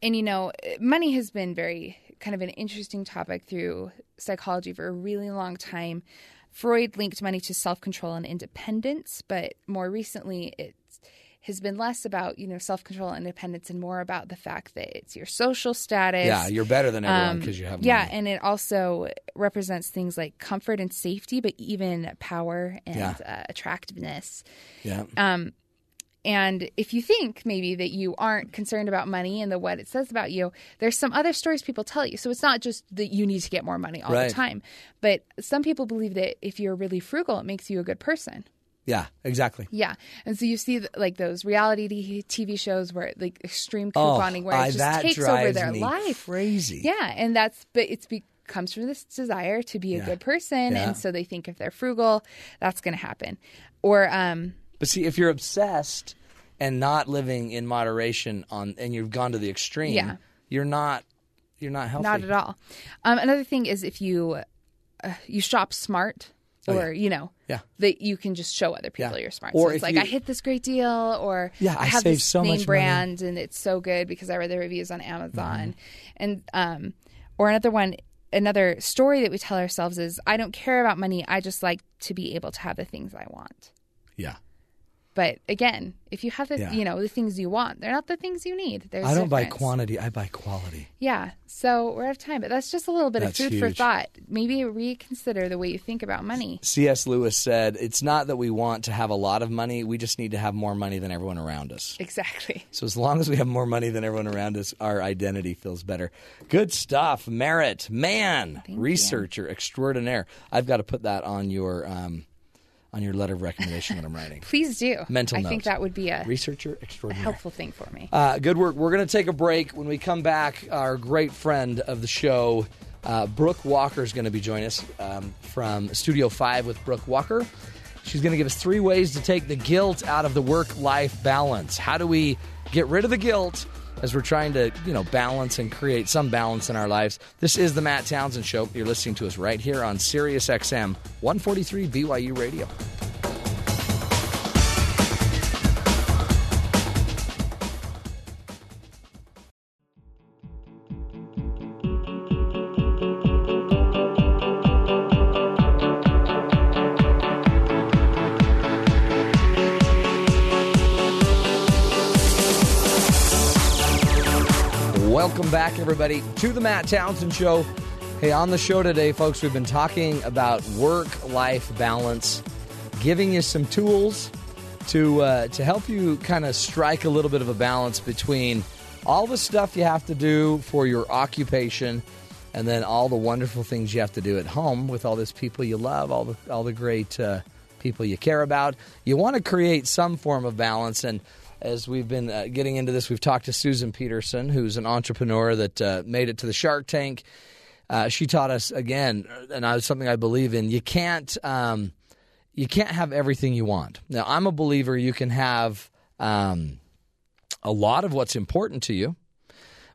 Speaker 3: and you know, money has been very kind of an interesting topic through psychology for a really long time. Freud linked money to self-control and independence, but more recently it has been less about, you know, self-control and independence and more about the fact that it's your social status.
Speaker 1: Yeah, you're better than everyone
Speaker 3: Um,
Speaker 1: because you have
Speaker 3: yeah,
Speaker 1: money.
Speaker 3: and it also represents things like comfort and safety, but even power and
Speaker 1: Yeah.
Speaker 3: uh, attractiveness.
Speaker 1: Yeah.
Speaker 3: um, And if you think maybe that you aren't concerned about money and the what it says about you, there's some other stories people tell you. So it's not just that you need to get more money all
Speaker 1: Right.
Speaker 3: the time, but some people believe that if you're really frugal, it makes you a good person.
Speaker 1: yeah, exactly.
Speaker 3: Yeah, and so you see th- like those reality t- TV shows where like extreme
Speaker 1: Oh,
Speaker 3: couponing, where
Speaker 1: I-
Speaker 3: it just
Speaker 1: that
Speaker 3: takes
Speaker 1: drives
Speaker 3: over their
Speaker 1: me
Speaker 3: life.
Speaker 1: Crazy.
Speaker 3: Yeah, and that's but it's be, comes from this desire to be a
Speaker 1: Yeah.
Speaker 3: good person,
Speaker 1: Yeah.
Speaker 3: and so they think if they're frugal, that's going to happen. Or um,
Speaker 1: But see, if you're obsessed and not living in moderation on, and you've gone to the extreme,
Speaker 3: Yeah.
Speaker 1: you're not, you're not healthy.
Speaker 3: Not at all. Um, another thing is if you uh, you shop smart,
Speaker 1: Oh,
Speaker 3: or
Speaker 1: yeah.
Speaker 3: you know
Speaker 1: Yeah.
Speaker 3: that you can just show other people
Speaker 1: Yeah.
Speaker 3: you're smart.
Speaker 1: Or
Speaker 3: so
Speaker 1: if
Speaker 3: it's like
Speaker 1: you-
Speaker 3: I hit this great deal, or
Speaker 1: Yeah, I
Speaker 3: have
Speaker 1: saved
Speaker 3: this
Speaker 1: so
Speaker 3: name
Speaker 1: much money.
Speaker 3: brand and it's so good because I read the reviews on Amazon,
Speaker 1: Mm-hmm.
Speaker 3: and um, or another one. Another story that we tell ourselves is, I don't care about money. I just like to be able to have the things I want.
Speaker 1: Yeah.
Speaker 3: But again, if you have the
Speaker 1: Yeah.
Speaker 3: you know the things you want, they're not the things you need. There's
Speaker 1: I don't buy
Speaker 3: difference.
Speaker 1: quantity, I buy quality.
Speaker 3: Yeah. So we're out of time, but that's just a little bit
Speaker 1: That's
Speaker 3: of food for
Speaker 1: huge.
Speaker 3: thought. Maybe reconsider the way you think about money.
Speaker 1: C.S. Lewis said, It's not that we want to have a lot of money, we just need to have more money than everyone around us.
Speaker 3: Exactly.
Speaker 1: So as long as we have more money than everyone around us, our identity feels better. Good stuff, Merritt, man, researcher extraordinaire. I've got to put that on your um, on your letter of recommendation when I'm writing.
Speaker 3: Please do.
Speaker 1: Mental
Speaker 3: I
Speaker 1: note.
Speaker 3: think that would be a
Speaker 1: Researcher extraordinaire.
Speaker 3: helpful thing for me.
Speaker 1: Uh, good work. We're going to take a break. When we come back, our great friend of the show, uh, Brooke Walker, is going to be joining us um, from Studio 5 with Brooke Walker. She's going to give us three ways to take the guilt out of the work life balance. How do we get rid of the guilt as we're trying to, you know, balance and create some balance in our lives? This is the Matt Townsend Show. You're listening to us right here on Sirius XM 143 BYU Radio. Welcome back, everybody, to the Matt Townsend Show. Hey, on the show today, folks, we've been talking about work life balance, giving you some tools to, uh, to help you kind of strike a little bit of a balance between all the stuff you have to do for your occupation and then all the wonderful things you have to do at home with all those people you love, all the all the great uh, people you care about. You want to create some form of balance, and as we've been uh, getting into this, we've talked to Susan Peterson, who's an entrepreneur that uh, made it to the Shark Tank. Uh, she taught us again, uh, and I, something I believe in. You can't. Um, you can't have everything you want. Now, I'm a believer you can have um, a lot of what's important to you,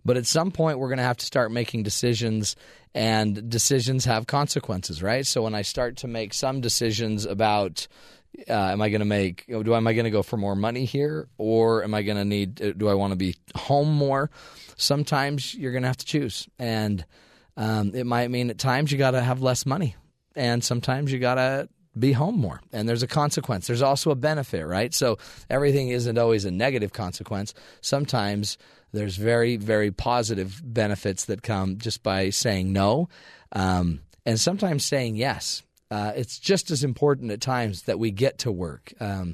Speaker 1: but at some point, we're going to have to start making decisions, and decisions have consequences, right? So when I start to make some decisions about, uh, am I going to make? Do am I going to go for more money here, or am I going to need? uh, Do I want to be home more? Sometimes you're going to have to choose, and um, it might mean at times you got to have less money, and sometimes you got to be home more and there's a consequence there's also a benefit right so everything isn't always a negative consequence sometimes there's very very positive benefits that come just by saying no um, and sometimes saying yes uh, it's just as important at times that we get to work um,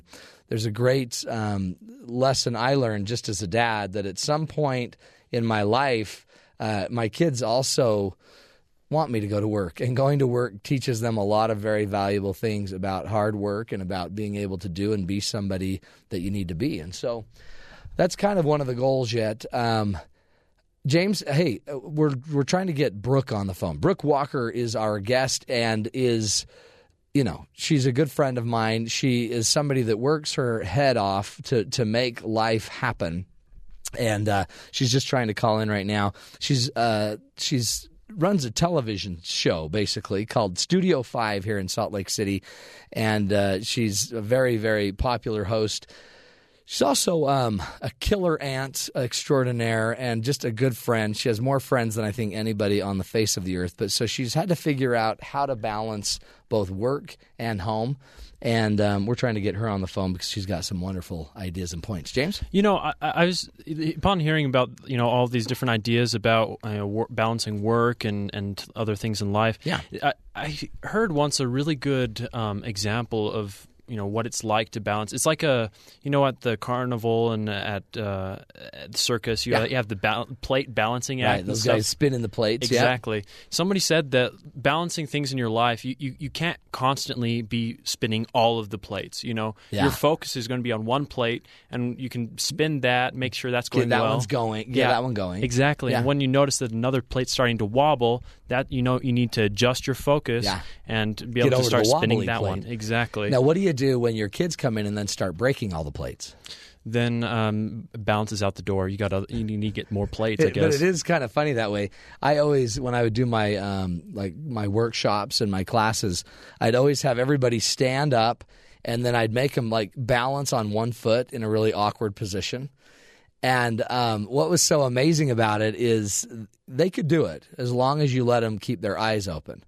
Speaker 1: there's a great um, lesson i learned just as a dad that at some point in my life uh, my kids also want me to go to work. And going to work teaches them a lot of very valuable things about hard work and about being able to do and be somebody that you need to be. And so that's kind of one of the goals yet. Um, James, hey, uh, we're we're trying to get Brooke on the phone. Brooke Walker is our guest and is you know, she's a good friend of mine. She is somebody that works her head off to to make life happen and uh, she's just trying to call in right now. She's uh, she's runs a television show basically called Studio Five here in Salt Lake City, and uh, she's a very very popular host. She's also um, a killer aunt extraordinaire and just a good friend. She has more friends than I think anybody on the face of the earth. But so she's had to figure out how to balance both work and home. And um, we're trying to get her on the phone because she's got some wonderful ideas and points. James?
Speaker 2: You know, I, I I was upon hearing about you know all these different ideas about you know, wor- balancing work and and other things in life.
Speaker 1: Yeah.
Speaker 2: I, I heard once a really good um, example of you know what it's like to balance. It's like a you know at the carnival and at, uh, at the circus you,
Speaker 1: Yeah.
Speaker 2: have, you have the bal- plate balancing act.
Speaker 1: Right,
Speaker 2: and
Speaker 1: those
Speaker 2: stuff.
Speaker 1: guys spinning the plates. yeah.
Speaker 2: Exactly. Somebody said that balancing things in your life, you, you, you can't constantly be spinning all of the plates. You know,
Speaker 1: Yeah.
Speaker 2: your focus is going to be on one plate, and you can spin that, make sure that's going
Speaker 1: that
Speaker 2: well.
Speaker 1: one's going. Get that one going.
Speaker 2: Exactly.
Speaker 1: Yeah.
Speaker 2: And when you notice that another plate's starting to wobble, that you know you need to adjust your focus
Speaker 1: Yeah.
Speaker 2: and be
Speaker 1: Get
Speaker 2: able
Speaker 1: over
Speaker 2: to
Speaker 1: to
Speaker 2: start
Speaker 1: the wobbly
Speaker 2: spinning that
Speaker 1: plate.
Speaker 2: one. Exactly.
Speaker 1: Now, what do you do when your kids come in and then start breaking all the plates?
Speaker 2: Then um, bounces out the door. You got to you need to get more plates. I
Speaker 1: It-
Speaker 2: guess.
Speaker 1: but it is kind of funny that way. I always, when I would do my um, like my workshops and my classes, I'd always have everybody stand up, and then I'd make them like balance on one foot in a really awkward position. And um, what was so amazing about it is they could do it as long as you let them keep their eyes open.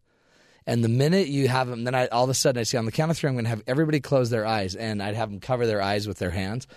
Speaker 1: And the minute you have them, then I, all of a sudden I see on the count of three, I'm going to have everybody close their eyes, and I'd have them cover their eyes with their hands.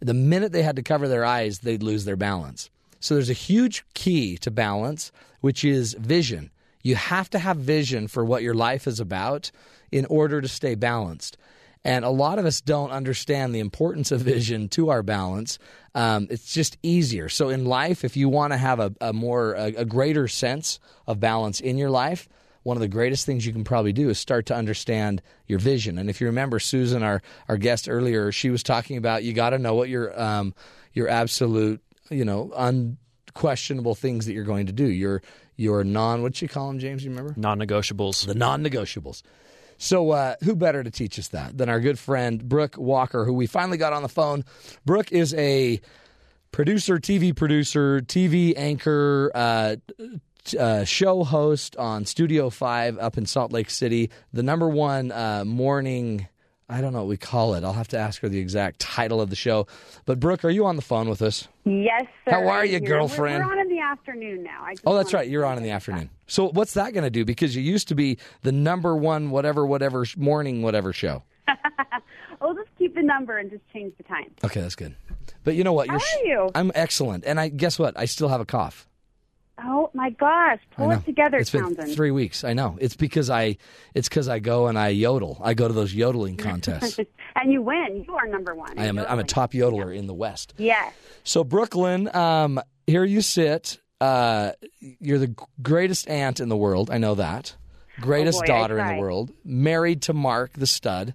Speaker 1: The minute they had to cover their eyes, they'd lose their balance. So there's a huge key to balance, which is vision. You have to have vision for what your life is about in order to stay balanced. And a lot of us don't understand the importance of vision to our balance. Um, it's just easier. So in life, if you want to have a, a more a, a greater sense of balance in your life, one of the greatest things you can probably do is start to understand your vision. And if you remember Susan, our our guest earlier, she was talking about you got to know what your um, your absolute you know unquestionable things that you're going to do. Your your non what you call them, James? You remember?
Speaker 2: non-negotiables.
Speaker 1: the non-negotiables. So, uh, who better to teach us that than our good friend Brooke Walker, who we finally got on the phone? Brooke is a producer, TV producer, TV anchor, uh, t- uh, show host on Studio Five up in Salt Lake City. The number one uh, morning. I don't know what we call it. I'll have to ask her the exact title of the show. But Brooke, are you on the phone with us?
Speaker 6: Yes, sir.
Speaker 1: How are
Speaker 6: I'm
Speaker 1: you,
Speaker 6: here.
Speaker 1: girlfriend?
Speaker 6: We're, we're on in the afternoon now. I just
Speaker 1: Oh, that's
Speaker 6: wanted
Speaker 1: right.
Speaker 6: to
Speaker 1: You're on in the afternoon. So what's that going to do? Because you used to be the number one whatever whatever sh- morning whatever show.
Speaker 6: We'll just keep the number and just change the time.
Speaker 1: Okay, that's good. But you know what? You're
Speaker 6: How are you?
Speaker 1: I'm excellent, and I guess what? I still have a cough.
Speaker 6: Oh my gosh, pull
Speaker 1: I know.
Speaker 6: it together,
Speaker 1: It's been
Speaker 6: Townsend.
Speaker 1: three weeks. I know. It's because I, it's because I go and I yodel. I go to those yodeling contests.
Speaker 6: and you win. You are number one.
Speaker 1: I am. A, I'm a top yodeler in the West.
Speaker 6: Yes.
Speaker 1: So Brooklyn, um, here you sit. Uh, you're the greatest aunt in the world. I know that. Greatest
Speaker 6: Oh, boy, I
Speaker 1: daughter in the
Speaker 6: try.
Speaker 1: world. Married to Mark, the stud.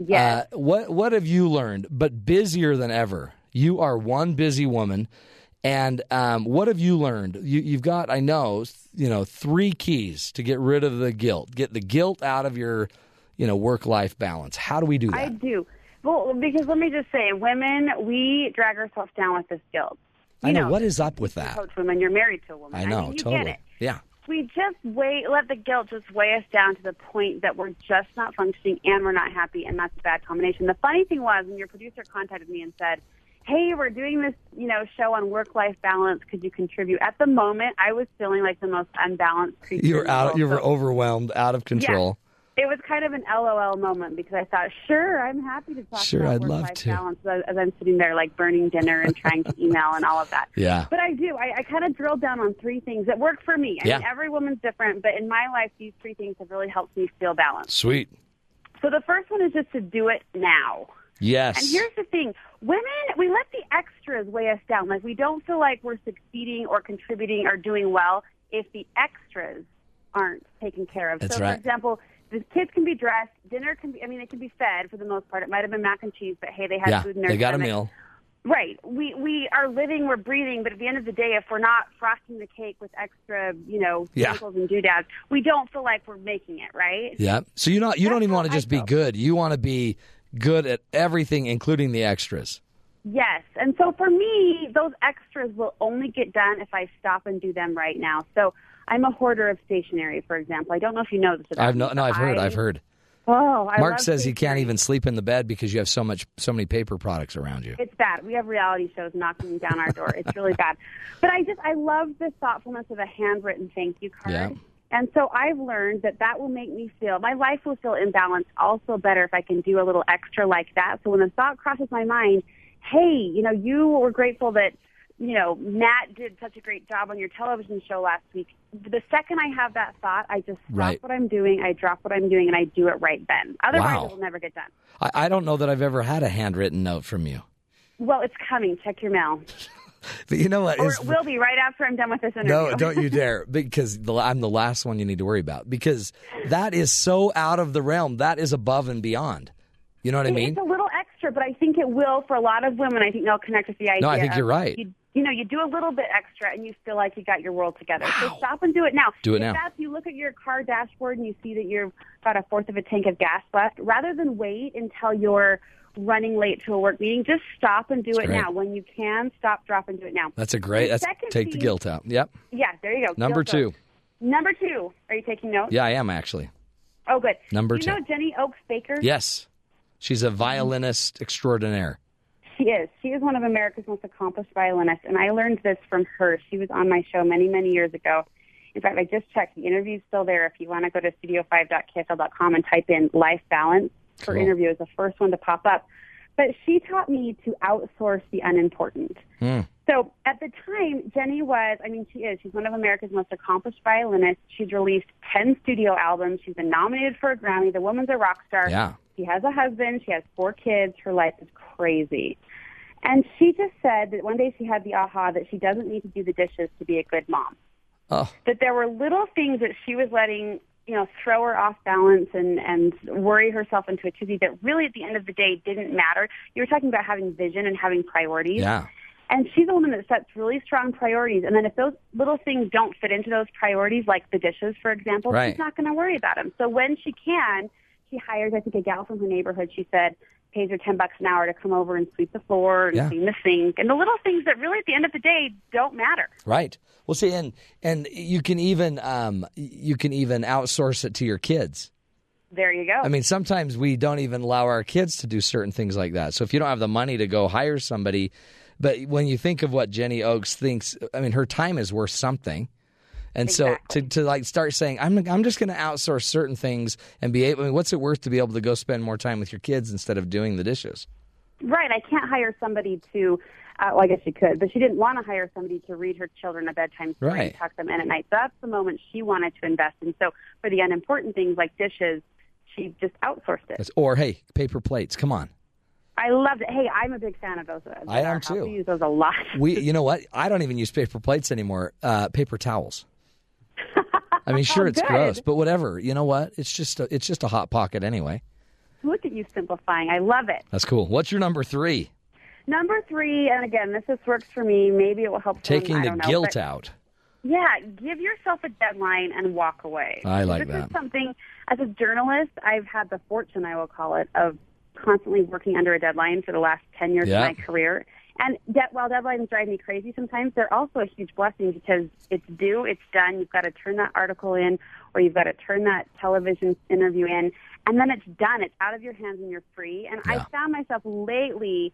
Speaker 6: Yes.
Speaker 1: Uh, what What have you learned? But busier than ever. You are one busy woman, and um, what have you learned? You, you've got, I know, th- you know, three keys to get rid of the guilt. Get the guilt out of your, you know, work life balance. How do we do that?
Speaker 6: I do. Well, because let me just say, women, we drag ourselves down with this guilt.
Speaker 1: I
Speaker 6: You
Speaker 1: know what is up with that.
Speaker 6: Coach women, you're married to a woman.
Speaker 1: I know
Speaker 6: mean, you
Speaker 1: totally.
Speaker 6: get it.
Speaker 1: Yeah.
Speaker 6: We just weigh, let the guilt just weigh us down to the point that we're just not functioning and we're not happy, and that's a bad combination. The funny thing was, when your producer contacted me and said, "Hey, we're doing this, you know, show on work-life balance. Could you contribute?" At the moment, I was feeling like the most unbalanced creature.
Speaker 1: You
Speaker 6: in
Speaker 1: were
Speaker 6: the
Speaker 1: out.
Speaker 6: world.
Speaker 1: You were
Speaker 6: So
Speaker 1: overwhelmed, out of control.
Speaker 6: It was kind of an LOL moment because I thought, "Sure, I'm happy to talk
Speaker 1: Sure,
Speaker 6: about
Speaker 1: I'd love
Speaker 6: work-life
Speaker 1: to.
Speaker 6: balance," as, as I'm sitting there like burning dinner and trying to email and all of that.
Speaker 1: Yeah.
Speaker 6: But I do. I, I kind of drilled down on three things that work for me. I mean,
Speaker 1: Yeah.
Speaker 6: every woman's different, but in my life, these three things have really helped me feel balanced.
Speaker 1: Sweet.
Speaker 6: So the first one is just to do it now.
Speaker 1: Yes.
Speaker 6: And here's the thing women, we let the extras weigh us down. Like, we don't feel like we're succeeding or contributing or doing well if the extras aren't taken care of.
Speaker 1: That's
Speaker 6: so,
Speaker 1: right.
Speaker 6: for example, the kids can be dressed, dinner can be, I mean, it can be fed for the most part. It might have been mac and cheese, but hey, they had
Speaker 1: yeah.
Speaker 6: food in their
Speaker 1: They got a
Speaker 6: stomach.
Speaker 1: meal.
Speaker 6: Right. We we are living, we're breathing, but at the end of the day, if we're not frosting the cake with extra, you know,
Speaker 1: Yeah.
Speaker 6: sprinkles and doodads, we don't feel like we're making it, right?
Speaker 1: Yeah. So you not you don't
Speaker 6: That's
Speaker 1: even
Speaker 6: how
Speaker 1: want to
Speaker 6: I
Speaker 1: just be
Speaker 6: felt.
Speaker 1: good. You want to be good at everything, including the extras.
Speaker 6: Yes. And so for me, those extras will only get done if I stop and do them right now. So I'm a hoarder of stationery, for example. I don't know if you know this about
Speaker 1: I've
Speaker 6: me,
Speaker 1: no, no,
Speaker 6: but
Speaker 1: I've heard.
Speaker 6: I-
Speaker 1: I've heard.
Speaker 6: Oh, I
Speaker 1: Mark
Speaker 6: love
Speaker 1: says he can't
Speaker 6: stationery.
Speaker 1: even sleep in the bed because you have so much, so many paper products around you.
Speaker 6: It's bad. We have reality shows knocking down our door. It's really bad. But I just, I love the thoughtfulness of a handwritten thank you card.
Speaker 1: Yeah.
Speaker 6: And so I've learned that that will make me feel, my life will feel imbalanced also better if I can do a little extra like that. So when the thought crosses my mind, hey, you know, you were grateful that, you know, Matt did such a great job on your television show last week. The second I have that thought, I just stop
Speaker 1: Right.
Speaker 6: what I'm doing, I drop what I'm doing, and I do it right then. Otherwise,
Speaker 1: Wow.
Speaker 6: it will never get done.
Speaker 1: I, I don't know that I've ever had a handwritten note from you.
Speaker 6: Well, it's coming. Check your mail.
Speaker 1: But you know what?
Speaker 6: Or
Speaker 1: It's-
Speaker 6: it will be right after I'm done with this interview.
Speaker 1: no, don't you dare, because the, I'm the last one you need to worry about. Because that is so out of the realm. That is above and beyond. You know what I mean?
Speaker 6: It's a little extra, but I think it will for a lot of women. I think they'll connect with the idea.
Speaker 1: No, I think
Speaker 6: of
Speaker 1: you're right.
Speaker 6: You, you know, you do a little bit extra, and you feel like you got your world together.
Speaker 1: Wow.
Speaker 6: So stop and do it now.
Speaker 1: Do it
Speaker 6: if
Speaker 1: now.
Speaker 6: That's, you look at your car dashboard and you see that you've got a fourth of a tank of gas left. Rather than wait until you're running late to a work meeting, just stop and do it
Speaker 1: great.
Speaker 6: now. When you can, stop, drop, and do it now.
Speaker 1: That's a great.
Speaker 6: The
Speaker 1: That's
Speaker 6: second
Speaker 1: take the
Speaker 6: piece-
Speaker 1: guilt out. Yep.
Speaker 6: Yeah, there you go.
Speaker 1: Number
Speaker 6: Guilt
Speaker 1: two.
Speaker 6: goes. Number two. Are you taking notes?
Speaker 1: Yeah, I am actually.
Speaker 6: Oh, good.
Speaker 1: Number
Speaker 6: you
Speaker 1: two.
Speaker 6: know Jenny Oaks Baker?
Speaker 1: Yes, she's a violinist extraordinaire.
Speaker 6: She is. She is one of America's most accomplished violinists, and I learned this from her. She was on my show many, many years ago. In fact, I just checked. The interview's still there. If you want to go to studio5.kfl.com and type in life balance, her
Speaker 1: Cool.
Speaker 6: interview is the first one to pop up. But she taught me to outsource the unimportant. So at the time, Jenny was, I mean, she is, she's one of America's most accomplished violinists. She's released 10 studio albums. She's been nominated for a Grammy. The woman's a rock star.
Speaker 1: Yeah.
Speaker 6: She has a husband. She has four kids. Her life is crazy. And she just said that one day she had the aha that she doesn't need to do the dishes to be a good mom
Speaker 1: Oh,
Speaker 6: that there were little things that she was letting you know throw her off balance and and worry herself into a tizzy that really at the end of the day didn't matter you were talking about having vision and having priorities
Speaker 1: yeah.
Speaker 6: and she's a woman that sets really strong priorities and then if those little things don't fit into those priorities like the dishes for example
Speaker 1: Right.
Speaker 6: she's not going to worry about them so when she can she hires i think a gal from her neighborhood she said pays her ten bucks an hour to come over and sweep the floor and
Speaker 1: Yeah.
Speaker 6: clean the sink and the little things that really at the end of the day don't matter
Speaker 1: Right. Well, see, and and you can even um, you can even outsource it to your kids.
Speaker 6: there you go
Speaker 1: I mean, sometimes we don't even allow our kids to do certain things like that. So if you don't have the money to go hire somebody, but when you think of what Jenny Oaks thinks, I mean, her time is worth something. And
Speaker 6: Exactly.
Speaker 1: so to, to like start saying I'm I'm just going to outsource certain things and be able. I mean, what's it worth to be able to go spend more time with your kids instead of doing the dishes?
Speaker 6: Right. I can't hire somebody to, uh, well, I guess she could, but she didn't want to hire somebody to read her children a bedtime story
Speaker 1: Right.
Speaker 6: and tuck them in at night. So that's the moment she wanted to invest in. So for the unimportant things like dishes, she just outsourced it.
Speaker 1: That's, or hey, paper plates. Come on.
Speaker 6: I loved it. Hey, I'm a big fan of those. of
Speaker 1: I am
Speaker 6: our house.
Speaker 1: too.
Speaker 6: We use those a lot.
Speaker 1: We, you know what? I don't even use paper plates anymore. Uh, paper towels. I mean, sure, it's
Speaker 6: Oh, Good.
Speaker 1: gross, but whatever. You know what? It's just a, it's just a hot pocket anyway.
Speaker 6: Look at you simplifying. I love it.
Speaker 1: That's cool. What's your number three?
Speaker 6: Number three, and again, this just works for me. Maybe it will help. someone.
Speaker 1: Taking
Speaker 6: I
Speaker 1: the
Speaker 6: don't know,
Speaker 1: guilt
Speaker 6: but-
Speaker 1: out.
Speaker 6: Yeah, give yourself a deadline and walk away.
Speaker 1: I like
Speaker 6: this
Speaker 1: that.
Speaker 6: is something, as a journalist, I've had the fortune, I will call it, of constantly working under a deadline for the last 10 years
Speaker 1: Yeah.
Speaker 6: of my career. And de- while deadlines drive me crazy sometimes, they're also a huge blessing because it's due, it's done. You've got to turn that article in or you've got to turn that television interview in. And then it's done. It's out of your hands and you're free. And
Speaker 1: Yeah.
Speaker 6: I found myself lately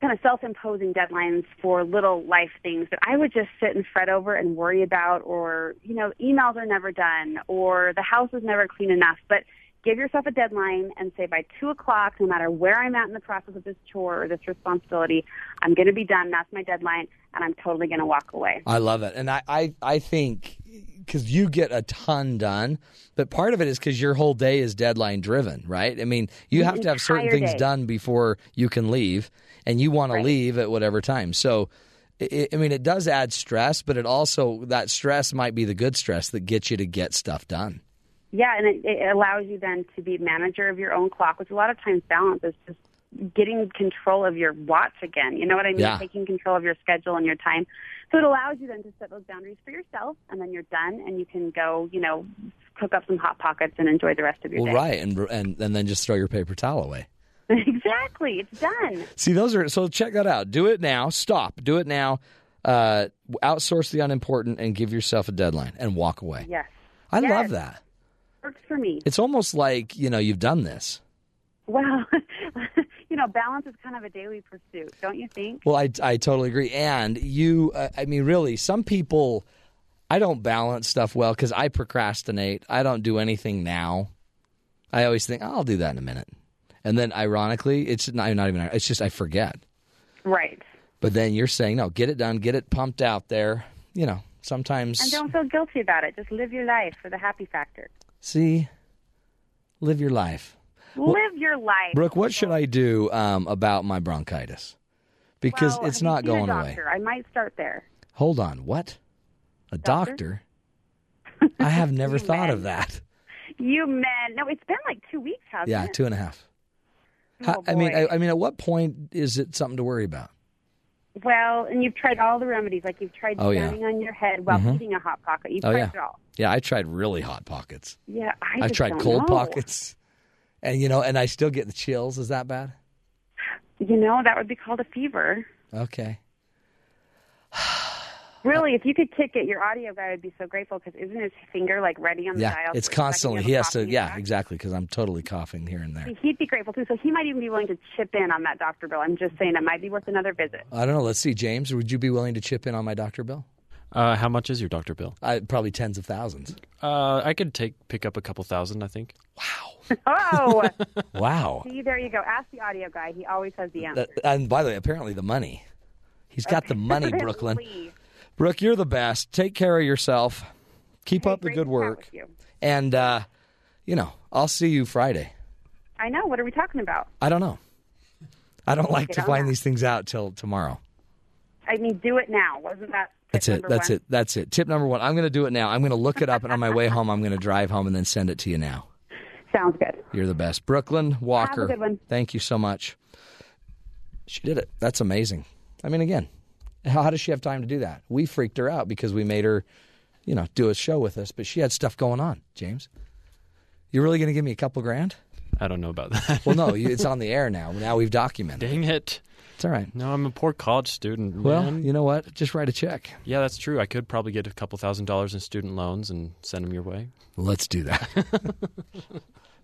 Speaker 6: kind of self-imposing deadlines for little life things that I would just sit and fret over and worry about or, you know, emails are never done or the house is never clean enough. But give yourself a deadline and say by 2 o'clock, no matter where I'm at in the process of this chore or this responsibility, I'm going to be done. That's my deadline and I'm totally going to walk away.
Speaker 1: I love it, and I I, I think because you get a ton done, but part of it is because your whole day is deadline driven, right? I mean, you have to have certain
Speaker 6: entire
Speaker 1: things
Speaker 6: day.
Speaker 1: done before you can leave, and you want to leave at whatever time. So. I I mean, it does add stress, but it also, that stress might be the good stress that gets you to get stuff done.
Speaker 6: Yeah, and it, it allows you then to be manager of your own clock, which a lot of times balance is just getting control of your watch again. You know what I mean?
Speaker 1: Yeah.
Speaker 6: Taking control of your schedule and your time. So it allows you then to set those boundaries for yourself, and then you're done, and you can go, you know, cook up some hot pockets and enjoy the rest of your
Speaker 1: Well,
Speaker 6: day.
Speaker 1: right, and, and and then just throw your paper towel away.
Speaker 6: exactly, it's done.
Speaker 1: See, those are so check that out. Do it now. Stop. Do it now. Uh, outsource the unimportant and give yourself a deadline and walk away.
Speaker 6: Yes,
Speaker 1: I
Speaker 6: Yes.
Speaker 1: love that.
Speaker 6: works for me.
Speaker 1: It's almost like you know you've done this.
Speaker 6: Well, you know, balance is kind of a daily pursuit, don't you think?
Speaker 1: Well, I I totally agree. And you, uh, I mean, really, some people, I don't balance stuff well because I procrastinate. I don't do anything now. I always think I'll do that in a minute, and then ironically, it's not, not even. It's just I forget.
Speaker 6: Right.
Speaker 1: But then you're saying, no, get it done, get it pumped out there. You know, sometimes
Speaker 6: And don't feel guilty about it. Just live your life for the happy factor.
Speaker 1: see, live your life.
Speaker 6: live your life.
Speaker 1: Brooke, what should I do um, about my bronchitis? Because
Speaker 6: Well,
Speaker 1: it's
Speaker 6: have you
Speaker 1: not
Speaker 6: seen a
Speaker 1: going away.
Speaker 6: doctor? I might start there.
Speaker 1: Hold on, what? A doctor?
Speaker 6: Doctor?
Speaker 1: I have never
Speaker 6: You
Speaker 1: thought of
Speaker 6: men.
Speaker 1: that.
Speaker 6: You men, no, it's been like two weeks, hasn't
Speaker 1: Yeah,
Speaker 6: it?
Speaker 1: two and a half.
Speaker 6: Oh,
Speaker 1: How- I mean,
Speaker 6: boy.
Speaker 1: I, I mean, at what point is it something to worry about?
Speaker 6: well, and you've tried all the remedies, like you've tried
Speaker 1: Oh, yeah.
Speaker 6: standing on your head while eating a hot pocket. You've
Speaker 1: Oh
Speaker 6: tried
Speaker 1: yeah,
Speaker 6: it all.
Speaker 1: yeah. I tried really hot pockets.
Speaker 6: Yeah, I
Speaker 1: I
Speaker 6: just
Speaker 1: tried
Speaker 6: don't
Speaker 1: cold
Speaker 6: know.
Speaker 1: pockets, and you know, and I still get the chills. Is that bad?
Speaker 6: You know, that would be called a fever.
Speaker 1: Okay.
Speaker 6: Really, if you could kick it, your audio guy would be so grateful because isn't his finger like ready on the
Speaker 1: Yeah, it's
Speaker 6: dial? for the second
Speaker 1: constantly.
Speaker 6: you
Speaker 1: He
Speaker 6: have
Speaker 1: has to.
Speaker 6: a cough in your
Speaker 1: Yeah,
Speaker 6: mouth?
Speaker 1: exactly. Because I'm totally coughing here and there.
Speaker 6: He'd be grateful too, so he might even be willing to chip in on that doctor bill. I'm just saying it might be worth another visit.
Speaker 1: I don't know. Let's see, James. Would you be willing to chip in on my doctor bill?
Speaker 2: Uh, how much is your doctor bill?
Speaker 1: I, probably tens of thousands.
Speaker 2: Uh, I could take pick up a couple thousand, I think.
Speaker 6: Oh,
Speaker 1: Wow.
Speaker 6: see, there you go. Ask the audio guy. He always has the answer.
Speaker 1: That- and by the way, apparently the money. He's got the money, Brooklyn.
Speaker 6: Lee,
Speaker 1: Brooke, you're the best. Take care of yourself. Keep up the
Speaker 6: great
Speaker 1: good
Speaker 6: to chat
Speaker 1: work.
Speaker 6: with you.
Speaker 1: And, uh, you know, I'll see you Friday.
Speaker 6: I know. What are we talking about?
Speaker 1: I don't know. I don't like to
Speaker 6: on
Speaker 1: find
Speaker 6: that.
Speaker 1: these things out till tomorrow.
Speaker 6: I mean, do it now. Wasn't that? tip
Speaker 1: That's it.
Speaker 6: number
Speaker 1: That's
Speaker 6: one?
Speaker 1: it. That's it. Tip number one. I'm going to do it now. I'm going to look it up, and on my way home, I'm going to drive home and then send it to you now.
Speaker 6: Sounds good.
Speaker 1: You're the best. Brooklyn Walker.
Speaker 6: good one.
Speaker 1: Thank you so much. She did it. That's amazing. I mean, again, how, how does she have time to do that? We freaked her out because we made her, you know, do a show with us, but she had stuff going on, James. You're really going to give me a couple grand?
Speaker 2: I don't know about that.
Speaker 1: Well, no, you, it's on the air now. Now we've documented.
Speaker 2: Dang it.
Speaker 1: It's all right.
Speaker 2: No, I'm a poor college student.
Speaker 1: Well,
Speaker 2: man.
Speaker 1: you know what? Just write a check.
Speaker 2: yeah, that's true. I could probably get a couple thousand dollars in student loans and send them your way.
Speaker 1: Let's do that.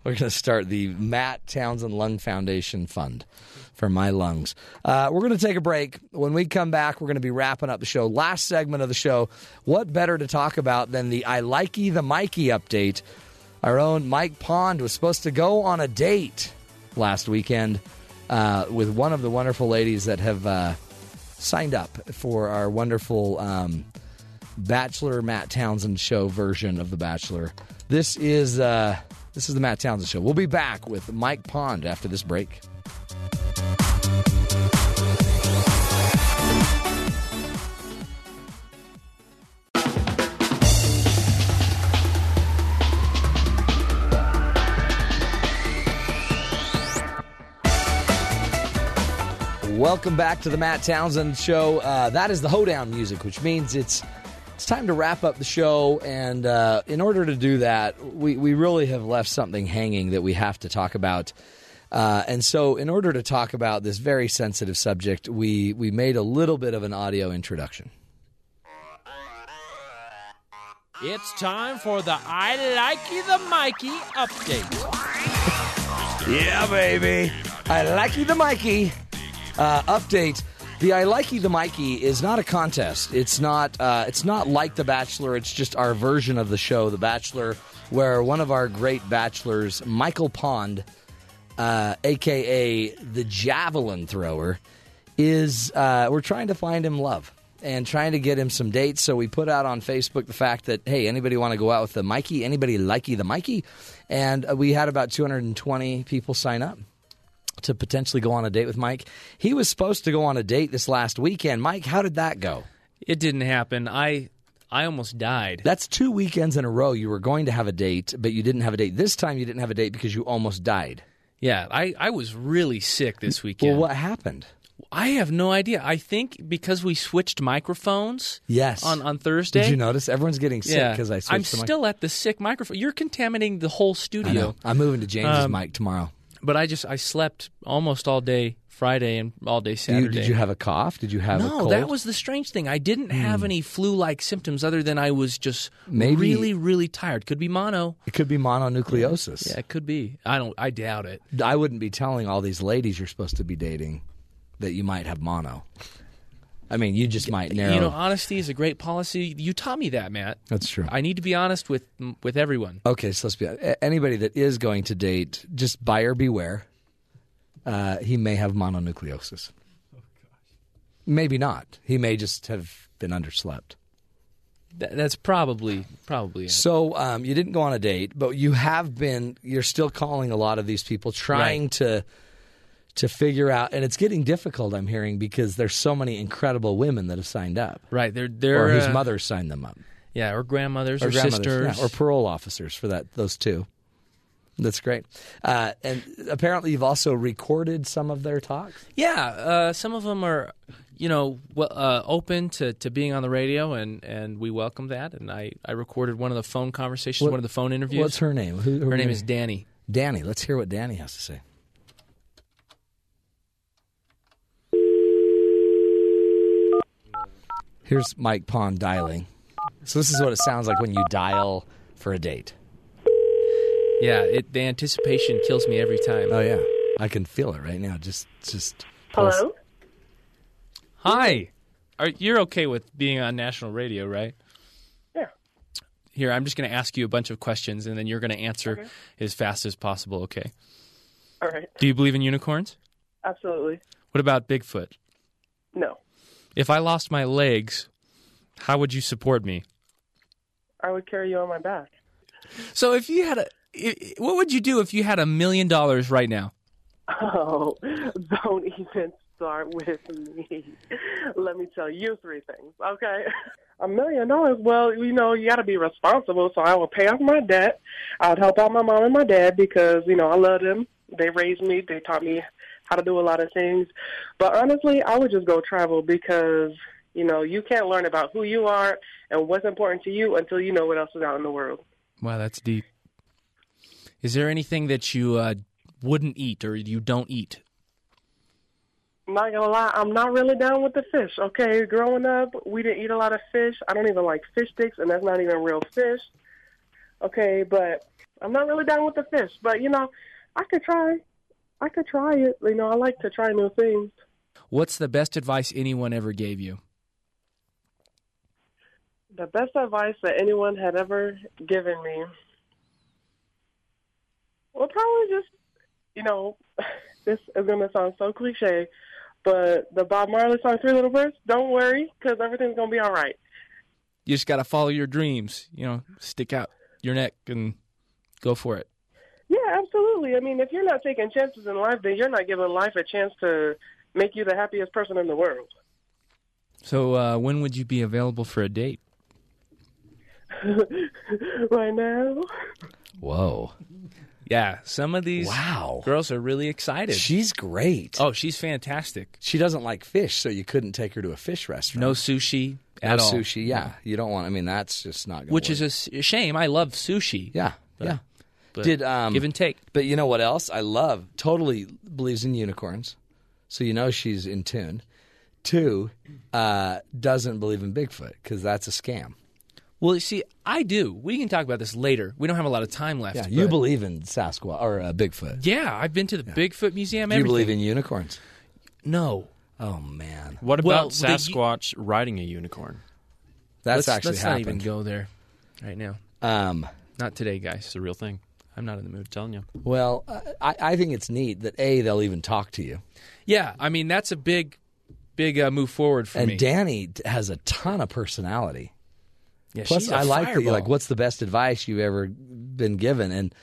Speaker 1: We're going to start the Matt Townsend Lung Foundation Fund for my lungs. Uh, we're going to take a break. When we come back, we're going to be wrapping up the show. Last segment of the show. What better to talk about than the I Likey the Mikey update? Our own Mike Pond was supposed to go on a date last weekend uh, with one of the wonderful ladies that have uh, signed up for our wonderful. Um, Bachelor Matt Townsend show version of The Bachelor. This is uh, this is the Matt Townsend show. We'll be back with Mike Pond after this break. Welcome back to the Matt Townsend Show. Uh, that is the hoedown music, which means it's it's time to wrap up the show. And uh, in order to do that, we we really have left something hanging that we have to talk about. Uh, and so, in order to talk about this very sensitive subject, we we made a little bit of an audio introduction.
Speaker 2: It's time for the I Likey the Mikey update.
Speaker 1: Yeah, baby. I likey the Mikey. Uh, update. The I likey the Mikey is not a contest. It's not. Uh, it's not like The Bachelor. It's just our version of the show, The Bachelor, where one of our great bachelors, Michael Pond, uh, aka the javelin thrower, is uh, we're trying to find him love and trying to get him some dates. So we put out on Facebook the fact that hey, anybody want to go out with the Mikey? Anybody likey the Mikey? And uh, we had about 220 people sign up to potentially go on a date with Mike. He was supposed to go on a date this last weekend. Mike, how did that go?
Speaker 7: It didn't happen. I I almost died.
Speaker 1: That's two weekends in a row you were going to have a date, but you didn't have a date. This time you didn't have a date because you almost died.
Speaker 7: Yeah, I, I was really sick this
Speaker 1: Well,
Speaker 7: weekend.
Speaker 1: what happened?
Speaker 7: I have no idea. I think because we switched microphones.
Speaker 1: Yes.
Speaker 7: On on Thursday.
Speaker 1: Did you notice everyone's getting sick
Speaker 7: Yeah,
Speaker 1: because I switched
Speaker 7: I'm
Speaker 1: the mic?
Speaker 7: still at the sick microphone. You're contaminating the whole
Speaker 1: I know.
Speaker 7: studio. Um,
Speaker 1: I'm moving to James's mic tomorrow.
Speaker 7: But I just I slept almost all day Friday and all day
Speaker 1: Do you-
Speaker 7: Saturday.
Speaker 1: did you have a cough? Did you have a
Speaker 7: no,
Speaker 1: cold? Hmm.
Speaker 7: that was the strange thing. I didn't have any flu-like symptoms other than I was just
Speaker 1: Maybe-
Speaker 7: really, really tired. Could be mono.
Speaker 1: It could be mononucleosis.
Speaker 7: Yeah, it could be. I don't. I doubt it.
Speaker 1: I wouldn't be telling all these ladies you're supposed to be dating that you might have mono. I mean, you just might narrow.
Speaker 7: You know, honesty is a great policy. You taught me that, Matt.
Speaker 1: That's true.
Speaker 7: I need to be honest with with everyone.
Speaker 1: okay, so let's be a- anybody that is going to date, just buyer beware. Uh, he may have mononucleosis. Oh gosh. Maybe not. He may just have been underslept.
Speaker 7: That, that's probably probably it.
Speaker 1: So um, you didn't go on a date, but you have been. You're still calling a lot of these people, trying
Speaker 7: Right.
Speaker 1: to to figure out, and it's getting difficult. I'm hearing because there's so many incredible women that have signed up,
Speaker 7: right. They're they're
Speaker 1: or whose
Speaker 7: uh,
Speaker 1: mother signed them up,
Speaker 7: yeah, or grandmothers, or,
Speaker 1: grandmothers,
Speaker 7: sisters,
Speaker 1: yeah, or parole officers for that. Those two. That's great. Uh, and apparently, you've also recorded some of their talks.
Speaker 7: Yeah, uh, some of them are, you know, well, uh, open to, to being on the radio, and, and we welcome that. And I, I recorded one of the phone conversations,
Speaker 1: What-
Speaker 7: one of the phone interviews.
Speaker 1: What's her name? Who, who
Speaker 7: Her name is Danny.
Speaker 1: Danny. Let's hear what Danny has to say. Here's Mike Pond dialing. So this is what it sounds like when you dial for a date.
Speaker 7: Yeah, it, the anticipation kills me every time.
Speaker 1: Oh yeah, I can feel it right now. Just, just.
Speaker 6: Hello.
Speaker 7: Hi, are you're okay with being on national radio, right?
Speaker 8: Yeah.
Speaker 7: Here, I'm just going to ask you a bunch of questions, and then you're going to answer as fast as possible. Okay.
Speaker 8: All right.
Speaker 7: Do you believe in unicorns?
Speaker 8: Absolutely.
Speaker 7: What about Bigfoot?
Speaker 8: No.
Speaker 7: If I lost my legs, how would you support me?
Speaker 8: I would carry you on my back.
Speaker 7: So, if you had a, i- i- what would you do if you had a million dollars right now?
Speaker 8: Oh, don't even start with me. Let me tell you three things, okay? A million dollars. Well, you know, you got to be responsible. So I would pay off my debt. I would help out my mom and my dad because you know I love them. They raised me. They taught me how to do a lot of things. But honestly, I would just go travel because you know you can't learn about who you are and what's important to you until you know what else is out in the world.
Speaker 7: Wow, that's deep. Is there anything that you uh, wouldn't eat or you don't eat?
Speaker 8: I'm not gonna lie, I'm not really down with the fish. Okay, growing up, we didn't eat a lot of fish. I don't even like fish sticks, and that's not even real fish. Okay, but I'm not really down with the fish. But you know, I could try. I could try it. You know, I like to try new things.
Speaker 7: What's the best advice anyone ever gave you?
Speaker 8: The best advice that anyone had ever given me well, probably just you know, this is gonna sound so cliche, but the Bob Marley song Three Little Birds. Don't worry, because everything's gonna be all right.
Speaker 7: You just got to follow your dreams, you know, stick out your neck and go for it.
Speaker 8: Yeah, absolutely. I mean, if you're not taking chances in life, then you're not giving life a chance to make you the happiest person in the world.
Speaker 7: So, uh, when would you be available for a date?
Speaker 8: right now,
Speaker 1: Whoa.
Speaker 7: Yeah, some of these
Speaker 1: Wow.
Speaker 7: girls are really excited.
Speaker 1: She's great.
Speaker 7: oh, she's fantastic.
Speaker 1: She doesn't like fish, so you couldn't take her to a fish restaurant.
Speaker 7: No sushi
Speaker 1: No
Speaker 7: at all.
Speaker 1: sushi. Yeah, you don't want. I mean, that's just not. Gonna
Speaker 7: Which is
Speaker 1: work.
Speaker 7: a s- a shame. I love sushi.
Speaker 1: yeah,
Speaker 7: But-
Speaker 1: yeah.
Speaker 7: but
Speaker 1: Did, um,
Speaker 7: give and take.
Speaker 1: But you know what else? I love. Totally believes in unicorns, so you know she's in tune. Two, uh, doesn't believe in Bigfoot because that's a scam.
Speaker 7: Well, you see, I do. We can talk about this later. We don't have a lot of time left.
Speaker 1: Yeah, you
Speaker 7: but-
Speaker 1: believe in Sasquatch or uh, Bigfoot.
Speaker 7: Yeah, I've been to the Bigfoot Museum.
Speaker 1: Do you
Speaker 7: everything.
Speaker 1: believe in unicorns?
Speaker 7: No.
Speaker 1: Oh man,
Speaker 2: What about
Speaker 7: Well, the-
Speaker 2: Sasquatch riding a unicorn?
Speaker 1: that's
Speaker 7: let's,
Speaker 1: actually
Speaker 7: let's
Speaker 1: happened.
Speaker 7: not even go there right now.
Speaker 1: Um,
Speaker 7: Not today, guys.
Speaker 2: It's a real thing.
Speaker 7: I'm not in the mood.
Speaker 2: I'm telling you.
Speaker 1: well, I, I think it's neat that a they'll even talk to you,
Speaker 7: Yeah, I mean that's a big, big uh, move forward for
Speaker 1: and
Speaker 7: me.
Speaker 1: Danny has a ton of personality.
Speaker 7: yeah,
Speaker 1: Plus,
Speaker 7: she's a
Speaker 1: I like that you're
Speaker 7: fireball.
Speaker 1: like, what's the best advice you've ever been given? And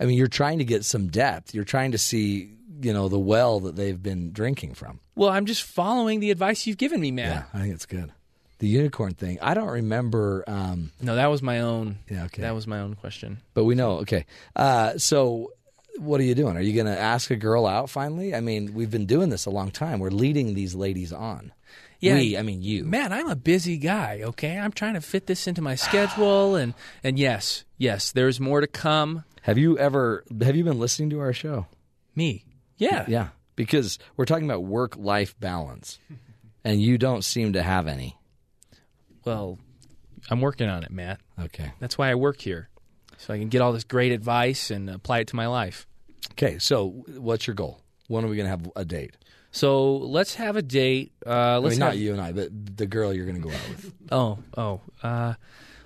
Speaker 1: I mean, you're trying to get some depth. You're trying to see, you know, the well that they've been drinking from.
Speaker 7: Well, I'm just following the advice you've given me, man.
Speaker 1: I think it's good. The unicorn thing, I don't remember, um,
Speaker 7: No, that was my own.
Speaker 1: Yeah, okay.
Speaker 7: That was my own question.
Speaker 1: but we know. Okay. Uh, so, what are you doing? Are you going to ask a girl out finally? I mean, we've been doing this a long time. We're leading these ladies on.
Speaker 7: Yeah.
Speaker 1: We, I mean, you.
Speaker 7: Man, I'm a busy guy. Okay, I'm trying to fit this into my schedule, and and yes, yes, there's more to come.
Speaker 1: Have you ever, have you been listening to our show?
Speaker 7: Me, yeah,
Speaker 1: Yeah. Because we're talking about work life balance, and you don't seem to have any.
Speaker 7: Well, I'm working on it, Matt.
Speaker 1: Okay.
Speaker 7: That's why I work here, so I can get all this great advice and apply it to my life.
Speaker 1: Okay. So, what's your goal? When are we going to have a date?
Speaker 7: So let's have a date. Uh,
Speaker 1: I
Speaker 7: let's
Speaker 1: mean,
Speaker 7: have,
Speaker 1: not you and I, but the girl you're going to go out with.
Speaker 7: Oh, oh. Uh,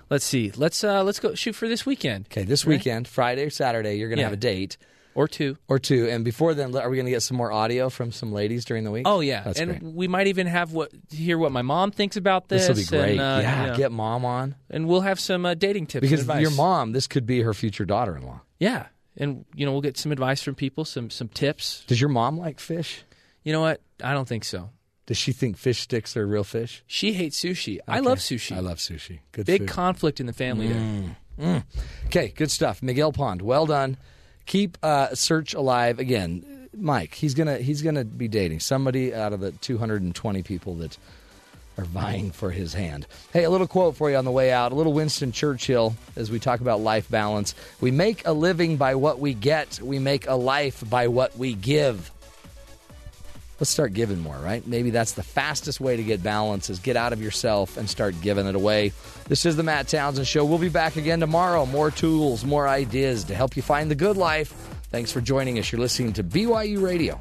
Speaker 7: let's see. Let's uh, let's go shoot for this weekend
Speaker 1: Okay. This weekend, Friday or Saturday, you're going to
Speaker 7: Yeah.
Speaker 1: have a date
Speaker 7: or two.
Speaker 1: or two. And before then, are we going to get some more audio from some ladies during the week?
Speaker 7: Oh yeah,
Speaker 1: That's
Speaker 7: and
Speaker 1: great.
Speaker 7: we might even have what hear what my mom thinks about this.
Speaker 1: This will be great.
Speaker 7: And, uh,
Speaker 1: yeah,
Speaker 7: you know,
Speaker 1: get mom on
Speaker 7: and we'll have some uh, dating tips
Speaker 1: because
Speaker 7: and advice.
Speaker 1: your mom. This could be her future daughter-in-law.
Speaker 7: Yeah, and you know we'll get some advice from people, some some tips.
Speaker 1: Does your mom like fish?
Speaker 7: You know what? I don't think so.
Speaker 1: Does she think fish sticks are real fish?
Speaker 7: She hates sushi. I love
Speaker 1: Okay.
Speaker 7: sushi.
Speaker 1: I love sushi. Good
Speaker 7: Big
Speaker 1: food.
Speaker 7: conflict in the family there.
Speaker 1: Okay, good stuff. Miguel Pond, well done. Keep uh, search alive again, Mike. He's gonna he's gonna be dating somebody out of the 220 people that are vying for his hand. Hey, a little quote for you on the way out. A little Winston Churchill as we talk about life balance. We make a living by what we get. We make a life by what we give. Let's start giving more, right? Maybe that's the fastest way to get balance is get out of yourself and start giving it away. This is the Matt Townsend Show. We'll be back again tomorrow. More tools, more ideas to help you find the good life. Thanks for joining us. You're listening to BYU Radio.